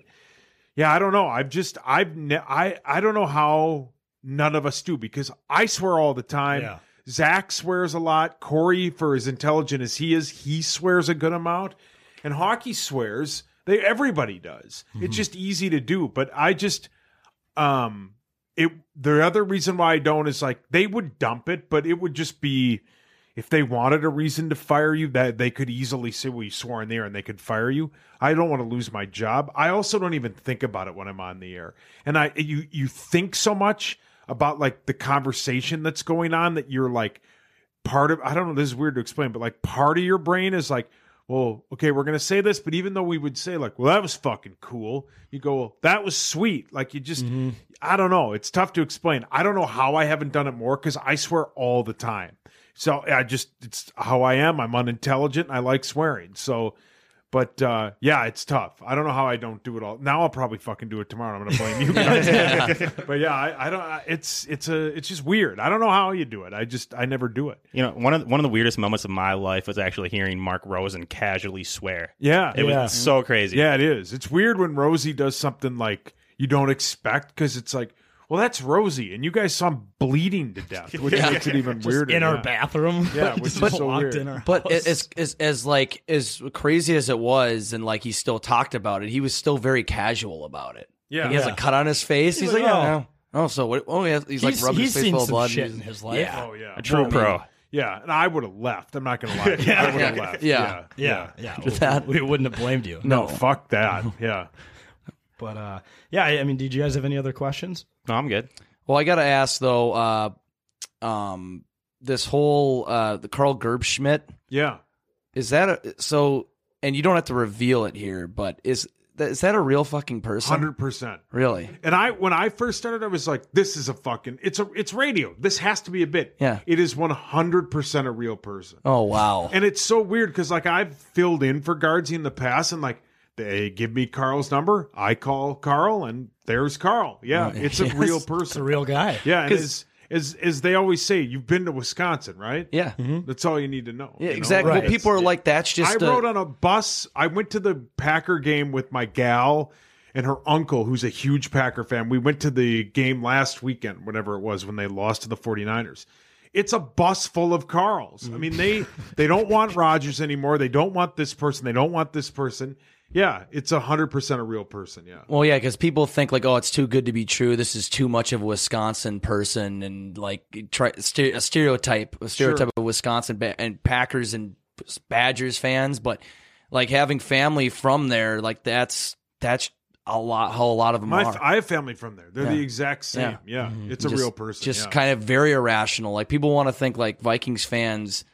Speaker 10: Yeah, I don't know. I've just I've ne- I I don't know how none of us do because I swear all the time.
Speaker 6: Yeah.
Speaker 10: Zach swears a lot. Corey, for as intelligent as he is, he swears a good amount, and hockey swears. They everybody does. It's just easy to do, but I just um it the other reason why I don't is like they would dump it, but it would just be if they wanted a reason to fire you, that they could easily say, "Well, you swore in the air," and they could fire you. I don't want to lose my job. I also don't even think about it when I'm on the air, and I you you think so much about like the conversation that's going on that you're like part of. I don't know. This is weird to explain, but like part of your brain is like. Well, okay, we're gonna say this, but even though we would say like, "Well, that was fucking cool," you go, well, "That was sweet." Like you just, I don't know. It's tough to explain. I don't know how I haven't done it more because I swear all the time. So I just it's how I am. I'm unintelligent. I like swearing. So, but uh, yeah, it's tough. I don't know how I don't do it all. Now I'll probably fucking do it tomorrow. I'm gonna blame you guys. but yeah, I, I don't. I- It's it's a it's just weird. I don't know how you do it. I just I never do it.
Speaker 15: You know, one of one of the weirdest moments of my life was actually hearing Mark Rosen casually swear.
Speaker 10: Yeah,
Speaker 15: it
Speaker 10: yeah.
Speaker 15: was so crazy.
Speaker 10: Yeah, it is. It's weird when Rosie does something like you don't expect because it's like, well, that's Rosie, and you guys saw him bleeding to death, which
Speaker 14: Yeah.
Speaker 10: makes it even
Speaker 6: Just
Speaker 10: weirder.
Speaker 6: in our
Speaker 10: yeah.
Speaker 6: bathroom.
Speaker 10: Yeah,
Speaker 6: Just
Speaker 10: which
Speaker 6: but-
Speaker 10: is so
Speaker 6: locked
Speaker 10: weird.
Speaker 6: in our
Speaker 14: But as, as as as like as crazy as it was, and like he still talked about it, he was still very casual about it.
Speaker 6: Yeah.
Speaker 14: Like, he has
Speaker 6: Yeah.
Speaker 14: a cut on his face.
Speaker 6: He's
Speaker 14: He's,
Speaker 6: like,
Speaker 14: like,
Speaker 6: "Oh."
Speaker 14: oh, oh, so what? Oh, yeah, he's, like
Speaker 6: He's-
Speaker 14: rubbing
Speaker 6: he's
Speaker 14: his face
Speaker 6: seen
Speaker 14: full of
Speaker 6: some
Speaker 14: blood.
Speaker 6: shit
Speaker 14: He's-
Speaker 6: in his life.
Speaker 14: Yeah.
Speaker 10: Oh yeah,
Speaker 15: A true
Speaker 10: Well, I mean,
Speaker 15: pro.
Speaker 10: yeah, and I would have left. I'm not gonna lie. yeah, I would have left.
Speaker 14: Yeah.
Speaker 6: Yeah, yeah.
Speaker 14: Just that.
Speaker 6: We wouldn't have blamed you.
Speaker 10: No, fuck that. Yeah.
Speaker 6: But uh, yeah, I I mean, did you guys have any other questions?
Speaker 15: No, I'm good.
Speaker 14: Well, I gotta ask though. Uh, um, this whole uh, the Carl Gerbschmidt.
Speaker 10: Yeah.
Speaker 14: Is that a, so? And you don't have to reveal it here, but is that is that a real fucking person?
Speaker 10: Hundred percent.
Speaker 14: Really?
Speaker 10: And I when I first started, I was like, this is a fucking it's a it's radio. This has to be a bit.
Speaker 14: Yeah.
Speaker 10: It is one hundred percent a real person.
Speaker 14: Oh wow.
Speaker 10: And it's so weird because like I've filled in for Guardsy in the past and like they give me Carl's number, I call Carl, and there's Carl. Yeah,
Speaker 6: Right.
Speaker 10: it's a
Speaker 6: Yes.
Speaker 10: real person. It's
Speaker 6: a real guy.
Speaker 10: Yeah, and
Speaker 6: 'Cause-
Speaker 10: as, as as they always say, you've been to Wisconsin, right?
Speaker 14: Yeah,
Speaker 10: that's all you need to know.
Speaker 14: Yeah,
Speaker 10: you know?
Speaker 14: exactly. Well,
Speaker 10: It's-
Speaker 14: people are like, that's just.
Speaker 10: I
Speaker 14: a-
Speaker 10: rode on a bus. I went to the Packer game with my gal and her uncle, who's a huge Packer fan. We went to the game last weekend, whatever it was, when they lost to the 49ers. It's a bus full of Carls. I mean, they
Speaker 14: Mm.
Speaker 10: they don't want Rogers anymore. They don't want this person. They don't want this person. Yeah, it's hundred percent a real person. Yeah.
Speaker 14: Well, yeah, because people think like, oh, it's too good to be true. This is too much of a Wisconsin person, and like try, stere- a stereotype, a stereotype of Wisconsin ba- and Packers and Badgers fans. But like having family from there, like that's that's a lot how a lot of them
Speaker 10: My
Speaker 14: are.
Speaker 10: f- I have family from there. They're
Speaker 14: Yeah. Mm-hmm.
Speaker 10: the exact same. Yeah, it's a
Speaker 14: Just-
Speaker 10: real person.
Speaker 14: Just
Speaker 10: yeah.
Speaker 14: kind of very irrational. Like people want to think like Vikings fans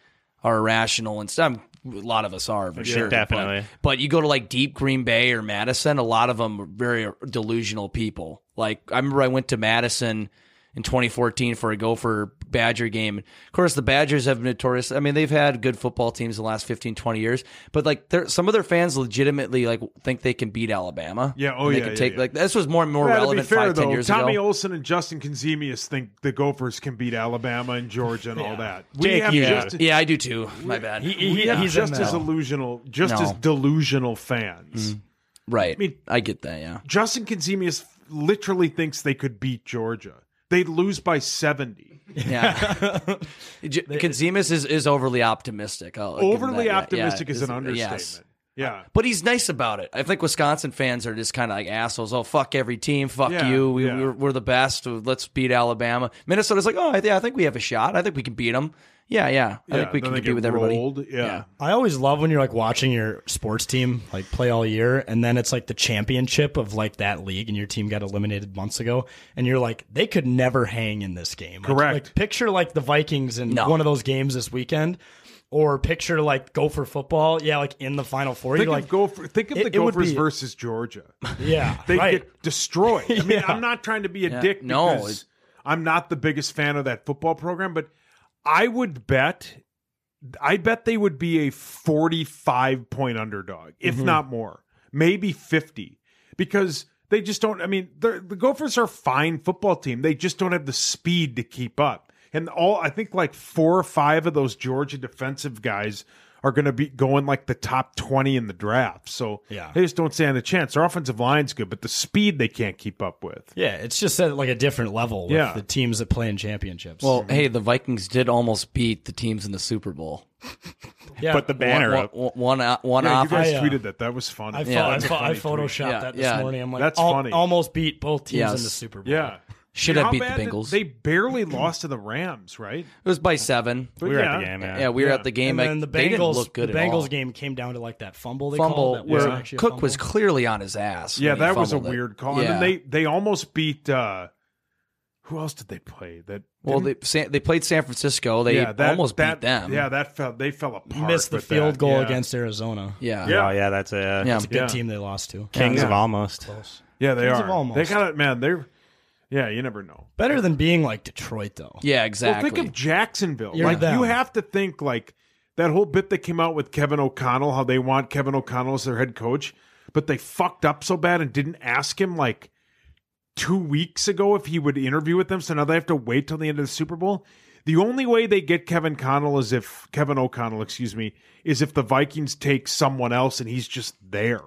Speaker 14: are irrational and stuff. A lot of us are for
Speaker 15: Yeah,
Speaker 14: sure,
Speaker 15: definitely.
Speaker 14: But, but you go to like deep Green Bay or Madison, a lot of them are very delusional people. Like I remember I went to Madison in 2014 for a Gopher Badger game. Of course, the Badgers have been notorious. I mean, they've had good football teams the last 15, 20 years, but like they're- some of their fans legitimately like think they can beat Alabama.
Speaker 10: Yeah, oh
Speaker 14: And
Speaker 10: yeah,
Speaker 14: They can
Speaker 10: yeah,
Speaker 14: take
Speaker 10: yeah.
Speaker 14: like this was more and more
Speaker 10: Yeah, to be
Speaker 14: relevant
Speaker 10: fair,
Speaker 14: five, ten
Speaker 10: though,
Speaker 14: years
Speaker 10: Tommy
Speaker 14: ago.
Speaker 10: Olson and Justin Konzemius think the Gophers can beat Alabama and Georgia and all that.
Speaker 14: Jake, yeah.
Speaker 10: just-
Speaker 14: yeah, I do too. My bad.
Speaker 10: we have just as illusional, just
Speaker 14: No. Mm-hmm.
Speaker 10: as delusional fans.
Speaker 14: right. I,
Speaker 10: mean,
Speaker 14: get that. Yeah.
Speaker 10: Justin Konzemius literally thinks they could beat Georgia. They'd lose by seventy.
Speaker 14: Yeah. J- Kanzemis is, is overly optimistic. I'll give him that.
Speaker 10: Overly
Speaker 14: Yeah,
Speaker 10: optimistic
Speaker 14: yeah.
Speaker 10: is an
Speaker 14: Is- yes.
Speaker 10: understatement. Yeah.
Speaker 14: But he's nice about it. I think Wisconsin fans are just kind of like assholes. Oh, fuck every team. Fuck
Speaker 10: Yeah,
Speaker 14: you. We,
Speaker 10: yeah.
Speaker 14: we're, we're the best. Let's beat Alabama. Minnesota's like, oh, I, th- I think we have a shot. I think we can beat them. Yeah, yeah. I think we can compete with everybody. Yeah.
Speaker 6: I always love when you're like watching your sports team like play all year, and then it's like the championship of like that league, and your team got eliminated months ago, and you're like, they could never hang in this game. Like-
Speaker 10: Correct.
Speaker 6: Like picture like the Vikings in
Speaker 14: No.
Speaker 6: one of those games this weekend, or picture like Gopher football, yeah, like in the Final Four.
Speaker 10: Think
Speaker 6: you're
Speaker 10: of
Speaker 6: like,
Speaker 10: Gopher, think of
Speaker 6: It-
Speaker 10: the
Speaker 6: it would
Speaker 10: Gophers
Speaker 6: be-
Speaker 10: versus Georgia.
Speaker 6: yeah,
Speaker 10: They
Speaker 6: right.
Speaker 10: get destroyed. I mean, I'm not trying to be a
Speaker 14: Yeah.
Speaker 10: dick
Speaker 14: No,
Speaker 10: because
Speaker 14: it's-
Speaker 10: I'm not the biggest fan of that football program, but I would bet I bet they would be a 45 point underdog, if
Speaker 6: Mhm.
Speaker 10: not more, maybe 50, because they just don't. I mean, they're- the Gophers are a fine football team. They just don't have the speed to keep up. And all I think like four or five of those Georgia defensive guys are going to be going like the top 20 in the draft. So yeah. they just don't stand a chance. Their offensive line's good, but the speed they can't keep up with.
Speaker 6: Yeah, it's just at like a different level with
Speaker 10: Yeah.
Speaker 6: the teams that play in championships.
Speaker 14: Well, hey, the Vikings did almost beat the teams in the Super Bowl.
Speaker 6: Yeah. Put the banner
Speaker 14: one,
Speaker 6: up.
Speaker 14: One, one, o- one
Speaker 10: yeah, you
Speaker 14: off.
Speaker 10: guys tweeted that. That was funny.
Speaker 6: uh, I, pho- I,
Speaker 10: That's a
Speaker 6: pho- I
Speaker 10: funny tweet.
Speaker 6: photoshopped that this
Speaker 14: yeah.
Speaker 6: morning. I'm like,
Speaker 10: That's
Speaker 6: al-
Speaker 10: funny.
Speaker 6: Almost beat both teams in
Speaker 14: Yes.
Speaker 6: the Super Bowl.
Speaker 10: Yeah.
Speaker 14: Should
Speaker 10: You know
Speaker 14: have
Speaker 10: how
Speaker 14: beat the
Speaker 10: bad that-
Speaker 14: Bengals.
Speaker 10: They barely lost to the Rams, right?
Speaker 14: It was by seven.
Speaker 10: But We were at the yeah. game, yeah.
Speaker 14: Yeah, we were
Speaker 10: Yeah.
Speaker 14: at the game.
Speaker 10: And
Speaker 14: like,
Speaker 6: And then the
Speaker 14: they didn't
Speaker 6: Bengals,
Speaker 14: look good
Speaker 6: the
Speaker 14: at all.
Speaker 6: Bengals game came down to like that fumble they
Speaker 14: fumble
Speaker 6: called. That
Speaker 14: where
Speaker 6: wasn't actually a
Speaker 14: Cook
Speaker 6: fumble.
Speaker 14: was clearly on his ass.
Speaker 10: Yeah,
Speaker 14: when he
Speaker 10: that was a
Speaker 14: fumbled it.
Speaker 10: weird call.
Speaker 14: Yeah.
Speaker 10: And then they they almost beat. uh Who else did they play? That
Speaker 14: well,
Speaker 10: didn't-
Speaker 14: they San, they played San Francisco. They
Speaker 10: Yeah, that-
Speaker 14: almost
Speaker 10: that-
Speaker 14: beat them.
Speaker 10: Yeah, that fell. They fell apart.
Speaker 6: missed the
Speaker 10: with
Speaker 6: field
Speaker 10: that.
Speaker 6: goal
Speaker 10: Yeah.
Speaker 6: against Arizona.
Speaker 14: Yeah.
Speaker 10: Yeah.
Speaker 13: Oh, yeah, that's a,
Speaker 6: It's a good
Speaker 10: Yeah.
Speaker 6: team they lost to.
Speaker 13: Kings
Speaker 10: Yeah.
Speaker 13: of almost.
Speaker 10: Yeah, they
Speaker 6: Kings
Speaker 10: are.
Speaker 6: of almost.
Speaker 10: They got it, man. They're. Yeah, you never know.
Speaker 6: Better than being like Detroit, though.
Speaker 10: Well, think of Jacksonville.
Speaker 6: You're
Speaker 10: like
Speaker 6: them.
Speaker 10: you have to think like that whole bit that came out with Kevin O'Connell, how they want Kevin O'Connell as their head coach, but they fucked up so bad and didn't ask him like two weeks ago if he would interview with them. So now they have to wait till the end of the Super Bowl. The only way they get Kevin Connell is if Kevin O'Connell, excuse me, is if the Vikings take someone else and he's just there.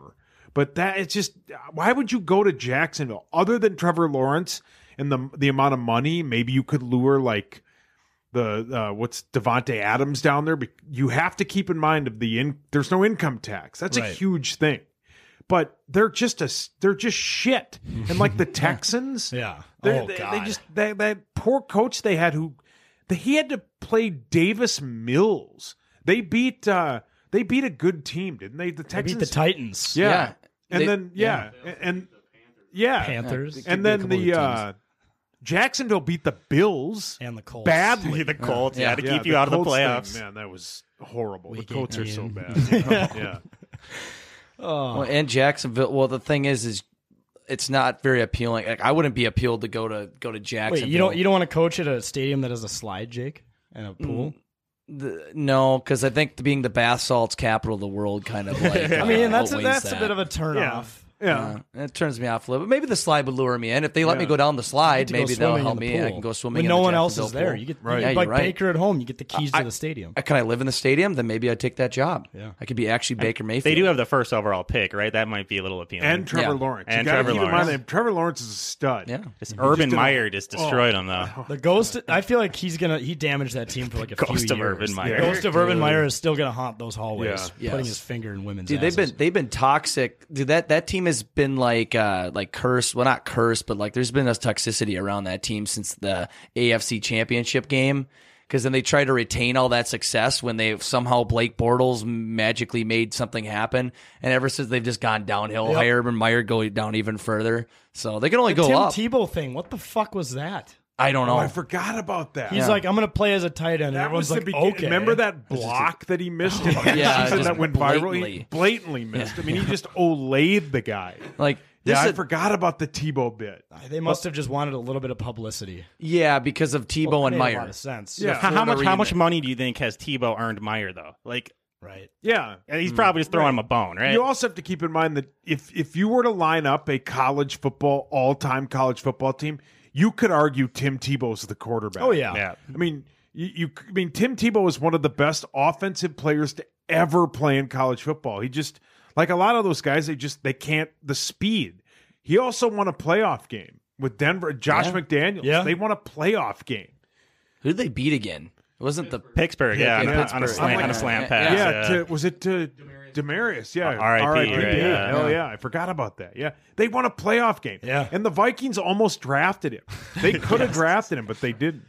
Speaker 10: But that it's just why would you go to Jacksonville other than Trevor Lawrence and the the amount of money? Maybe you could lure like the uh, what's Devonte Adams down there. Be- You have to keep in mind of the in. There's no income tax. That's a
Speaker 6: Right.
Speaker 10: huge thing. But they're just a s- they're just shit. And like the Texans,
Speaker 6: Yeah.
Speaker 10: they're-
Speaker 6: Oh,
Speaker 10: they, they
Speaker 6: God.
Speaker 10: just that that poor coach they had who the, he had to play Davis Mills. They beat uh they beat a good team, didn't they? The
Speaker 6: They beat
Speaker 10: Texans
Speaker 6: the Titans.
Speaker 10: Yeah.
Speaker 6: Yeah.
Speaker 10: And
Speaker 6: They-
Speaker 10: then yeah, and, and- yeah,
Speaker 6: Panthers. Yeah, they
Speaker 10: and
Speaker 6: beat a
Speaker 10: then
Speaker 6: couple of
Speaker 10: the
Speaker 6: teams.
Speaker 10: uh Jacksonville beat the Bills
Speaker 6: and the Colts
Speaker 10: badly.
Speaker 13: The Colts, yeah, to keep you out of the
Speaker 10: Colts thing,
Speaker 13: playoffs.
Speaker 10: man, that was horrible.
Speaker 6: Week
Speaker 10: the Colts are so
Speaker 6: 18.
Speaker 10: bad. yeah.
Speaker 6: Oh.
Speaker 14: Well, and Jacksonville. Well, the thing is, is it's not very appealing. Like, I wouldn't be appealed to go to go to
Speaker 6: Wait,
Speaker 14: Jacksonville.
Speaker 6: you don't you don't want to coach at a stadium that has a slide, Jake, and
Speaker 14: Mm.
Speaker 6: a pool?
Speaker 14: The- no, because I think being the bath salts capital of the world kind of like.
Speaker 6: I mean,
Speaker 14: uh,
Speaker 6: that's a,
Speaker 14: outweighs
Speaker 6: that's a
Speaker 14: that.
Speaker 6: bit of a turn off.
Speaker 10: Yeah.
Speaker 14: Uh, it turns me off a little bit. Maybe the slide would lure me in. If they let me
Speaker 6: Yeah.
Speaker 14: go down the
Speaker 6: You get
Speaker 14: slide,
Speaker 6: to go
Speaker 14: maybe that'll
Speaker 6: swimming in
Speaker 14: help
Speaker 6: the
Speaker 14: me. I
Speaker 6: pool.
Speaker 14: can go swimming.
Speaker 6: When
Speaker 14: in
Speaker 6: no
Speaker 14: the
Speaker 6: one else
Speaker 14: Jacksonville
Speaker 6: is there.
Speaker 14: pool.
Speaker 6: You get,
Speaker 14: right.
Speaker 6: you
Speaker 14: Yeah,
Speaker 6: get like
Speaker 14: you're right.
Speaker 6: Baker at home. You get the keys to the stadium.
Speaker 14: I, can I live in the stadium? Then maybe I take that job.
Speaker 6: Yeah.
Speaker 14: I could be actually Baker Mayfield.
Speaker 13: They do have the first overall pick, right? That might be a little appealing.
Speaker 10: And Trevor Lawrence. You
Speaker 13: And
Speaker 10: gotta
Speaker 13: Trevor
Speaker 10: keep in
Speaker 13: Lawrence.
Speaker 10: mind that Trevor Lawrence is a stud. Yeah.
Speaker 13: Just Urban Meyer just
Speaker 10: Oh,
Speaker 13: destroyed him, though.
Speaker 6: The ghost. I feel like he's gonna he damaged that team for like a
Speaker 13: Ghost
Speaker 6: few
Speaker 13: of
Speaker 6: years.
Speaker 13: Urban Meyer.
Speaker 6: The ghost of Urban
Speaker 14: Dude.
Speaker 6: Meyer is still gonna haunt those hallways,
Speaker 14: Yeah.
Speaker 6: putting
Speaker 14: Yes.
Speaker 6: his finger in women's.
Speaker 14: Dude, they've
Speaker 6: asses.
Speaker 14: been they've been toxic. Dude, that that team has been like uh like cursed. Well, not cursed, but like there's been this toxicity around that team since the AFC Championship game. Because then they try to retain all that success when they somehow Blake Bortles magically made something happen, and ever since they've just gone downhill.
Speaker 6: Yep.
Speaker 14: Hire and Meyer go down even further, so they can only
Speaker 6: the
Speaker 14: go
Speaker 6: Tim
Speaker 14: up.
Speaker 6: Tebow thing. What the fuck was that?
Speaker 14: I don't know.
Speaker 10: Oh, I forgot about that.
Speaker 6: He's like, I'm gonna play as a tight end. And
Speaker 10: That
Speaker 6: everyone's
Speaker 10: was the
Speaker 6: like,
Speaker 10: beginning.
Speaker 6: okay.
Speaker 10: Remember that block that he missed? in the
Speaker 14: Yeah,
Speaker 10: season
Speaker 14: just
Speaker 10: that went viral. He
Speaker 14: blatantly.
Speaker 10: blatantly missed. I mean, he just olayed the guy.
Speaker 14: like
Speaker 10: Yeah,
Speaker 14: this
Speaker 10: I
Speaker 14: is-
Speaker 10: forgot about the Tebow bit.
Speaker 6: They must have just wanted a little bit of publicity.
Speaker 14: yeah, because of Tebow
Speaker 6: Well, it
Speaker 14: and
Speaker 6: made a
Speaker 14: Meyer.
Speaker 6: lot of sense.
Speaker 13: Yeah. How, how much how much money do you think has Tebow earned Meyer though? Like,
Speaker 6: right?
Speaker 10: Yeah,
Speaker 13: he's probably just throwing him a bone, right?
Speaker 10: You also have to keep in mind that if if you were to line up a college football all time college football team, you could argue Tim Tebow's the quarterback.
Speaker 6: Oh, yeah. Yeah.
Speaker 10: I mean, you, you I mean Tim Tebow is one of the best offensive players to ever play in college football. He just like a lot of those guys, they just they can't the speed. He also won a playoff game with Denver. Josh
Speaker 14: Yeah.
Speaker 10: McDaniels,
Speaker 14: Yeah.
Speaker 10: they won a playoff game.
Speaker 14: Who did they beat again? It wasn't the
Speaker 13: Pittsburgh, yeah, on a- on a slant- on a slant pass,
Speaker 10: Yeah,
Speaker 13: yeah.
Speaker 10: to- was it to Demarius? Yeah,
Speaker 13: Uh, RIP, right, yeah.
Speaker 10: Hell
Speaker 13: Yeah.
Speaker 10: yeah, I forgot about that. Yeah, they won a playoff game. Yeah, and the Vikings almost drafted him. They could have drafted him, but they didn't.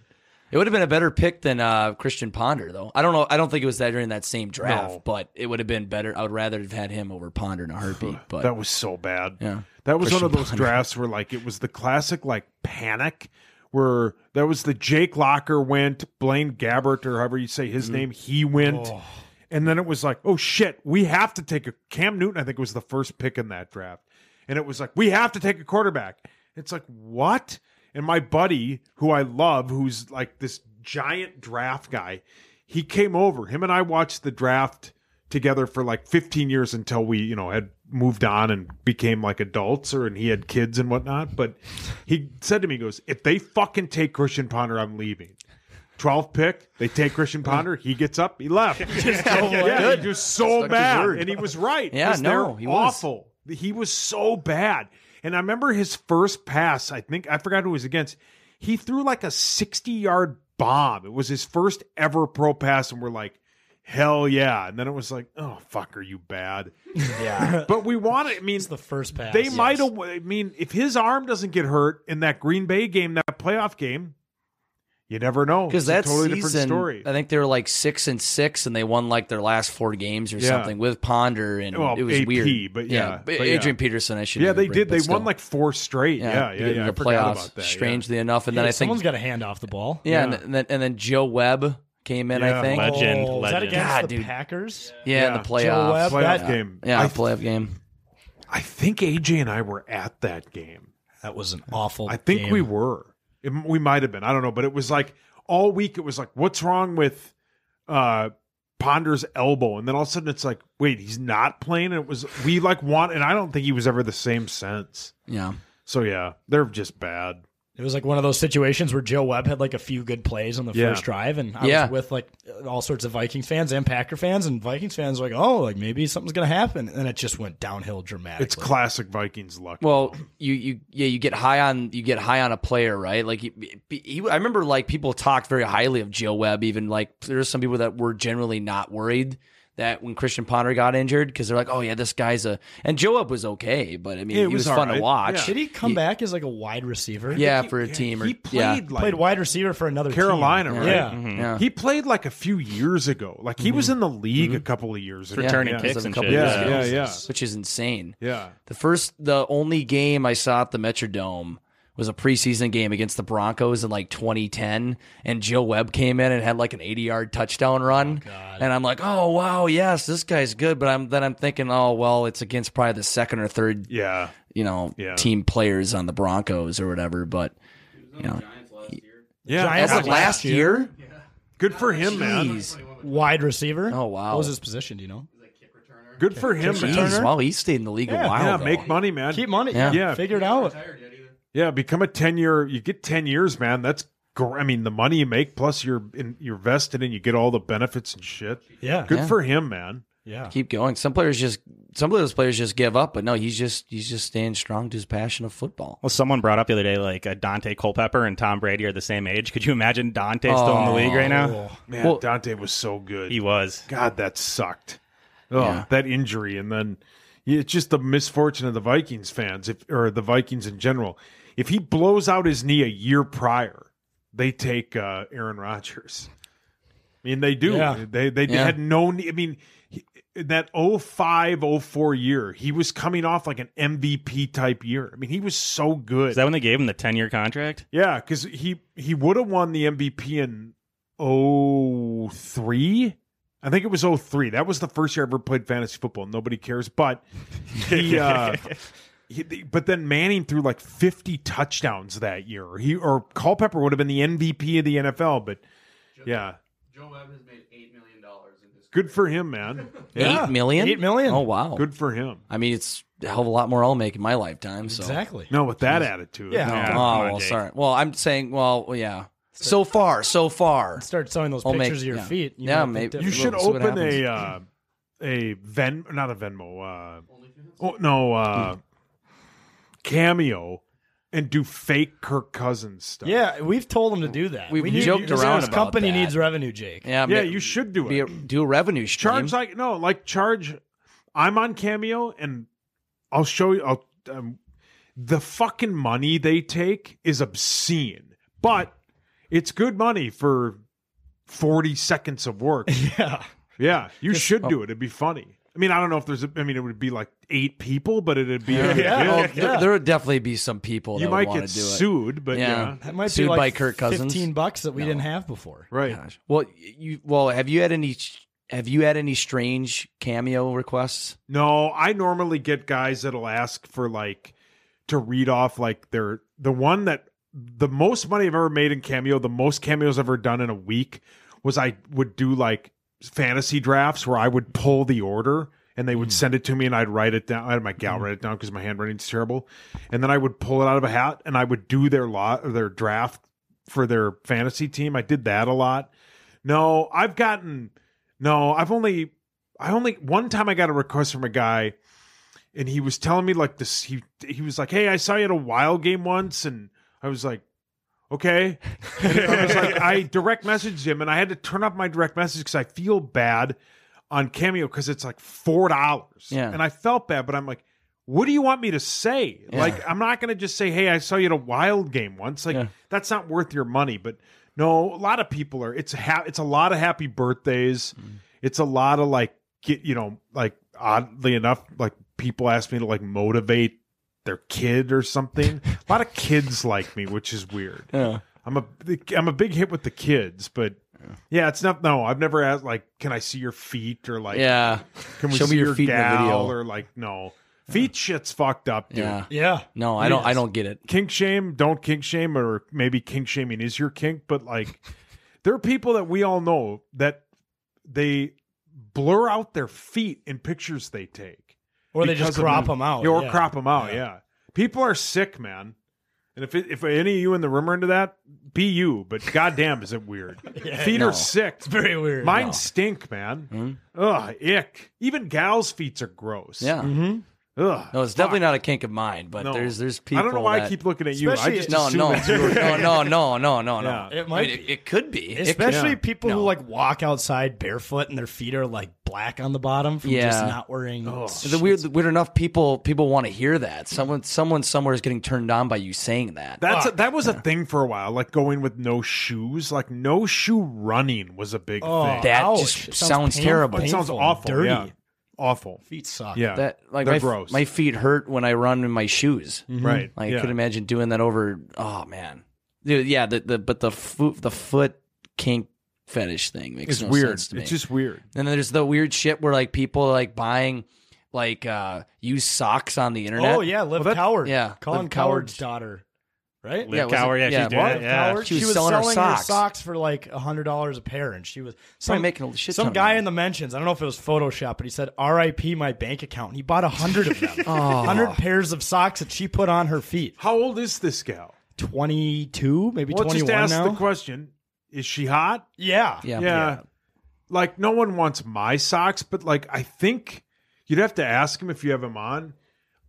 Speaker 14: It would have been a better pick than uh, Christian Ponder, though. I don't know. I don't think it was that during that same draft,
Speaker 10: No.
Speaker 14: but it would have been better. I would rather have had him over Ponder in a heartbeat. But
Speaker 10: that was so bad.
Speaker 14: Yeah.
Speaker 10: That was
Speaker 14: Christian
Speaker 10: one of those
Speaker 14: Ponder.
Speaker 10: drafts where like it was the classic like panic where that was the Jake Locker went, Blaine Gabbert or however you say his
Speaker 14: Mm-hmm.
Speaker 10: name, he went.
Speaker 6: Oh.
Speaker 10: And then it was like, oh shit, we have to take a Cam Newton, I think was the first pick in that draft. And it was like, we have to take a quarterback. It's like, what? And my buddy, who I love, who's like this giant draft guy, he came over. Him and I watched the draft together for like 15 years until we, you know, had moved on and became like adults or and he had kids and whatnot. But he said to me, he goes, if they fucking take Christian Ponder, I'm leaving. 12th pick, they take Christian Ponder. He gets up, he left.
Speaker 6: Just
Speaker 10: yeah,
Speaker 6: go like-
Speaker 10: he was so
Speaker 6: Stuck his
Speaker 10: bad,
Speaker 6: word.
Speaker 10: and he was right.
Speaker 6: Yeah,
Speaker 10: 'cause they're
Speaker 6: no, he was.
Speaker 10: awful. He was so bad, and I remember his first pass. I think I forgot who it was against. He threw like a sixty-yard bomb. It was his first ever pro pass, and we're like, "Hell yeah!" And then it was like, "Oh fuck, are you bad?" Yeah, but we want it. I mean,
Speaker 6: the first pass.
Speaker 10: they might have. I mean, if his arm doesn't get hurt in that Green Bay game, that playoff game, you never know.
Speaker 14: because
Speaker 10: It's a
Speaker 14: that
Speaker 10: totally
Speaker 14: season,
Speaker 10: different story.
Speaker 14: I think they were like six and six, and they won like their last four games or
Speaker 10: Yeah.
Speaker 14: something with Ponder, and
Speaker 10: Well,
Speaker 14: it was
Speaker 10: AP,
Speaker 14: weird.
Speaker 10: but yeah, but yeah.
Speaker 14: Adrian Peterson, I should.
Speaker 10: Yeah,
Speaker 14: give
Speaker 10: they
Speaker 14: a
Speaker 10: did.
Speaker 14: break, but
Speaker 10: They
Speaker 14: still.
Speaker 10: won like four straight. Yeah, yeah,
Speaker 14: in
Speaker 10: yeah.
Speaker 14: The
Speaker 10: I forgot
Speaker 14: playoffs,
Speaker 10: about that, yeah.
Speaker 14: strangely enough, and
Speaker 6: Yeah,
Speaker 14: then I think
Speaker 6: someone's got to hand off the ball.
Speaker 14: Yeah, And, and then and then Joe Webb came in. I think
Speaker 6: Oh, was that against
Speaker 14: God,
Speaker 6: the
Speaker 14: dude.
Speaker 6: Packers?
Speaker 14: Yeah, in the playoffs.
Speaker 6: Joe Webb,
Speaker 10: Playoff
Speaker 6: that-
Speaker 10: game.
Speaker 14: Yeah,
Speaker 10: I-
Speaker 14: playoff game.
Speaker 10: I think AJ and I were at that game.
Speaker 6: That was an awful.
Speaker 10: I think
Speaker 6: game.
Speaker 10: we were. It- we might have been. I don't know, but it was like all week. It was like, what's wrong with uh Ponder's elbow? And then all of a sudden, it's like, wait, he's not playing. And it was we like want, and I don't think he was ever the same since.
Speaker 14: Yeah.
Speaker 10: So yeah, they're just bad.
Speaker 6: It was like one of those situations where Joe Webb had like a few good plays on the
Speaker 10: Yeah.
Speaker 6: first drive, and I
Speaker 10: Yeah.
Speaker 6: was with like all sorts of Viking fans and Packer fans, and Vikings fans were like, oh, like maybe something's gonna happen, and it just went downhill dramatically.
Speaker 10: It's classic Vikings luck.
Speaker 14: Well, you you yeah you get high on you get high on a player, right? Like you, he, I remember like people talked very highly of Joe Webb. Even like there's some people that were generally not worried that when Christian Ponder got injured because they're like, oh yeah, this guy's a and Joe Webb was okay, but I mean he was, fun to watch.
Speaker 6: Did he come back as like a wide receiver?
Speaker 14: Yeah, for a team or
Speaker 10: He
Speaker 14: yeah. Mm-hmm.
Speaker 10: played like
Speaker 6: played wide receiver for another team.
Speaker 10: Carolina, right?
Speaker 6: Yeah.
Speaker 14: Yeah.
Speaker 10: He played like a few years ago. Like he was in the league a couple of years ago.
Speaker 14: Returning
Speaker 10: yeah.
Speaker 14: kicks
Speaker 10: yeah.
Speaker 14: and shit,
Speaker 10: Yeah,
Speaker 14: yeah.
Speaker 10: yeah, yeah.
Speaker 14: which is insane.
Speaker 10: Yeah.
Speaker 14: The first, the only game I saw at the Metrodome was a preseason game against the Broncos in like 2010, and Joe Webb came in and had like an 80 yard touchdown run, and I'm like, oh wow, yes, this guy's good. But I'm then I'm thinking, oh well, it's against probably the second or third,
Speaker 10: yeah,
Speaker 14: you know,
Speaker 10: Yeah.
Speaker 14: team players on the Broncos or whatever. But you know,
Speaker 10: Yeah,
Speaker 14: Giants
Speaker 10: yeah.
Speaker 14: last Last year? year?
Speaker 10: Good for him, man.
Speaker 6: Wide receiver. Oh
Speaker 14: wow.
Speaker 6: What was his position? Do you know?
Speaker 10: Good for him,
Speaker 14: Jeez,
Speaker 10: man.
Speaker 14: wow, he stayed in the league
Speaker 10: yeah,
Speaker 14: a while.
Speaker 10: yeah,
Speaker 14: though.
Speaker 10: make money, man.
Speaker 6: Keep money.
Speaker 10: Yeah,
Speaker 6: Yeah.
Speaker 10: yeah.
Speaker 6: Figure it out.
Speaker 10: become a ten year. You get ten years, man. That's gr- I mean, the money you make plus you're in, you're vested and you get all the benefits and shit.
Speaker 6: Yeah.
Speaker 10: good
Speaker 14: Yeah.
Speaker 10: for him, man.
Speaker 6: Yeah.
Speaker 14: keep going. Some players just some of those players just give up, but no, he's just he's just staying strong to his passion of football.
Speaker 13: Well, someone brought up the other day, like uh, Dante Culpepper and Tom Brady are the same age. Could you imagine Dante still in the league right now?
Speaker 10: Man,
Speaker 13: Well-
Speaker 10: Dante was so good.
Speaker 13: He was.
Speaker 10: God, that sucked. Oh,
Speaker 13: Yeah.
Speaker 10: that injury, and then yeah, it's just the misfortune of the Vikings fans, if or the Vikings in general. If he blows out his knee a year prior, they take uh, Aaron Rodgers. I mean, they do.
Speaker 6: Yeah.
Speaker 10: They they
Speaker 6: Yeah.
Speaker 10: had no. knee- I mean, he- in that 05, 04 year, he was coming off like an MVP type year. I mean, he was so good.
Speaker 13: Is that when they gave him the ten-year contract?
Speaker 10: Yeah, because he he would have won the MVP in oh three. I think it was oh three. That was the first year I ever played fantasy football. Nobody cares, but he, uh, he- but then Manning threw like fifty touchdowns that year. He or Culpepper would have been the MVP of the NFL, but yeah. Joe Webb has made eight million dollars in this. Good for him, man.
Speaker 14: Eight million?
Speaker 6: Eight million.
Speaker 14: Oh wow.
Speaker 10: Good for him.
Speaker 14: I mean it's a hell of a lot more I'll make in my lifetime. So
Speaker 6: Exactly.
Speaker 10: No, with that attitude.
Speaker 14: Yeah.
Speaker 10: no.
Speaker 14: Oh well, sorry. Well, I'm saying well yeah. So far, so far.
Speaker 6: Start selling those
Speaker 14: I'll make-
Speaker 6: pictures of your
Speaker 14: yeah.
Speaker 6: feet.
Speaker 14: Yeah,
Speaker 6: might think
Speaker 14: maybe.
Speaker 10: You
Speaker 6: different.
Speaker 10: should
Speaker 14: We'll see what
Speaker 10: open a uh,
Speaker 14: happens.
Speaker 10: a Ven not a Venmo. Uh, oh no, uh, cameo, and do fake Kirk Cousins stuff.
Speaker 6: Yeah, we've told him to do that.
Speaker 10: We've
Speaker 6: We need-
Speaker 10: joked
Speaker 6: this
Speaker 10: around about
Speaker 6: company
Speaker 10: that.
Speaker 6: needs revenue, Jake.
Speaker 14: Yeah,
Speaker 10: yeah,
Speaker 14: ma-
Speaker 10: you should do
Speaker 14: be
Speaker 10: it.
Speaker 14: a- do a revenue stream.
Speaker 10: charge like no, like charge. I'm on cameo, and I'll show you. I'll um, the fucking money they take is obscene, but it's good money for forty seconds of work.
Speaker 6: Yeah.
Speaker 10: Yeah, you should do it. It'd be funny. I mean, I don't know if there's. A, I mean, it would be like eight people, but it'd be.
Speaker 14: Yeah.
Speaker 10: it'd be
Speaker 14: Well,
Speaker 10: good.
Speaker 14: there- There would definitely be some people
Speaker 10: You
Speaker 14: that
Speaker 10: might
Speaker 14: would wanna
Speaker 10: get
Speaker 14: do it.
Speaker 10: sued, but yeah.
Speaker 6: That might
Speaker 14: sued
Speaker 6: be like
Speaker 14: by Kirk Cousins.
Speaker 6: fifteen bucks that we didn't have before.
Speaker 10: Right.
Speaker 14: Well, you well have you had any have you had any strange cameo requests?
Speaker 10: No, I normally get guys that'll ask for like to read off like their the one that the most money I've ever made in cameo, the most cameos I've ever done in a week was I would do like fantasy drafts where I would pull the order and they would send it to me and I'd write it down. I had my gal write it down because my handwriting's terrible, and then I would pull it out of a hat and I would do their lot their draft for their fantasy team. I did that a lot. No, I've gotten no, I've only I only one time I got a request from a guy and he was telling me like this he he was like, "Hey, I saw you at a wild game once." And I was like, "Okay." And I was like I direct messaged him and I had to turn off my direct message cuz I feel bad on Cameo cuz it's like $4.
Speaker 14: Yeah.
Speaker 10: And I felt bad, but I'm like what do you want me to say?
Speaker 14: Yeah.
Speaker 10: Like, I'm not going to just say, "Hey, I saw you at a wild game once." Like, that's not worth your money. But no, a lot of people are. It's ha- it's a lot of happy birthdays.
Speaker 14: Mm.
Speaker 10: It's a lot of like get you know like oddly enough, like people ask me to like motivate their kid or something. a lot of kids like me, which is weird.
Speaker 14: Yeah.
Speaker 10: I'm a I'm a big hit with the kids, but. Yeah, it's not. No, I've never asked. Like, can I see your feet or like?
Speaker 14: Yeah.
Speaker 10: can we
Speaker 14: Show me
Speaker 10: see
Speaker 14: your
Speaker 10: your,
Speaker 14: feet in the
Speaker 10: gal
Speaker 14: video.
Speaker 10: or like? No, feet shit's fucked up, dude.
Speaker 14: Yeah. Yeah. No, I
Speaker 10: It
Speaker 14: don't-
Speaker 10: is.
Speaker 14: I don't get it.
Speaker 10: Kink shame, don't kink shame, or maybe kink shaming is your kink, but like there are people that we all know that they blur out their feet in pictures they take,
Speaker 6: Or they just
Speaker 10: because of
Speaker 6: crop 'em out,
Speaker 10: or
Speaker 6: yeah.
Speaker 10: crop them out. Yeah. people are sick, man. And if it, if any of you in the room are into that, be you. But goddamn, is it weird?
Speaker 6: Yeah.
Speaker 10: feet
Speaker 6: No.
Speaker 10: are sick. It's
Speaker 6: very weird.
Speaker 10: Mine
Speaker 6: No.
Speaker 10: stink, man. Ugh, ick. Even gals' feet are gross.
Speaker 14: Hmm? Yeah.
Speaker 10: Mm-hmm. Ugh,
Speaker 14: no, it's definitely not a kink of mine, but there's there's people.
Speaker 10: I don't know why I
Speaker 14: that-
Speaker 10: keep looking at you. I just
Speaker 14: no,
Speaker 10: assume
Speaker 14: no,
Speaker 10: it's yours.
Speaker 14: no, no, no, no, no, no.
Speaker 10: Yeah.
Speaker 6: It might
Speaker 14: Uh, I mean, it, it could be, It could-
Speaker 6: Especially people who like walk outside barefoot and their feet are like black on the bottom from just
Speaker 14: Yeah.
Speaker 6: not wearing.
Speaker 14: The weird, the weird enough people people want to hear that. Someone, someone somewhere is getting turned on by you saying that.
Speaker 10: That's a, that was a thing for a while, like going with no shoes, like no shoe running was a big
Speaker 14: Oh,
Speaker 10: thing.
Speaker 14: That ouch. just Sounds sounds painful, terrible.
Speaker 10: It sounds
Speaker 14: painful,
Speaker 10: awful.
Speaker 14: dirty.
Speaker 10: yeah. Awful.
Speaker 6: Feet suck.
Speaker 10: Yeah,
Speaker 14: that like
Speaker 10: they're
Speaker 14: my, f-
Speaker 10: gross.
Speaker 14: my feet hurt when I run in my shoes.
Speaker 10: Mhm. Right,
Speaker 14: Like
Speaker 10: yeah.
Speaker 14: I could imagine doing that over. Oh man, Dude, yeah. The, the but the foot the foot kink fetish thing makes
Speaker 10: It's
Speaker 14: no
Speaker 10: weird.
Speaker 14: sense to me.
Speaker 10: It's just weird.
Speaker 14: And then there's the weird shit where like people are like buying like uh used socks on the internet.
Speaker 6: Oh yeah, Liv Coward.
Speaker 14: Yeah,
Speaker 6: Colin
Speaker 14: Liv Coward.
Speaker 6: Coward's daughter, right?
Speaker 14: Liv Yeah, was it- Coward, yeah, yeah. she's doing
Speaker 6: Liv
Speaker 14: it, yeah.
Speaker 6: Coward,
Speaker 14: She
Speaker 6: She
Speaker 14: was
Speaker 6: was,
Speaker 14: selling her socks.
Speaker 6: for like hundred dollars a pair, and she was
Speaker 14: Probably
Speaker 6: some,
Speaker 14: making a shit ton
Speaker 6: some
Speaker 14: of
Speaker 6: guy in the mentions. I don't know if it was Photoshop, but he said "R.I.P. my bank account." And he bought hundred of them,
Speaker 14: Oh.
Speaker 6: hundred pairs of socks that she put on her feet.
Speaker 10: How old is this gal?
Speaker 6: Twenty-two, maybe
Speaker 10: Well, just
Speaker 6: twenty-one
Speaker 10: ask
Speaker 6: now.
Speaker 10: the question: Is she hot?
Speaker 6: Yeah.
Speaker 10: yeah,
Speaker 6: Yeah.
Speaker 10: yeah. Like no one wants my socks, but like I think you'd have to ask him if you have him on.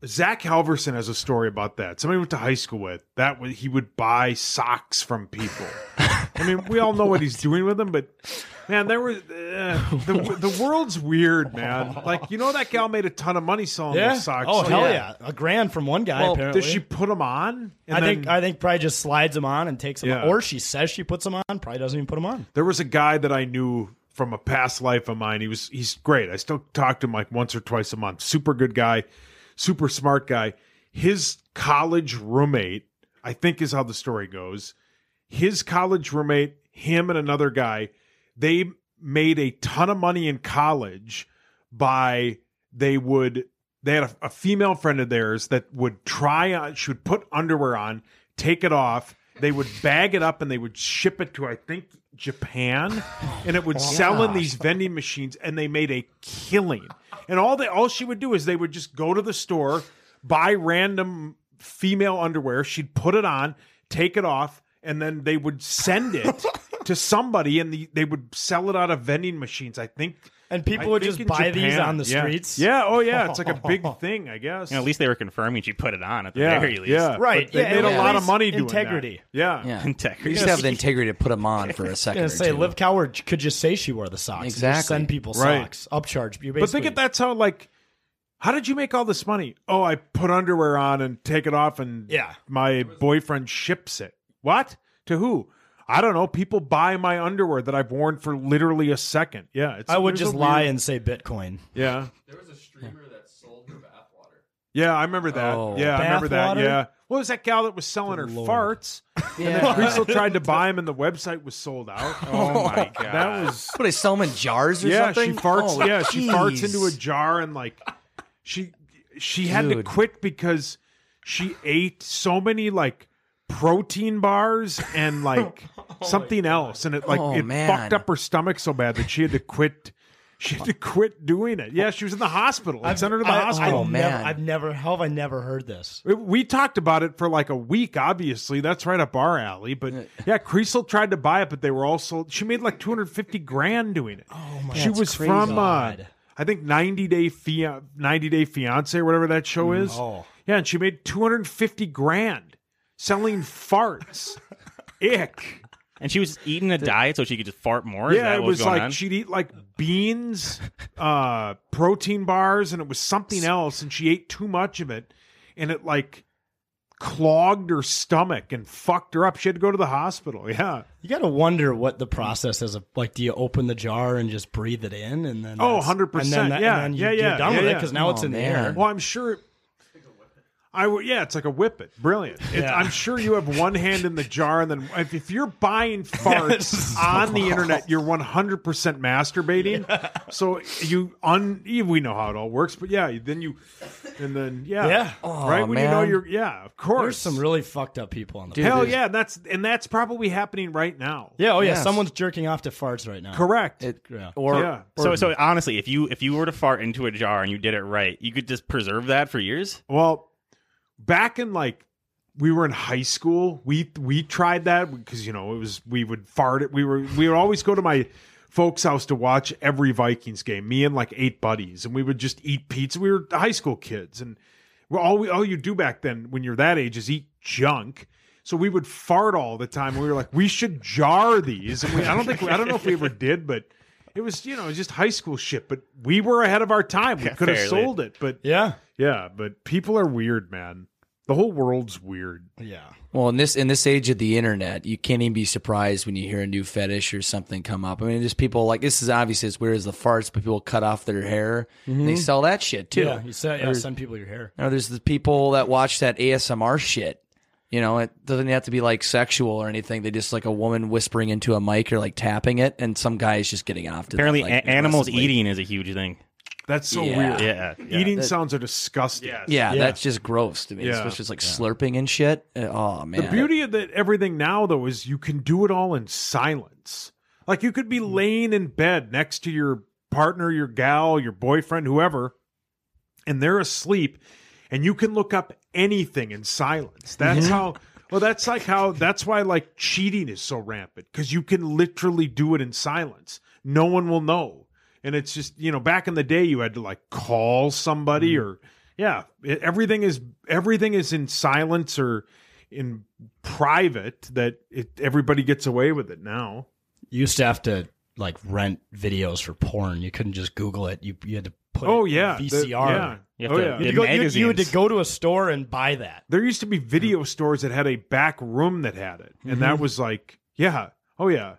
Speaker 10: Zach Halverson has a story about that. Somebody went to high school with that. was- He would buy socks from people. I mean, we all know what, he's doing with them, but man, there was uh, the the world's weird, man. Like you know, that gal made a ton of money selling
Speaker 6: Yeah.
Speaker 10: those socks.
Speaker 6: Oh
Speaker 10: Like,
Speaker 6: hell yeah. a grand from one guy.
Speaker 10: Well,
Speaker 6: apparently,
Speaker 10: does she put them on? And
Speaker 6: I think
Speaker 10: then-
Speaker 6: I think probably just slides them on and takes them,
Speaker 10: Yeah.
Speaker 6: or she says she puts them on. Probably doesn't even put them on.
Speaker 10: There was a guy that I knew from a past life of mine. He was he's great. I still talk to him like once or twice a month. Super good guy, super smart guy. His college roommate, I think is how the story goes. His college roommate, him and another guy, they made a ton of money in college by they would they had a, a female friend of theirs that would try on she would put underwear on take it off they would bag it up and they would ship it to i think japan and it would sell in these vending machines and they made a killing and all they all she would do is they would just go to the store buy random female underwear she'd put it on take it off and then they would send it to somebody and the, they would sell it out of vending machines i think
Speaker 6: And people
Speaker 10: I
Speaker 6: would
Speaker 10: think
Speaker 6: just
Speaker 10: in
Speaker 6: buy these on the
Speaker 10: yeah.
Speaker 6: streets?
Speaker 10: yeah oh yeah it's like a big thing i guess
Speaker 15: And at least they were confirming she put it on at the
Speaker 10: Yeah,
Speaker 15: very least.
Speaker 10: yeah. Right, But they yeah, made at a lot of least money doing that.
Speaker 6: Integrity.
Speaker 10: Yeah.
Speaker 14: Yeah.
Speaker 15: Integrity.
Speaker 14: You just have the integrity to put them on for a
Speaker 6: I was
Speaker 14: second.
Speaker 6: gonna
Speaker 14: or
Speaker 6: say,
Speaker 14: two.
Speaker 6: Liv Coward could just say she wore the socks. and just
Speaker 14: Exactly.
Speaker 6: send people
Speaker 14: Right.
Speaker 6: socks. Upcharge. You
Speaker 10: but think
Speaker 6: basically-
Speaker 10: if that's how like how did you make all this money oh i put underwear on and take it off and
Speaker 6: Yeah.
Speaker 10: my boyfriend ships it what to who i don't know people buy my underwear that i've worn for literally a second yeah it's,
Speaker 6: I would
Speaker 10: there's
Speaker 6: just
Speaker 10: a
Speaker 6: lie
Speaker 10: weird-
Speaker 6: and say Bitcoin.
Speaker 10: yeah there was a streamer that sold her bathwater yeah i remember that
Speaker 6: Oh.
Speaker 10: yeah i remember that
Speaker 6: Bathwater?
Speaker 10: yeah what was that gal that was selling her farts and
Speaker 14: Yeah.
Speaker 10: then Priestel tried to buy him and the website was sold out
Speaker 14: Oh my
Speaker 10: god that was
Speaker 14: What, they sell 'em in jars or
Speaker 10: yeah,
Speaker 14: something?
Speaker 10: she farts.
Speaker 14: Oh,
Speaker 10: yeah, she farts
Speaker 14: jeez.
Speaker 10: into a jar and like she she had to
Speaker 14: Dude.
Speaker 10: quit because she ate so many like protein bars and
Speaker 6: Oh
Speaker 10: like something else, and it like
Speaker 14: Oh,
Speaker 10: it
Speaker 14: man.
Speaker 10: fucked up her stomach so bad that she had to quit. She had to quit doing it. Yeah, she was in the hospital. I sent her to the
Speaker 6: I-
Speaker 10: hospital.
Speaker 6: I've never- I've never. How have I never heard this?
Speaker 10: We- We talked about it for like a week. Obviously, that's right up our alley. But yeah, Creasel tried to buy it, but they were all sold. She made like two hundred fifty grand doing it. Oh
Speaker 6: my
Speaker 10: She
Speaker 6: That's
Speaker 10: was
Speaker 6: crazy.
Speaker 10: from uh,
Speaker 6: God.
Speaker 10: I think ninety day fia- ninety day fiance or whatever that show is.
Speaker 6: Oh.
Speaker 10: yeah, and she made two hundred fifty grand selling farts. Ick.
Speaker 15: And she was eating a diet so she could just fart more. Is
Speaker 10: yeah,
Speaker 15: that
Speaker 10: it
Speaker 15: what was
Speaker 10: was
Speaker 15: going
Speaker 10: like
Speaker 15: on?
Speaker 10: she'd eat like beans, uh, protein bars, and it was something else, and she ate too much of it, and it like clogged her stomach and fucked her up. She had to go to the hospital. Yeah.
Speaker 6: You got to wonder what the process is. Of, like, do you open the jar and just breathe it in, and then
Speaker 10: Oh,
Speaker 6: that's-
Speaker 10: 100
Speaker 6: and
Speaker 10: percent.
Speaker 6: then that-
Speaker 10: Yeah,
Speaker 6: and then you,
Speaker 10: yeah, yeah.
Speaker 6: You're done
Speaker 10: yeah,
Speaker 6: with it
Speaker 10: yeah. Oh,
Speaker 6: because now it's in the air.
Speaker 10: Well, I'm sure. It, I would. Yeah, it's like a whip it. Brilliant. It- I'm sure you have one hand in the jar, and then if, if you're buying farts on the internet, you're 100 percent masturbating. So you un. We know how it all works, but yeah, then you, and then yeah,
Speaker 6: Yeah.
Speaker 10: right
Speaker 6: Aw,
Speaker 10: when you know
Speaker 6: man.
Speaker 10: you're yeah, of course.
Speaker 6: There's some really fucked up people on the
Speaker 10: Hell
Speaker 6: planet.
Speaker 10: yeah, that's and that's probably happening right now.
Speaker 6: yeah, oh yeah. Someone's jerking off to farts right now.
Speaker 10: Correct.
Speaker 6: Yeah.
Speaker 10: Or- Yeah.
Speaker 15: so so honestly, if you if you were to fart into a jar and you did it right, you could just preserve that for years.
Speaker 10: Well, back in like we were in high school, we we tried that because you know it was we would fart it. We were we would always go to my folks' house to watch every Vikings game. Me and like eight buddies, and we would just eat pizza. We were high school kids, and well, all we, all you do back then when you're that age is eat junk. So we would fart all the time. We were like, we should jar these. And we, I don't think I don't know if we ever did, but it was you know just high school shit. But we were ahead of our time. We
Speaker 15: Yeah,
Speaker 10: could have
Speaker 15: fairly.
Speaker 10: sold it, but
Speaker 6: yeah,
Speaker 10: yeah. But people are weird, man. The whole world's weird.
Speaker 6: Yeah.
Speaker 14: Well, in this in this age of the internet, you can't even be surprised when you hear a new fetish or something come up. I mean, just people like this is obviously as weird as the farts, but people cut off their hair
Speaker 10: Mm-hmm.
Speaker 14: and they
Speaker 6: Mhm.
Speaker 14: sell that shit too.
Speaker 6: Yeah, you sell- yeah,
Speaker 14: Or-
Speaker 6: send people your hair.
Speaker 14: Or there's the people that watch that ASMR shit. You know, it doesn't have to be like sexual or anything. They just like a woman whispering into a mic or like tapping it, and some guy is just getting off to
Speaker 15: Apparently,
Speaker 14: that,
Speaker 15: a-
Speaker 14: like,
Speaker 15: animals
Speaker 14: aggressively.
Speaker 15: eating is a huge thing.
Speaker 10: That's so
Speaker 14: Yeah.
Speaker 10: weird.
Speaker 14: Yeah, yeah.
Speaker 10: Eating
Speaker 14: That-
Speaker 10: sounds are disgusting.
Speaker 14: Yeah, that's just gross to me.
Speaker 10: Yeah.
Speaker 14: Especially just like slurping and shit. Uh, Oh man,
Speaker 10: The beauty of that everything now though is you can do it all in silence. Like you could be laying in bed next to your partner, your gal, your boyfriend, whoever, and they're asleep, and you can look up anything in silence. That's
Speaker 1: Mhm.
Speaker 10: how. Well, that's like how. That's why like cheating is so rampant because you can literally do it in silence. No one will know, and it's just you know back in the day you had to like call somebody or yeah it- everything is everything is in silence or in private that it everybody gets away with it now.
Speaker 6: You used to have to like rent videos for porn. You couldn't just Google it. You you had to put
Speaker 10: Oh,
Speaker 6: it in
Speaker 10: yeah. The-
Speaker 6: VCR.
Speaker 10: yeah. You have Oh, to-
Speaker 6: You,
Speaker 10: yeah. the
Speaker 6: had to go, you- you had
Speaker 10: magazines.
Speaker 6: to go Mm-hmm. to a store and buy that.
Speaker 10: There used to be video stores that had a back room that had it, and that
Speaker 6: Mhm.
Speaker 10: was like, yeah, oh yeah,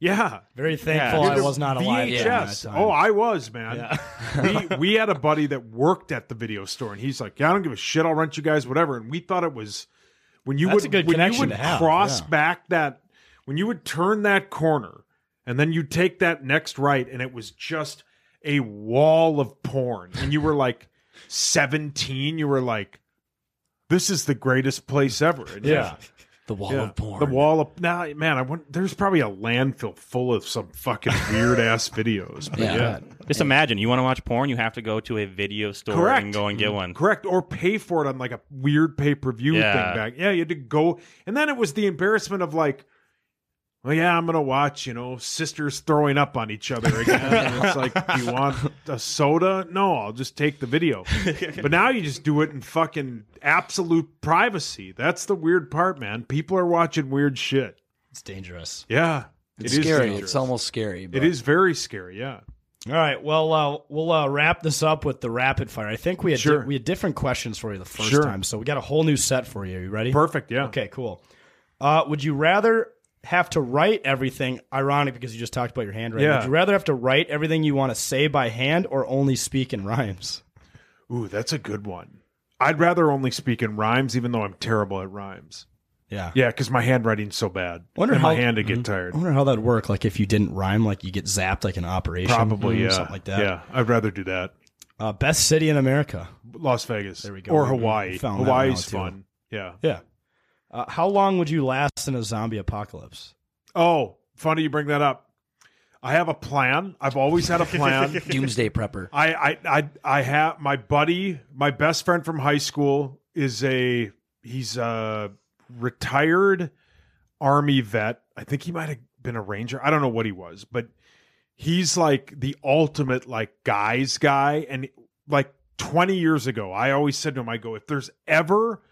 Speaker 10: yeah.
Speaker 6: Very thankful I was not alive during that
Speaker 10: VHS.
Speaker 6: time.
Speaker 10: Oh, I was man. we we had a buddy that worked at the video store, and he's like, yeah, I don't give a shit. I'll rent you guys whatever. And we thought it was when you
Speaker 6: That's
Speaker 10: would
Speaker 6: a good
Speaker 10: when you
Speaker 6: connection
Speaker 10: would
Speaker 6: to have,
Speaker 10: cross
Speaker 6: yeah.
Speaker 10: back that when you would turn that corner, and then you take that next right, and it was just a wall of porn, and you were like seventeen. You were like this is the greatest place ever. And
Speaker 14: Yeah. The wall of porn.
Speaker 10: The wall of now, man. I want. There's probably a landfill full of some fucking weird ass videos. But yeah.
Speaker 15: Just imagine you want to watch porn, you have to go to a video store
Speaker 10: Correct. Mm,
Speaker 15: and go and get one.
Speaker 10: Correct. Or pay for it on like a weird pay per view
Speaker 15: Yeah.
Speaker 10: thing back. Yeah, you had to go, and then it was the embarrassment of like. Well, yeah, I'm gonna watch. You know, sisters throwing up on each other again. And it's like, do you want a soda? No, I'll just take the video. But now you just do it in fucking absolute privacy. That's the weird part, man. People are watching weird shit.
Speaker 6: It's dangerous.
Speaker 10: Yeah.
Speaker 14: It's
Speaker 10: it is
Speaker 14: scary.
Speaker 10: dangerous.
Speaker 14: It's almost scary. But
Speaker 10: It is very scary, yeah.
Speaker 6: All right. Well, uh, we'll uh, wrap this up with the rapid fire. I think we had
Speaker 10: Sure.
Speaker 6: we had different questions for you the first
Speaker 10: Sure.
Speaker 6: time, so we got a whole new set for you. You ready?
Speaker 10: Perfect. Yeah.
Speaker 6: Okay. Cool. Uh, would you rather have to write everything? Ironic because you just talked about your handwriting.
Speaker 10: Yeah.
Speaker 6: Would you rather have to write everything you want to say by hand or only speak in rhymes?
Speaker 10: Ooh, that's a good one. I'd rather only speak in rhymes, even though I'm terrible at rhymes.
Speaker 6: Yeah.
Speaker 10: Yeah, because my handwriting's so bad.
Speaker 6: Wonder
Speaker 10: and
Speaker 6: how mm-hmm.
Speaker 10: my hand would get tired.
Speaker 6: I wonder how that'd work. Like if you didn't rhyme, like you get zapped, like an operation,
Speaker 10: Probably,
Speaker 6: or
Speaker 10: yeah.
Speaker 6: something like that.
Speaker 10: Yeah, I'd rather do that.
Speaker 6: Uh, best city in America.
Speaker 10: Las Vegas. There we
Speaker 6: go.
Speaker 10: Or
Speaker 6: We- we
Speaker 10: Hawaii.
Speaker 6: found that one
Speaker 10: Hawaii's
Speaker 6: out, too.
Speaker 10: fun. Yeah.
Speaker 6: Yeah. Uh, how long would you last in a zombie apocalypse?
Speaker 10: Oh, funny you bring that up. I have a plan. I've always had a plan.
Speaker 14: Doomsday prepper.
Speaker 10: I, I I I have my buddy, my best friend from high school is a he's a retired army vet. I think he might have been a ranger. I don't know what he was, but he's like the ultimate like guys guy and like 20 years ago, I always said to him I go if there's ever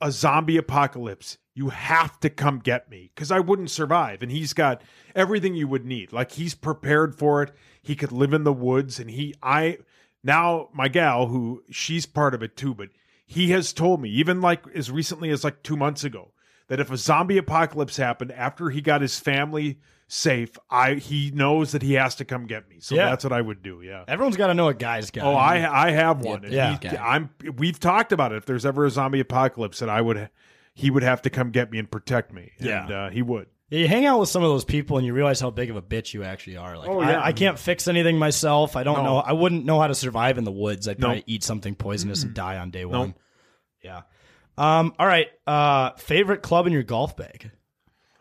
Speaker 10: a zombie apocalypse, you have to come get me because I wouldn't survive. And he's got everything you would need. Like he's prepared for it. He could live in the woods. And he, I, now my gal, who she's part of it too, but he has told me, even like as recently as like two months ago, that if a zombie apocalypse happened after he got his family safe, I he knows that he has to come get me. So
Speaker 6: Yeah.
Speaker 10: that's what I would do. Yeah.
Speaker 6: Everyone's got to know a guy's guy.
Speaker 10: Oh, I I have one. And
Speaker 6: Yeah.
Speaker 10: he- I'm. We've talked about it. If there's ever a zombie apocalypse, that I would, he would have to come get me and protect me.
Speaker 6: Yeah.
Speaker 10: and, uh, he would.
Speaker 6: Yeah, you hang out with some of those people and you realize how big of a bitch you actually are. Like,
Speaker 10: Oh,
Speaker 6: I-
Speaker 10: yeah.
Speaker 6: I, can't fix anything myself. I don't
Speaker 10: No.
Speaker 6: know. I wouldn't know how to survive in the woods. I'd
Speaker 10: Nope.
Speaker 6: probably eat something poisonous and die on day
Speaker 10: Nope.
Speaker 6: one. Yeah. Um. All right. Uh. Favorite club in your golf bag?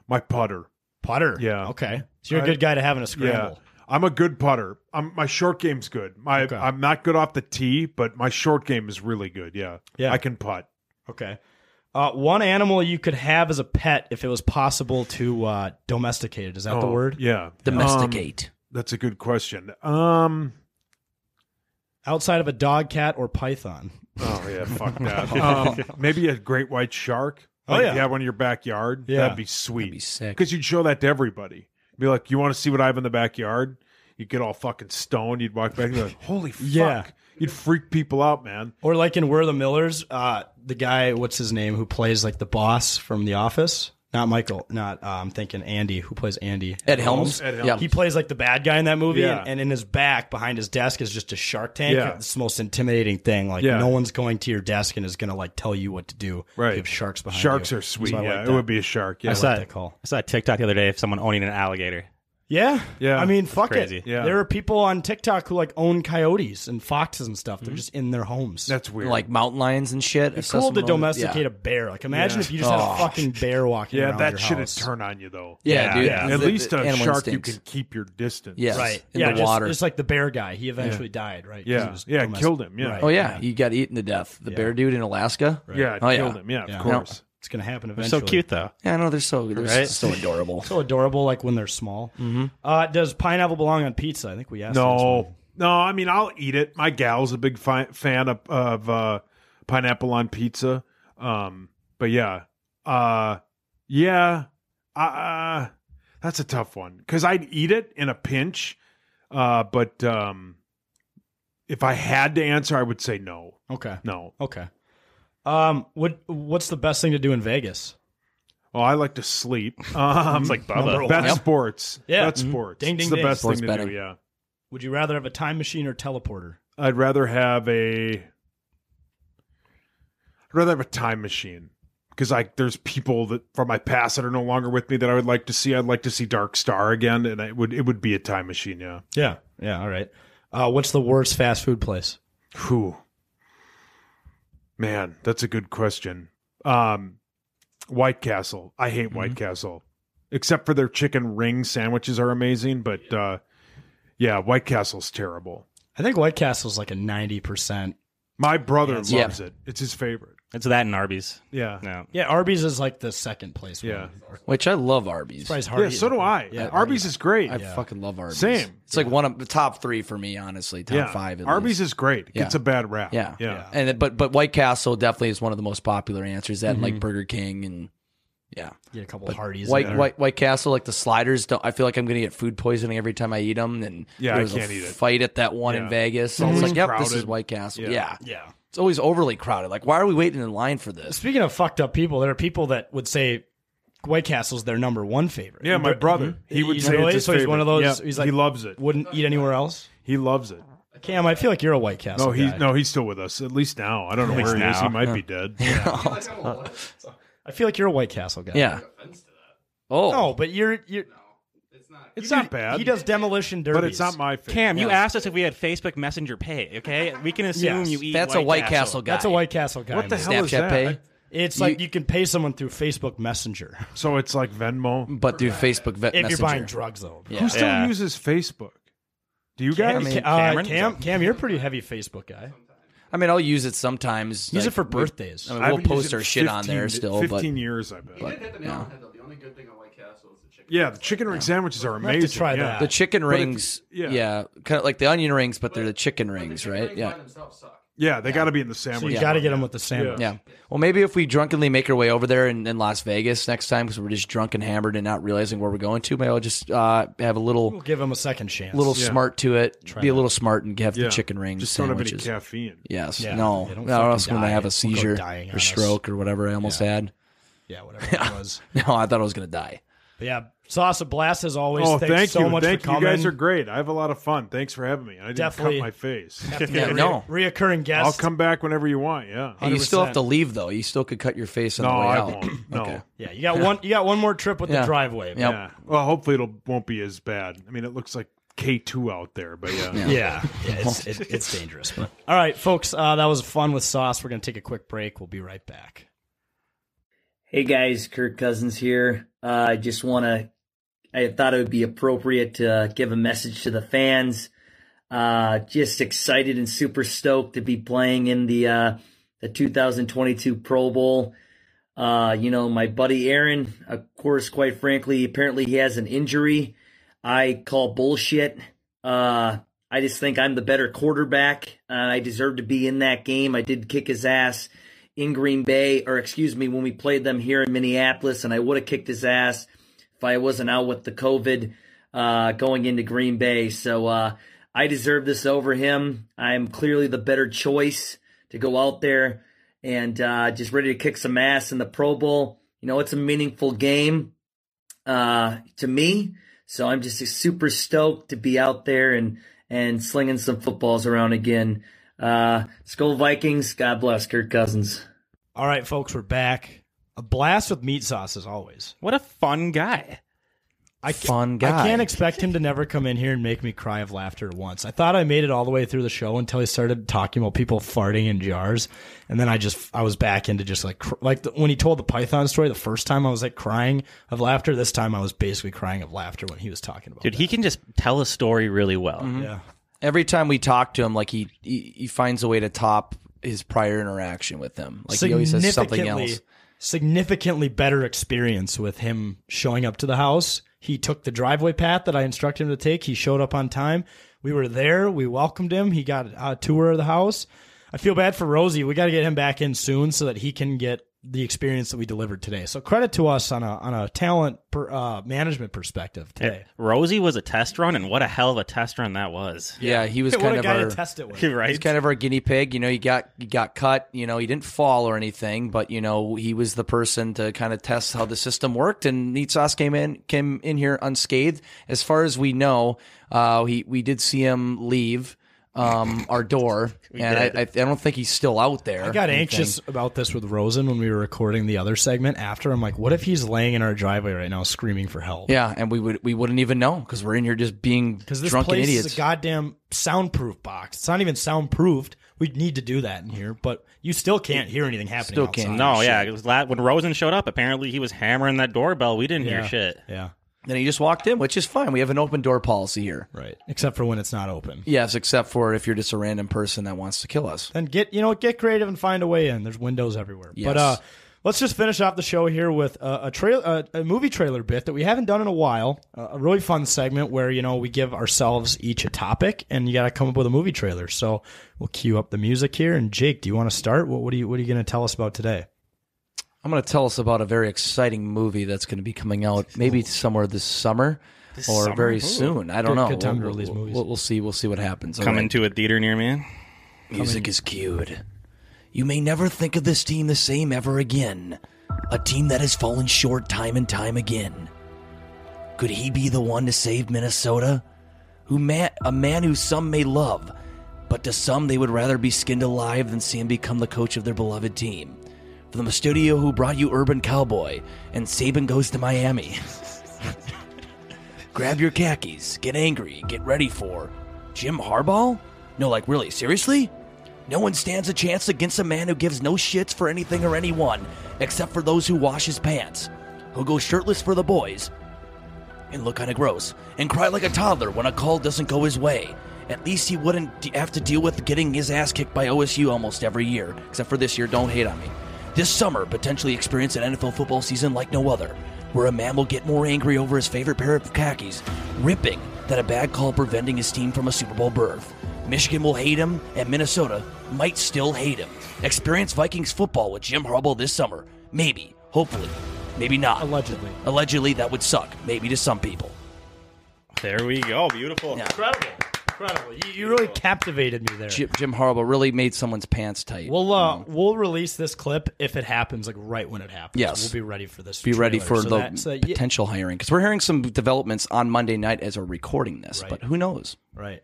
Speaker 10: My putter.
Speaker 6: Putter.
Speaker 10: Yeah.
Speaker 6: Okay. So you're a good guy to have in a scramble.
Speaker 10: I'm a good putter. I'm, my short game's good. My I'm not good off the tee, but my short game is really good. Yeah,
Speaker 6: Yeah.
Speaker 10: I can putt.
Speaker 6: Okay. Uh, one animal you could have as a pet if it was possible to uh, domesticate it. Is that the
Speaker 10: Oh,
Speaker 6: word?
Speaker 10: yeah. Domesticate. That's a good question. Um,
Speaker 6: Outside of a dog, cat, or python.
Speaker 10: Oh yeah, fuck that. um, maybe a great white shark.
Speaker 6: Oh,
Speaker 10: Like,
Speaker 6: yeah.
Speaker 10: if you have one in your backyard.
Speaker 6: Yeah.
Speaker 10: that'd be sweet. That'd be sick. Because you'd show that to everybody. Be like, you want to see what I have in the backyard? You'd get all fucking stoned. You'd walk back and be like, holy fuck.
Speaker 6: Yeah.
Speaker 10: You'd freak people out, man.
Speaker 6: Or like in We're the Millers, uh, the guy, what's his name, who plays like the boss from The Office? Not Michael. Not uh, I'm thinking Andy, who plays Andy.
Speaker 14: Ed Helms? Ed Helms. Yeah.
Speaker 6: He plays like the bad guy in that movie,
Speaker 14: Yeah.
Speaker 6: and, and in his back behind his desk is just a Shark Tank.
Speaker 14: Yeah.
Speaker 6: It's the most intimidating thing. Like
Speaker 10: Yeah.
Speaker 6: no one's going to your desk and is going to like tell you what to do. You have sharks behind.
Speaker 10: Sharks
Speaker 6: you.
Speaker 10: are sweet.
Speaker 6: So I
Speaker 10: yeah,
Speaker 6: like
Speaker 10: it
Speaker 6: that.
Speaker 10: would be a shark. Yeah,
Speaker 6: I like that call.
Speaker 13: I saw a TikTok the other day of someone owning an alligator.
Speaker 6: Yeah.
Speaker 10: Yeah.
Speaker 6: I mean, fuck
Speaker 13: crazy.
Speaker 6: it.
Speaker 13: Yeah.
Speaker 6: There are people on TikTok who like own coyotes and foxes and stuff. They're
Speaker 10: Mm-hmm.
Speaker 6: just in their homes.
Speaker 10: That's weird.
Speaker 14: Like mountain lions and shit.
Speaker 6: It's cool to domesticate a bear. Like, imagine
Speaker 14: Yeah.
Speaker 6: if you just had
Speaker 14: Oh.
Speaker 6: a fucking bear walking
Speaker 10: Yeah,
Speaker 6: around
Speaker 10: that
Speaker 6: your
Speaker 10: shit would
Speaker 6: house.
Speaker 10: turn on you, though.
Speaker 14: Yeah, dude.
Speaker 10: At
Speaker 14: The-
Speaker 10: least
Speaker 14: the
Speaker 10: a
Speaker 14: animal
Speaker 10: shark, you
Speaker 14: instincts.
Speaker 10: can keep your distance.
Speaker 14: Yes.
Speaker 6: Right.
Speaker 14: In
Speaker 6: yeah,
Speaker 14: the
Speaker 6: just,
Speaker 14: water.
Speaker 6: just like the bear guy. He eventually died, right? 'Cause he
Speaker 10: Yeah.
Speaker 6: was
Speaker 10: Yeah, it
Speaker 6: domestic-
Speaker 10: killed him, yeah.
Speaker 6: Right.
Speaker 14: Oh yeah, he got eaten to death. The bear dude in Alaska.
Speaker 10: Right. Yeah, it
Speaker 14: oh,
Speaker 10: killed him. Yeah, of course.
Speaker 6: It's going to happen
Speaker 14: They're
Speaker 6: eventually.
Speaker 14: so cute,
Speaker 13: though.
Speaker 14: Yeah, I know they're so they're
Speaker 6: Right?
Speaker 14: so adorable.
Speaker 6: So adorable, like when they're small. Mm-hmm. Uh, does pineapple belong on pizza? I think we asked. you this one.
Speaker 10: No, no. I mean, I'll eat it. My gal's a big fi- fan of, of uh, pineapple on pizza. Um, but yeah, uh, yeah. Uh, that's a tough one because I'd eat it in a pinch. Uh, but um, if I had to answer, I would say no.
Speaker 6: Okay.
Speaker 10: No.
Speaker 6: Okay. Um, what What's the best thing to do in Vegas?
Speaker 10: Well, I like to sleep. Um,
Speaker 6: It's like Bubba. Number one.
Speaker 10: Bet
Speaker 6: Yep.
Speaker 10: sports.
Speaker 6: Yeah.
Speaker 10: Bet
Speaker 6: Mhm.
Speaker 10: sports.
Speaker 6: Ding, ding,
Speaker 10: it's the
Speaker 6: ding.
Speaker 10: best
Speaker 6: Sports
Speaker 10: thing to
Speaker 6: betting.
Speaker 10: do. Yeah.
Speaker 6: Would you rather have a time machine or teleporter?
Speaker 10: I'd rather have a I'd rather have a time machine because like there's people that from my past that are no longer with me that I would like to see. I'd like to see Dark Star again, and it would it would be a time machine. Yeah.
Speaker 6: Yeah. Yeah. All right. Uh, what's the worst fast food place?
Speaker 10: Whew. Man, that's a good question. Um, White Castle. I hate White Castle, except for their chicken ring sandwiches are amazing. But uh, yeah, White Castle's terrible.
Speaker 6: I think White Castle's like a ninety percent.
Speaker 10: My brother
Speaker 6: Yeah, it's-
Speaker 10: loves
Speaker 6: yeah.
Speaker 10: it. It's his favorite.
Speaker 13: It's that and Arby's.
Speaker 10: Yeah.
Speaker 13: No.
Speaker 6: Yeah, Arby's is like the second place. Yeah,
Speaker 14: Which I love Arby's.
Speaker 6: Surprised Hardee's-
Speaker 10: Yeah, so do I.
Speaker 6: Yeah,
Speaker 10: Arby's is great.
Speaker 14: I fucking love Arby's.
Speaker 10: Same.
Speaker 14: It's like one of the top three for me, honestly. Top
Speaker 10: Yeah.
Speaker 14: five. At
Speaker 10: Arby's
Speaker 14: least.
Speaker 10: is great. It
Speaker 14: Yeah.
Speaker 10: gets a bad rap.
Speaker 14: Yeah.
Speaker 10: Yeah.
Speaker 14: And it- but but White Castle definitely is one of the most popular answers. That and,
Speaker 10: Mm-hmm.
Speaker 14: like
Speaker 6: Mhm.
Speaker 14: Burger King and yeah.
Speaker 6: Get a couple
Speaker 14: But
Speaker 6: Hardee's. in
Speaker 14: White
Speaker 6: there.
Speaker 14: White White Castle like the sliders don't. I feel like I'm gonna get food poisoning every time I eat them. And
Speaker 10: Yeah,
Speaker 14: there
Speaker 10: I
Speaker 14: was
Speaker 10: can't
Speaker 14: a
Speaker 10: eat it.
Speaker 14: Fight at that one
Speaker 10: Yeah.
Speaker 14: in Vegas.
Speaker 10: Mhm.
Speaker 14: I was
Speaker 10: Always
Speaker 14: like, yep, this is
Speaker 10: crowded.
Speaker 14: White Castle.
Speaker 10: Yeah.
Speaker 14: Yeah.
Speaker 6: Yeah.
Speaker 14: It's always overly crowded. Like, why are we waiting in line for this?
Speaker 6: Speaking of fucked up people, there are people that would say White Castle's their number one favorite.
Speaker 10: Yeah, my
Speaker 6: But-
Speaker 10: brother. He would
Speaker 6: You
Speaker 10: say
Speaker 6: really?
Speaker 10: it's his
Speaker 6: so. Hmm? He's one of
Speaker 10: favorite.
Speaker 6: those.
Speaker 10: Yeah,
Speaker 6: He's like
Speaker 10: he loves it.
Speaker 6: Wouldn't eat anywhere else.
Speaker 10: He loves it.
Speaker 6: Cam, I feel like you're a White Castle.
Speaker 10: No, he's
Speaker 6: guy.
Speaker 10: no, he's still with us. At least now. I don't know
Speaker 6: At
Speaker 10: where
Speaker 6: least
Speaker 10: he is. He
Speaker 6: now.
Speaker 10: might be
Speaker 6: Yeah.
Speaker 10: dead.
Speaker 6: I feel like you're a White Castle guy.
Speaker 10: Yeah.
Speaker 14: Oh
Speaker 6: No, but you're you're.
Speaker 10: It's
Speaker 6: you
Speaker 10: not
Speaker 6: do-
Speaker 10: bad.
Speaker 6: He does demolition derbies.
Speaker 13: Cam, you asked us if we had Facebook Messenger pay. Okay, we can assume
Speaker 6: Yes.
Speaker 13: you eat.
Speaker 6: That's a White Castle guy. That's a White Castle guy, What the man. hell is that?
Speaker 13: Pay.
Speaker 6: It's like you can pay someone through Facebook Messenger.
Speaker 10: So it's like Venmo,
Speaker 14: but through Facebook Ve-
Speaker 6: If you're
Speaker 14: Messenger.
Speaker 6: buying drugs, though.
Speaker 10: Who still uses Facebook? Do you guys?
Speaker 6: Cam, uh, Cam, Cam, you're a pretty heavy Facebook guy.
Speaker 14: I mean, I'll use it sometimes.
Speaker 6: Use it for
Speaker 14: we-
Speaker 6: birthdays.
Speaker 14: I mean,
Speaker 10: I've
Speaker 14: we'll
Speaker 10: been
Speaker 14: post
Speaker 10: using
Speaker 14: our
Speaker 10: it
Speaker 14: shit on there
Speaker 10: 15
Speaker 14: still.
Speaker 10: Fifteen
Speaker 14: but,
Speaker 10: years, I bet.
Speaker 14: but, yeah.
Speaker 10: Yeah, the chicken ring sandwiches are amazing. yeah.
Speaker 14: The chicken
Speaker 10: But it-
Speaker 14: rings,
Speaker 10: yeah.
Speaker 14: yeah. kind of like the onion rings, but they're the chicken rings, right? Yeah,
Speaker 10: Yeah, they got to be in the sandwich.
Speaker 6: you got to get them with the sandwich.
Speaker 14: yeah. Well, maybe if we drunkenly make our way over there in, in Las Vegas next time, because we're just drunk and hammered and not realizing where we're going to, maybe I'll just uh, have a little,
Speaker 6: We'll give them a second chance.
Speaker 14: little smart to it,
Speaker 6: Try
Speaker 14: be a
Speaker 6: that.
Speaker 14: little smart and have
Speaker 10: Yeah.
Speaker 14: the chicken rings
Speaker 10: Just don't have any
Speaker 14: sandwiches.
Speaker 10: caffeine.
Speaker 14: Yes,
Speaker 6: Yeah.
Speaker 14: no,
Speaker 6: Yeah, don't
Speaker 14: no, or else
Speaker 6: fucking
Speaker 14: I'm gonna
Speaker 6: die.
Speaker 14: have a
Speaker 6: Don't go
Speaker 14: seizure
Speaker 6: dying on
Speaker 14: or
Speaker 6: us.
Speaker 14: stroke or whatever I almost had.
Speaker 6: Yeah, whatever it was.
Speaker 14: No, I thought I was gonna die.
Speaker 6: But yeah, Sauce a Blast as always.
Speaker 10: oh,
Speaker 6: thanks
Speaker 10: thank
Speaker 6: so
Speaker 10: you.
Speaker 6: much
Speaker 10: thank
Speaker 6: for coming.
Speaker 10: you guys are great. I have a lot of fun. Thanks for having me. I didn't
Speaker 6: Definitely.
Speaker 10: cut my face.
Speaker 6: Have to be a re- reoccurring guest.
Speaker 10: I'll come back whenever you want. Yeah.
Speaker 14: Hey, you still have to leave though. You still could cut your face on
Speaker 10: No,
Speaker 14: the way
Speaker 10: I
Speaker 14: out.
Speaker 10: won't. No.
Speaker 14: Okay.
Speaker 6: Yeah, you got one. You got one more trip with the
Speaker 14: Yeah.
Speaker 6: driveway.
Speaker 14: Yep.
Speaker 10: Yeah. Well, hopefully it won't be as bad. I mean, it looks like K2 out there, but yeah.
Speaker 6: Yeah, yeah, it's, it, it's dangerous. But all right, folks, uh, that was fun with Sauce. We're gonna take a quick break. We'll be right back.
Speaker 13: Hey guys, Kirk Cousins here. Uh, I just want to, I thought it would be appropriate to uh, give a message to the fans. Uh, just excited and super stoked to be playing in the, uh, the 2022 Pro Bowl. Uh, you know, my buddy Aaron, of course, quite frankly, apparently he has an injury. I call bullshit. Uh, I just think I'm the better quarterback. Uh, I deserve to be in that game. I did kick his ass in Green Bay, or excuse me, when we played them here in Minneapolis, and I would have kicked his ass if I wasn't out with the COVID uh, going into Green Bay. So uh, I deserve this over him. I'm clearly the better choice to go out there and uh, just ready to kick some ass in the Pro Bowl. You know, it's a meaningful game uh, to me. So I'm just super stoked to be out there and and slinging some footballs around again. Uh, Skull Vikings. God bless Kirk Cousins.
Speaker 6: All right, folks, we're back. A blast with meat sauce as always.
Speaker 17: What a fun guy.
Speaker 6: I
Speaker 14: Fun guy.
Speaker 6: I can't expect him to never come in here and make me cry of laughter once. I thought I made it all the way through the show until he started talking about people farting in jars, and then I just I was back into just like cr- like the, when he told the python story the first time I was like crying of laughter. This time I was basically crying of laughter when he was talking about.
Speaker 17: Dude, he can just tell a story really well.
Speaker 6: Yeah.
Speaker 14: Every time we talk to him, like he, he he finds a way to top his prior interaction with them. Like he always says something
Speaker 6: Significantly-
Speaker 14: else.
Speaker 6: Significantly better experience with him showing up to the house. He took the driveway path that I instructed him to take. He showed up on time. We were there. We welcomed him. He got a tour of the house. I feel bad for Rosie. We got to get him back in soon so that he can get the experience that we delivered today. So credit to us on a on a talent per, uh, management perspective today.
Speaker 17: Yeah. Rosie was a test run, and what a hell of a test run that was.
Speaker 14: Yeah, he was
Speaker 6: What
Speaker 14: kind
Speaker 6: a
Speaker 14: of
Speaker 6: guy to
Speaker 14: our
Speaker 6: test it with.
Speaker 17: Right.
Speaker 14: He's kind of our guinea pig. You know, he got he got cut. You know, he didn't fall or anything, but you know, he was the person to kind of test how the system worked. And Neat Sauce came in came in here unscathed, as far as we know. Uh, he we did see him leave um, our door, and I,
Speaker 6: did.
Speaker 14: I I don't think he's still out there.
Speaker 6: I got
Speaker 14: or anything.
Speaker 6: anxious about this with Rosen when we were recording the other segment after. I'm like, what if he's laying in our driveway right now screaming for help?
Speaker 14: Yeah, and we would we wouldn't even know because we're in here just being
Speaker 6: Because this
Speaker 14: drunken
Speaker 6: place
Speaker 14: idiots.
Speaker 6: is a goddamn soundproof box. It's not even soundproofed. We need to do that in here, but you still can't hear anything happening. outside.
Speaker 17: No, yeah. It was la- when Rosen showed up, apparently he was hammering that doorbell. We didn't
Speaker 6: Yeah.
Speaker 17: hear shit.
Speaker 6: Yeah.
Speaker 14: then he just walked in, which is fine. We have an open door policy here.
Speaker 6: Right. Except for when it's not open.
Speaker 14: Yes, except for if you're just a random person that wants to kill us.
Speaker 6: Then get you know get creative and find a way in. There's windows everywhere.
Speaker 14: Yes.
Speaker 6: But uh, let's just finish off the show here with a, a trail a, a movie trailer bit that we haven't done in a while. Uh, a really fun segment where you know we give ourselves each a topic and you got to come up with a movie trailer. So we'll cue up the music here. And Jake, do you want to start? What, what are you what are you going to tell us about today?
Speaker 14: I'm going to tell us about a very exciting movie that's going to be coming out maybe somewhere this summer
Speaker 17: This
Speaker 14: or
Speaker 17: summer?
Speaker 14: very
Speaker 17: Ooh.
Speaker 14: soon. I don't
Speaker 17: Good-
Speaker 14: know.
Speaker 17: good time to
Speaker 14: We'll-
Speaker 17: release
Speaker 14: we'll-
Speaker 17: movies.
Speaker 14: We'll, we'll see. We'll see what happens. All
Speaker 17: Coming
Speaker 14: right.
Speaker 17: to a theater near me.
Speaker 14: Music is cued. You may never think of this team the same ever again. A team that has fallen short time and time again. Could he be the one to save Minnesota? Who man, a man who some may love, but to some they would rather be skinned alive than see him become the coach of their beloved team. From the studio who brought you Urban Cowboy and Saban Goes to Miami. Grab your khakis, get angry, get ready for Jim Harbaugh? No, like really, seriously? No one stands a chance against a man who gives no shits for anything or anyone, except for those who wash his pants, who go shirtless for the boys, and look kind of gross, and cry like a toddler when a call doesn't go his way. At least he wouldn't d- have to deal with getting his ass kicked by OSU almost every year, except for this year, don't hate on me. This summer, potentially experience an NFL football season like no other, where a man will get more angry over his favorite pair of khakis, ripping than a bad call preventing his team from a Super Bowl berth. Michigan will hate him, and Minnesota might still hate him. Experience Vikings football with Jim Harbaugh this summer. Maybe, hopefully, maybe not.
Speaker 6: Allegedly.
Speaker 14: Allegedly, that would suck. Maybe to some people.
Speaker 15: There we go. Beautiful.
Speaker 6: Incredible. Incredible. You, you really captivated me there.
Speaker 14: Jim, Mm-hmm. Jim Harbaugh really made someone's pants tight.
Speaker 6: We'll uh, we'll release this clip if it happens, like right when it happens.
Speaker 14: Yes.
Speaker 6: we'll be ready for this.
Speaker 14: Be ready
Speaker 6: trailer.
Speaker 14: for
Speaker 6: So
Speaker 14: the
Speaker 6: that- so, yeah,
Speaker 14: potential hiring because we're hearing some developments on Monday night as we're recording this. But who knows?
Speaker 6: Right.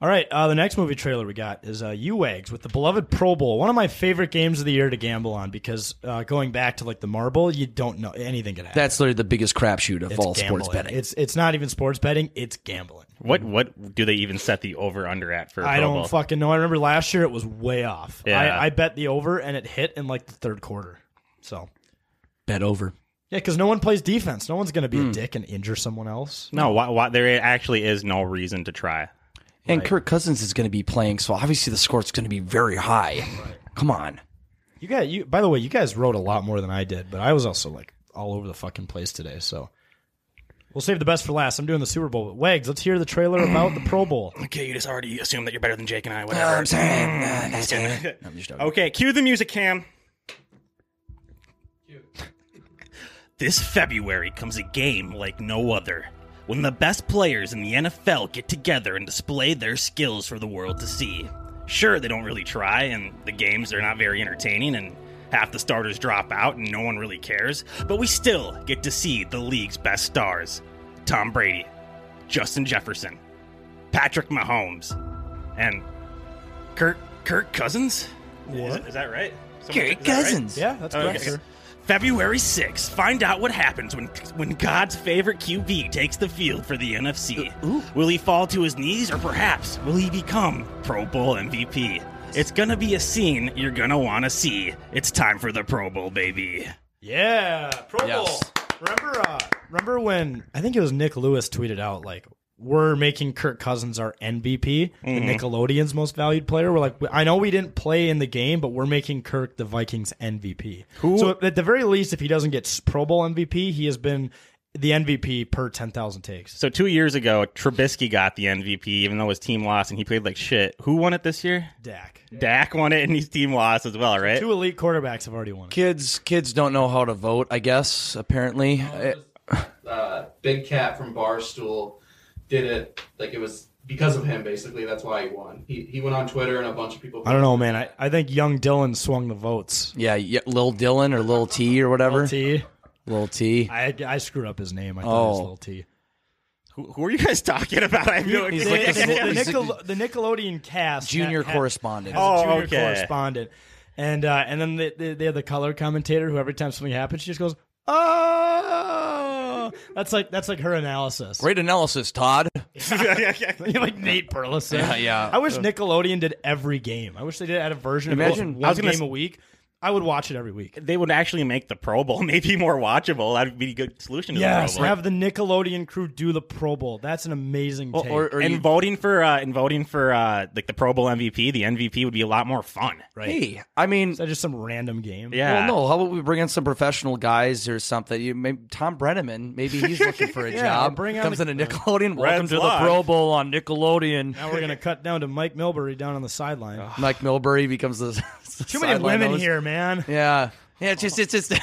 Speaker 6: All right. Uh, the next movie trailer we got is uh, U-Wags with the beloved Pro Bowl, one of my favorite games of the year to gamble on because uh, going back to like the marble, you don't know anything can happen.
Speaker 14: That's literally the biggest crapshoot of
Speaker 6: It's
Speaker 14: all sports
Speaker 6: gambling.
Speaker 14: betting.
Speaker 6: It's it's not even sports betting. It's gambling.
Speaker 15: What what do they even set the over under at for? a
Speaker 6: I
Speaker 15: Pro
Speaker 6: don't
Speaker 15: Bowl?
Speaker 6: fucking know. I remember last year it was way off.
Speaker 15: Yeah.
Speaker 6: I, I bet the over and it hit in like the third quarter. So
Speaker 14: Bet over.
Speaker 6: yeah, because no one plays defense. No one's gonna
Speaker 14: Hmm.
Speaker 6: be a dick and injure someone else.
Speaker 15: No, why, why, there actually is no reason to try.
Speaker 14: And Kirk Cousins is going to be playing, so obviously the score's going to be very high. Come on.
Speaker 6: You got you. By the way, you guys wrote a lot more than I did, but I was also like all over the fucking place today. So we'll save the best for last. I'm doing the Super Bowl. But Wags, let's hear the trailer about the Pro Bowl.
Speaker 15: Okay, you just already assume that you're better than Jake and I. Mm,
Speaker 14: Whatever. I'm saying. uh, that's it.
Speaker 15: okay, cue the music, Cam. This February comes a game like no other. When the best players in the NFL get together and display their skills for the world to see. Sure, they don't really try, and the games are not very entertaining, and half the starters drop out, and no one really cares, but we still get to see the league's best stars Tom Brady, Justin Jefferson, Patrick Mahomes, and Kirk, Kirk Cousins? Is
Speaker 6: What?
Speaker 15: is that right?
Speaker 6: Kirk
Speaker 15: is that right?
Speaker 6: Cousins. Yeah,
Speaker 15: Oh,
Speaker 6: that's correct, sir.
Speaker 15: February 6th, find out what happens when when God's favorite QB takes the field for the NFC. Will he fall to his knees or perhaps will he become Pro Bowl MVP? It's going to be a scene you're going to want to see. It's time for the Pro Bowl, baby.
Speaker 6: Yeah, Pro Bowl. Remember, uh, remember when I think it was Nick Lewis tweeted out like. We're making Kirk Cousins our
Speaker 15: Mhm.
Speaker 6: MVP,
Speaker 14: Mm-hmm.
Speaker 6: the Nickelodeon's most valued player. We're like, I know we didn't play in the game, but we're making Kirk the Vikings MVP. So at the very least, if he doesn't get Pro Bowl MVP, he has been the MVP per ten thousand takes.
Speaker 15: So 2 years ago, Trubisky got the MVP even though his team lost and he played like shit. Who won it this year?
Speaker 6: Dak.
Speaker 15: Dak won it and his team lost as well, right?
Speaker 6: Two elite quarterbacks have already won.
Speaker 14: Kids, kids don't know how to vote. I guess apparently.
Speaker 18: uh, Big Cat from Barstool did it. Like it was because of him, basically. That's why he won. He, he went on Twitter and a bunch of people.
Speaker 6: I don't know, man. I, I think young Dylan swung the votes.
Speaker 14: Yeah, yeah, Lil Dylan or Lil T or whatever. Lil
Speaker 6: T.
Speaker 14: Lil T.
Speaker 6: I, I screwed up his name. I thought it was
Speaker 14: Oh.
Speaker 6: Lil T.
Speaker 15: Who, who are you guys talking about? I have no
Speaker 6: He's
Speaker 15: idea.
Speaker 6: like the, the
Speaker 15: He's
Speaker 6: Nickel- the Nickelodeon cast,
Speaker 14: Junior
Speaker 6: ha- ha-
Speaker 14: correspondent.
Speaker 6: has a
Speaker 15: Oh,
Speaker 6: junior
Speaker 15: okay.
Speaker 6: correspondent, and uh, and then they, they, they have the color commentator who every time something happens, she just goes, "Oh." That's like that's like her analysis.
Speaker 14: Great analysis, Todd.
Speaker 6: like Nate Burleson.
Speaker 14: Yeah, yeah.
Speaker 6: I wish Nickelodeon did every game. I wish they did had a version
Speaker 15: Imagine-
Speaker 6: of
Speaker 15: I
Speaker 6: one
Speaker 15: was gonna
Speaker 6: game
Speaker 15: s-
Speaker 6: a week. I would watch it every week.
Speaker 15: they would actually make the Pro Bowl maybe more watchable. That'd be a good solution to
Speaker 6: Yes,
Speaker 15: the Pro Bowl.
Speaker 6: have the Nickelodeon crew do the Pro Bowl. That's an amazing take.
Speaker 15: and voting for uh, and voting for uh, like the Pro Bowl MVP, the MVP would be a lot more fun.
Speaker 6: Right.
Speaker 14: Hey, I mean, is
Speaker 6: that just some random game?
Speaker 14: Well, no. How about we bring in some professional guys or something? You, maybe, Tom Brenneman, maybe he's looking for a
Speaker 6: Yeah,
Speaker 14: job.
Speaker 6: bring on
Speaker 14: Comes
Speaker 6: the-
Speaker 14: in a Nickelodeon. Welcome
Speaker 6: Reds
Speaker 14: to
Speaker 6: Live.
Speaker 14: the Pro Bowl on Nickelodeon.
Speaker 6: Now we're gonna cut down to Mike Milbury down on the sideline.
Speaker 14: Mike Milbury becomes the
Speaker 6: Too many women here, man.
Speaker 14: Yeah, yeah. It's just, it's just.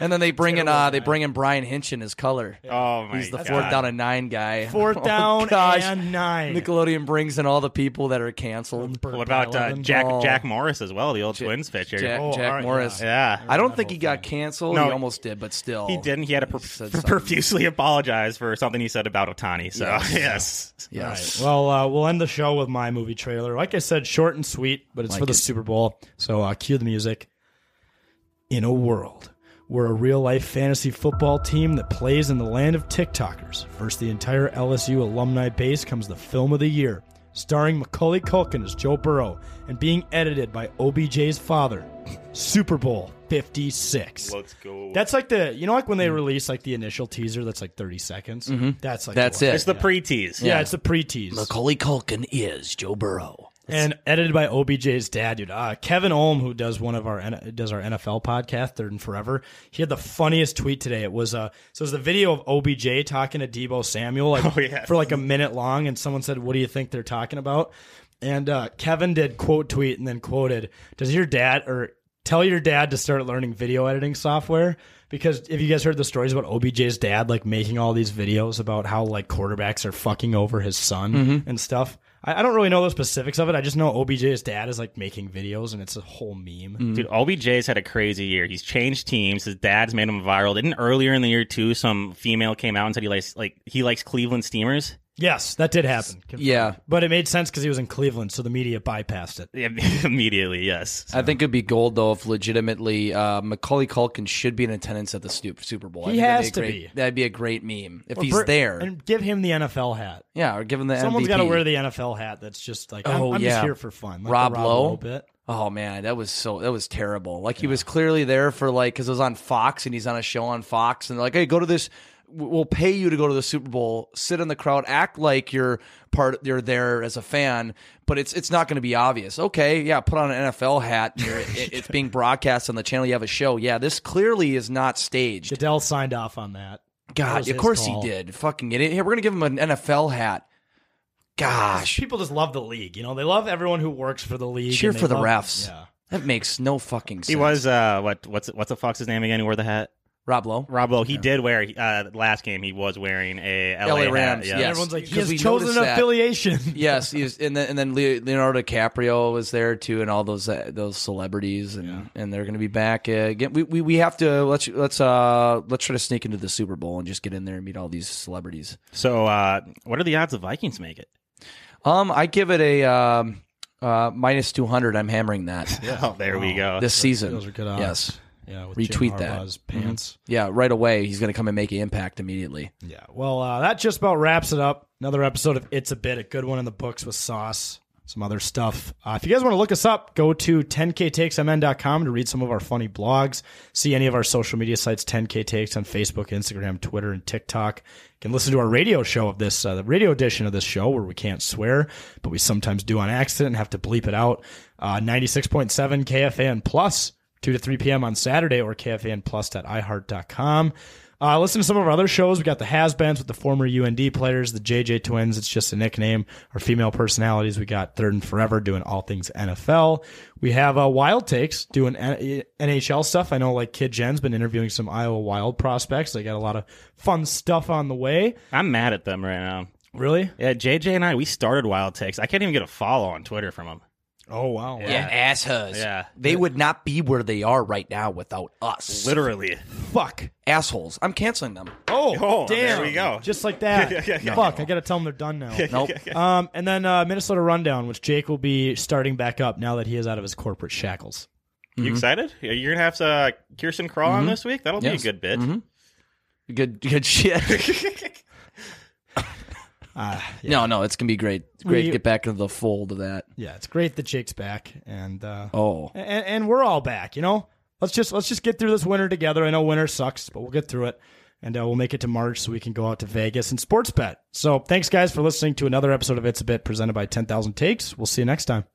Speaker 14: And then they bring in uh, they bring in Brian Hinch in his color.
Speaker 15: Oh
Speaker 14: He's the
Speaker 15: God.
Speaker 14: fourth down and nine guy.
Speaker 6: Fourth
Speaker 14: Oh,
Speaker 6: down
Speaker 14: gosh.
Speaker 6: and nine.
Speaker 14: Nickelodeon brings in all the people that are canceled.
Speaker 15: What about uh, Jack
Speaker 14: Oh.
Speaker 15: Jack Morris as well, the old Twins pitcher?
Speaker 14: Jack,
Speaker 6: Oh,
Speaker 14: Jack Morris.
Speaker 15: Yeah.
Speaker 14: I don't think he got canceled.
Speaker 15: No,
Speaker 14: he almost did, but still,
Speaker 15: He didn't. He had to pro-
Speaker 14: something.
Speaker 15: profusely apologize for something he said about Otani. So yes,
Speaker 14: Yes.
Speaker 6: Yes. Well, uh, we'll end the show with my movie trailer. Like I said, short and sweet, but it's
Speaker 14: Like
Speaker 6: for the
Speaker 14: it.
Speaker 6: Super Bowl. So uh, cue the music. In a world where a real life fantasy football team that plays in the land of TikTokers versus the entire LSU alumni base comes the film of the year starring Macaulay Culkin as Joe Burrow and being edited by OBJ's father, Super Bowl 56.
Speaker 13: Let's go.
Speaker 6: That's like the, you know, like when they release like the initial teaser that's like 30 seconds?
Speaker 14: Mhm.
Speaker 6: That's like
Speaker 14: That's
Speaker 6: the one.
Speaker 14: it. It's the
Speaker 6: Yeah.
Speaker 13: pre-tease.
Speaker 6: Yeah,
Speaker 14: Yeah.
Speaker 6: it's the pre tease.
Speaker 14: Macaulay Culkin is Joe Burrow.
Speaker 6: and edited by OBJ's dad, dude. Uh, Kevin Olm, who does one of our N- does our NFL podcast, Third and Forever. He had the funniest tweet today. It was uh, so it was the video of OBJ talking to Debo Samuel, like
Speaker 13: Oh, yeah.
Speaker 6: for like a minute long, and someone said, "What do you think they're talking about?" And uh, Kevin did quote tweet and then quoted, "Does your dad or tell your dad to start learning video editing software?" Because if you guys heard the stories about OBJ's dad, like making all these videos about how like quarterbacks are fucking over his son
Speaker 14: Mhm.
Speaker 6: and stuff. I, I don't really know the specifics of it. I just know OBJ's dad is like making videos, and it's a whole meme.
Speaker 14: Mm.
Speaker 13: Dude, OBJ's had a crazy year. He's changed teams. His dad's made him viral. Didn't earlier in the year too, some female came out and said he likes like he likes Cleveland Steamers.
Speaker 6: Yes, that did happen. Confirmed.
Speaker 13: Yeah.
Speaker 6: but it made sense because he was in Cleveland, so the media bypassed it.
Speaker 13: Yeah, immediately, yes.
Speaker 14: I think it'd be gold though if legitimately uh, Macaulay Culkin should be in attendance at the Stu- Super Bowl. I
Speaker 6: He
Speaker 14: think that'd
Speaker 6: has
Speaker 14: a
Speaker 6: to
Speaker 14: great-
Speaker 6: be.
Speaker 14: That'd be a great meme if
Speaker 6: Or
Speaker 14: he's
Speaker 6: br-
Speaker 14: there.
Speaker 6: and give him the NFL hat.
Speaker 14: yeah, or give him the
Speaker 6: Someone's
Speaker 14: MVP.
Speaker 6: got to wear the NFL hat. That's just like I'm,
Speaker 14: oh
Speaker 6: I'm
Speaker 14: yeah,
Speaker 6: just here for fun. Like the
Speaker 14: Rob, Lowe.
Speaker 6: bit.
Speaker 14: Oh man, that was so that was terrible. Like he was clearly there for like because it was on Fox and he's on a show on Fox and they're like, hey, go to this. We'll pay you to go to the Super Bowl. Sit in the crowd, act like you're part. You're there as a fan, but it's it's not going to be obvious. Okay, yeah, put on an NFL hat. You're, it, it's being broadcast on the channel. You have a show. Yeah, this clearly is not staged.
Speaker 6: Goodell signed off on that. That
Speaker 14: God,
Speaker 6: was
Speaker 14: of
Speaker 6: his
Speaker 14: course
Speaker 6: call.
Speaker 14: he did. Fucking idiot. Here, we're gonna give him an NFL hat. Gosh,
Speaker 6: people just love the league. You know, they love everyone who works for the league.
Speaker 14: cheer
Speaker 6: and they
Speaker 14: for the
Speaker 6: love-
Speaker 14: refs.
Speaker 6: Yeah.
Speaker 14: That makes no fucking sense.
Speaker 13: He was uh what what's what's the fox's name again? Who wore the hat?
Speaker 14: Rob Lowe.
Speaker 13: Rob Lowe. He did wear uh last game. He was wearing a LA,
Speaker 14: LA
Speaker 13: hat,
Speaker 14: Rams,
Speaker 13: yeah.
Speaker 14: yes.
Speaker 6: Everyone's like, he
Speaker 14: Because
Speaker 6: has
Speaker 14: we
Speaker 6: chosen an
Speaker 14: noticed that.
Speaker 6: affiliation.
Speaker 14: yes, he was, and then and then Leo- Leonardo DiCaprio was there too, and all those uh, those celebrities, and, and they're going to be back uh, again. We, we we have to let's let's uh let's try to sneak into the Super Bowl and just get in there and meet all these celebrities.
Speaker 13: So, uh, what are the odds the Vikings make it?
Speaker 14: Um, I give it a um uh minus two hundred. I'm hammering that.
Speaker 13: Oh, there we go.
Speaker 14: This season,
Speaker 6: Those are good odds.
Speaker 14: Yes,
Speaker 6: Yeah, with Jim
Speaker 14: retweet
Speaker 6: Harbaugh's
Speaker 14: that.
Speaker 6: pants.
Speaker 14: Mhm. Yeah, right away. He's going to come and make an impact immediately.
Speaker 6: Yeah. Well, uh, that just about wraps it up. Another episode of It's a Bit, a good one in the books with sauce, some other stuff. Uh, if you guys want to look us up, go to 10ktakesmn.com to read some of our funny blogs. See any of our social media sites, 10k takes on Facebook, Instagram, Twitter, and TikTok. You can listen to our radio show of this, uh, the radio edition of this show where we can't swear, but we sometimes do on accident and have to bleep it out. Uh, 96.7 KFAN Plus. 2 to 3 p.m. on Saturday or kfanplus.iheart.com. Uh, listen to some of our other shows. We got the Has-Beens with the former UND players, the JJ Twins. It's just a nickname. Our female personalities. We got Third and Forever doing all things NFL. We have uh, Wild Takes doing N- NHL stuff. I know like Kid Jen's been interviewing some Iowa Wild prospects. They got a lot of fun stuff on the way.
Speaker 13: I'm mad at them right now.
Speaker 6: Really?
Speaker 13: Yeah, JJ and I we started Wild Takes. I can't even get a follow on Twitter from him.
Speaker 6: Oh wow!
Speaker 14: Yeah, asshats.
Speaker 13: Yeah.
Speaker 14: they would not be where they are right now without us.
Speaker 13: Literally,
Speaker 6: Fuck
Speaker 14: assholes. I'm canceling them.
Speaker 6: Oh,
Speaker 13: Oh,
Speaker 6: damn!
Speaker 13: there we go.
Speaker 6: Just like that.
Speaker 14: No.
Speaker 6: Fuck! I gotta tell them they're done now.
Speaker 14: Nope.
Speaker 6: um, and then uh, Minnesota rundown, which Jake will be starting back up now that he is out of his corporate shackles.
Speaker 13: You excited? Yeah, You're gonna have uh, Kirsten Crawl on
Speaker 6: Mhm.
Speaker 13: this week. That'll
Speaker 6: Yes.
Speaker 13: be a good
Speaker 14: Mm-hmm.
Speaker 13: bit.
Speaker 14: Good, good shit. Ah,
Speaker 13: Ah,
Speaker 14: No, no, it's gonna be great. It's great
Speaker 6: We-
Speaker 14: to get back into the fold of that.
Speaker 6: Yeah, it's great that Jake's back, and uh,
Speaker 14: Oh.
Speaker 6: and, and we're all back. You know, let's just let's just get through this winter together. I know winter sucks, but we'll get through it, and uh, we'll make it to March so we can go out to Vegas and sports bet. So thanks guys for listening to another episode of It's a Bit presented by Ten Thousand Takes. We'll see you next time.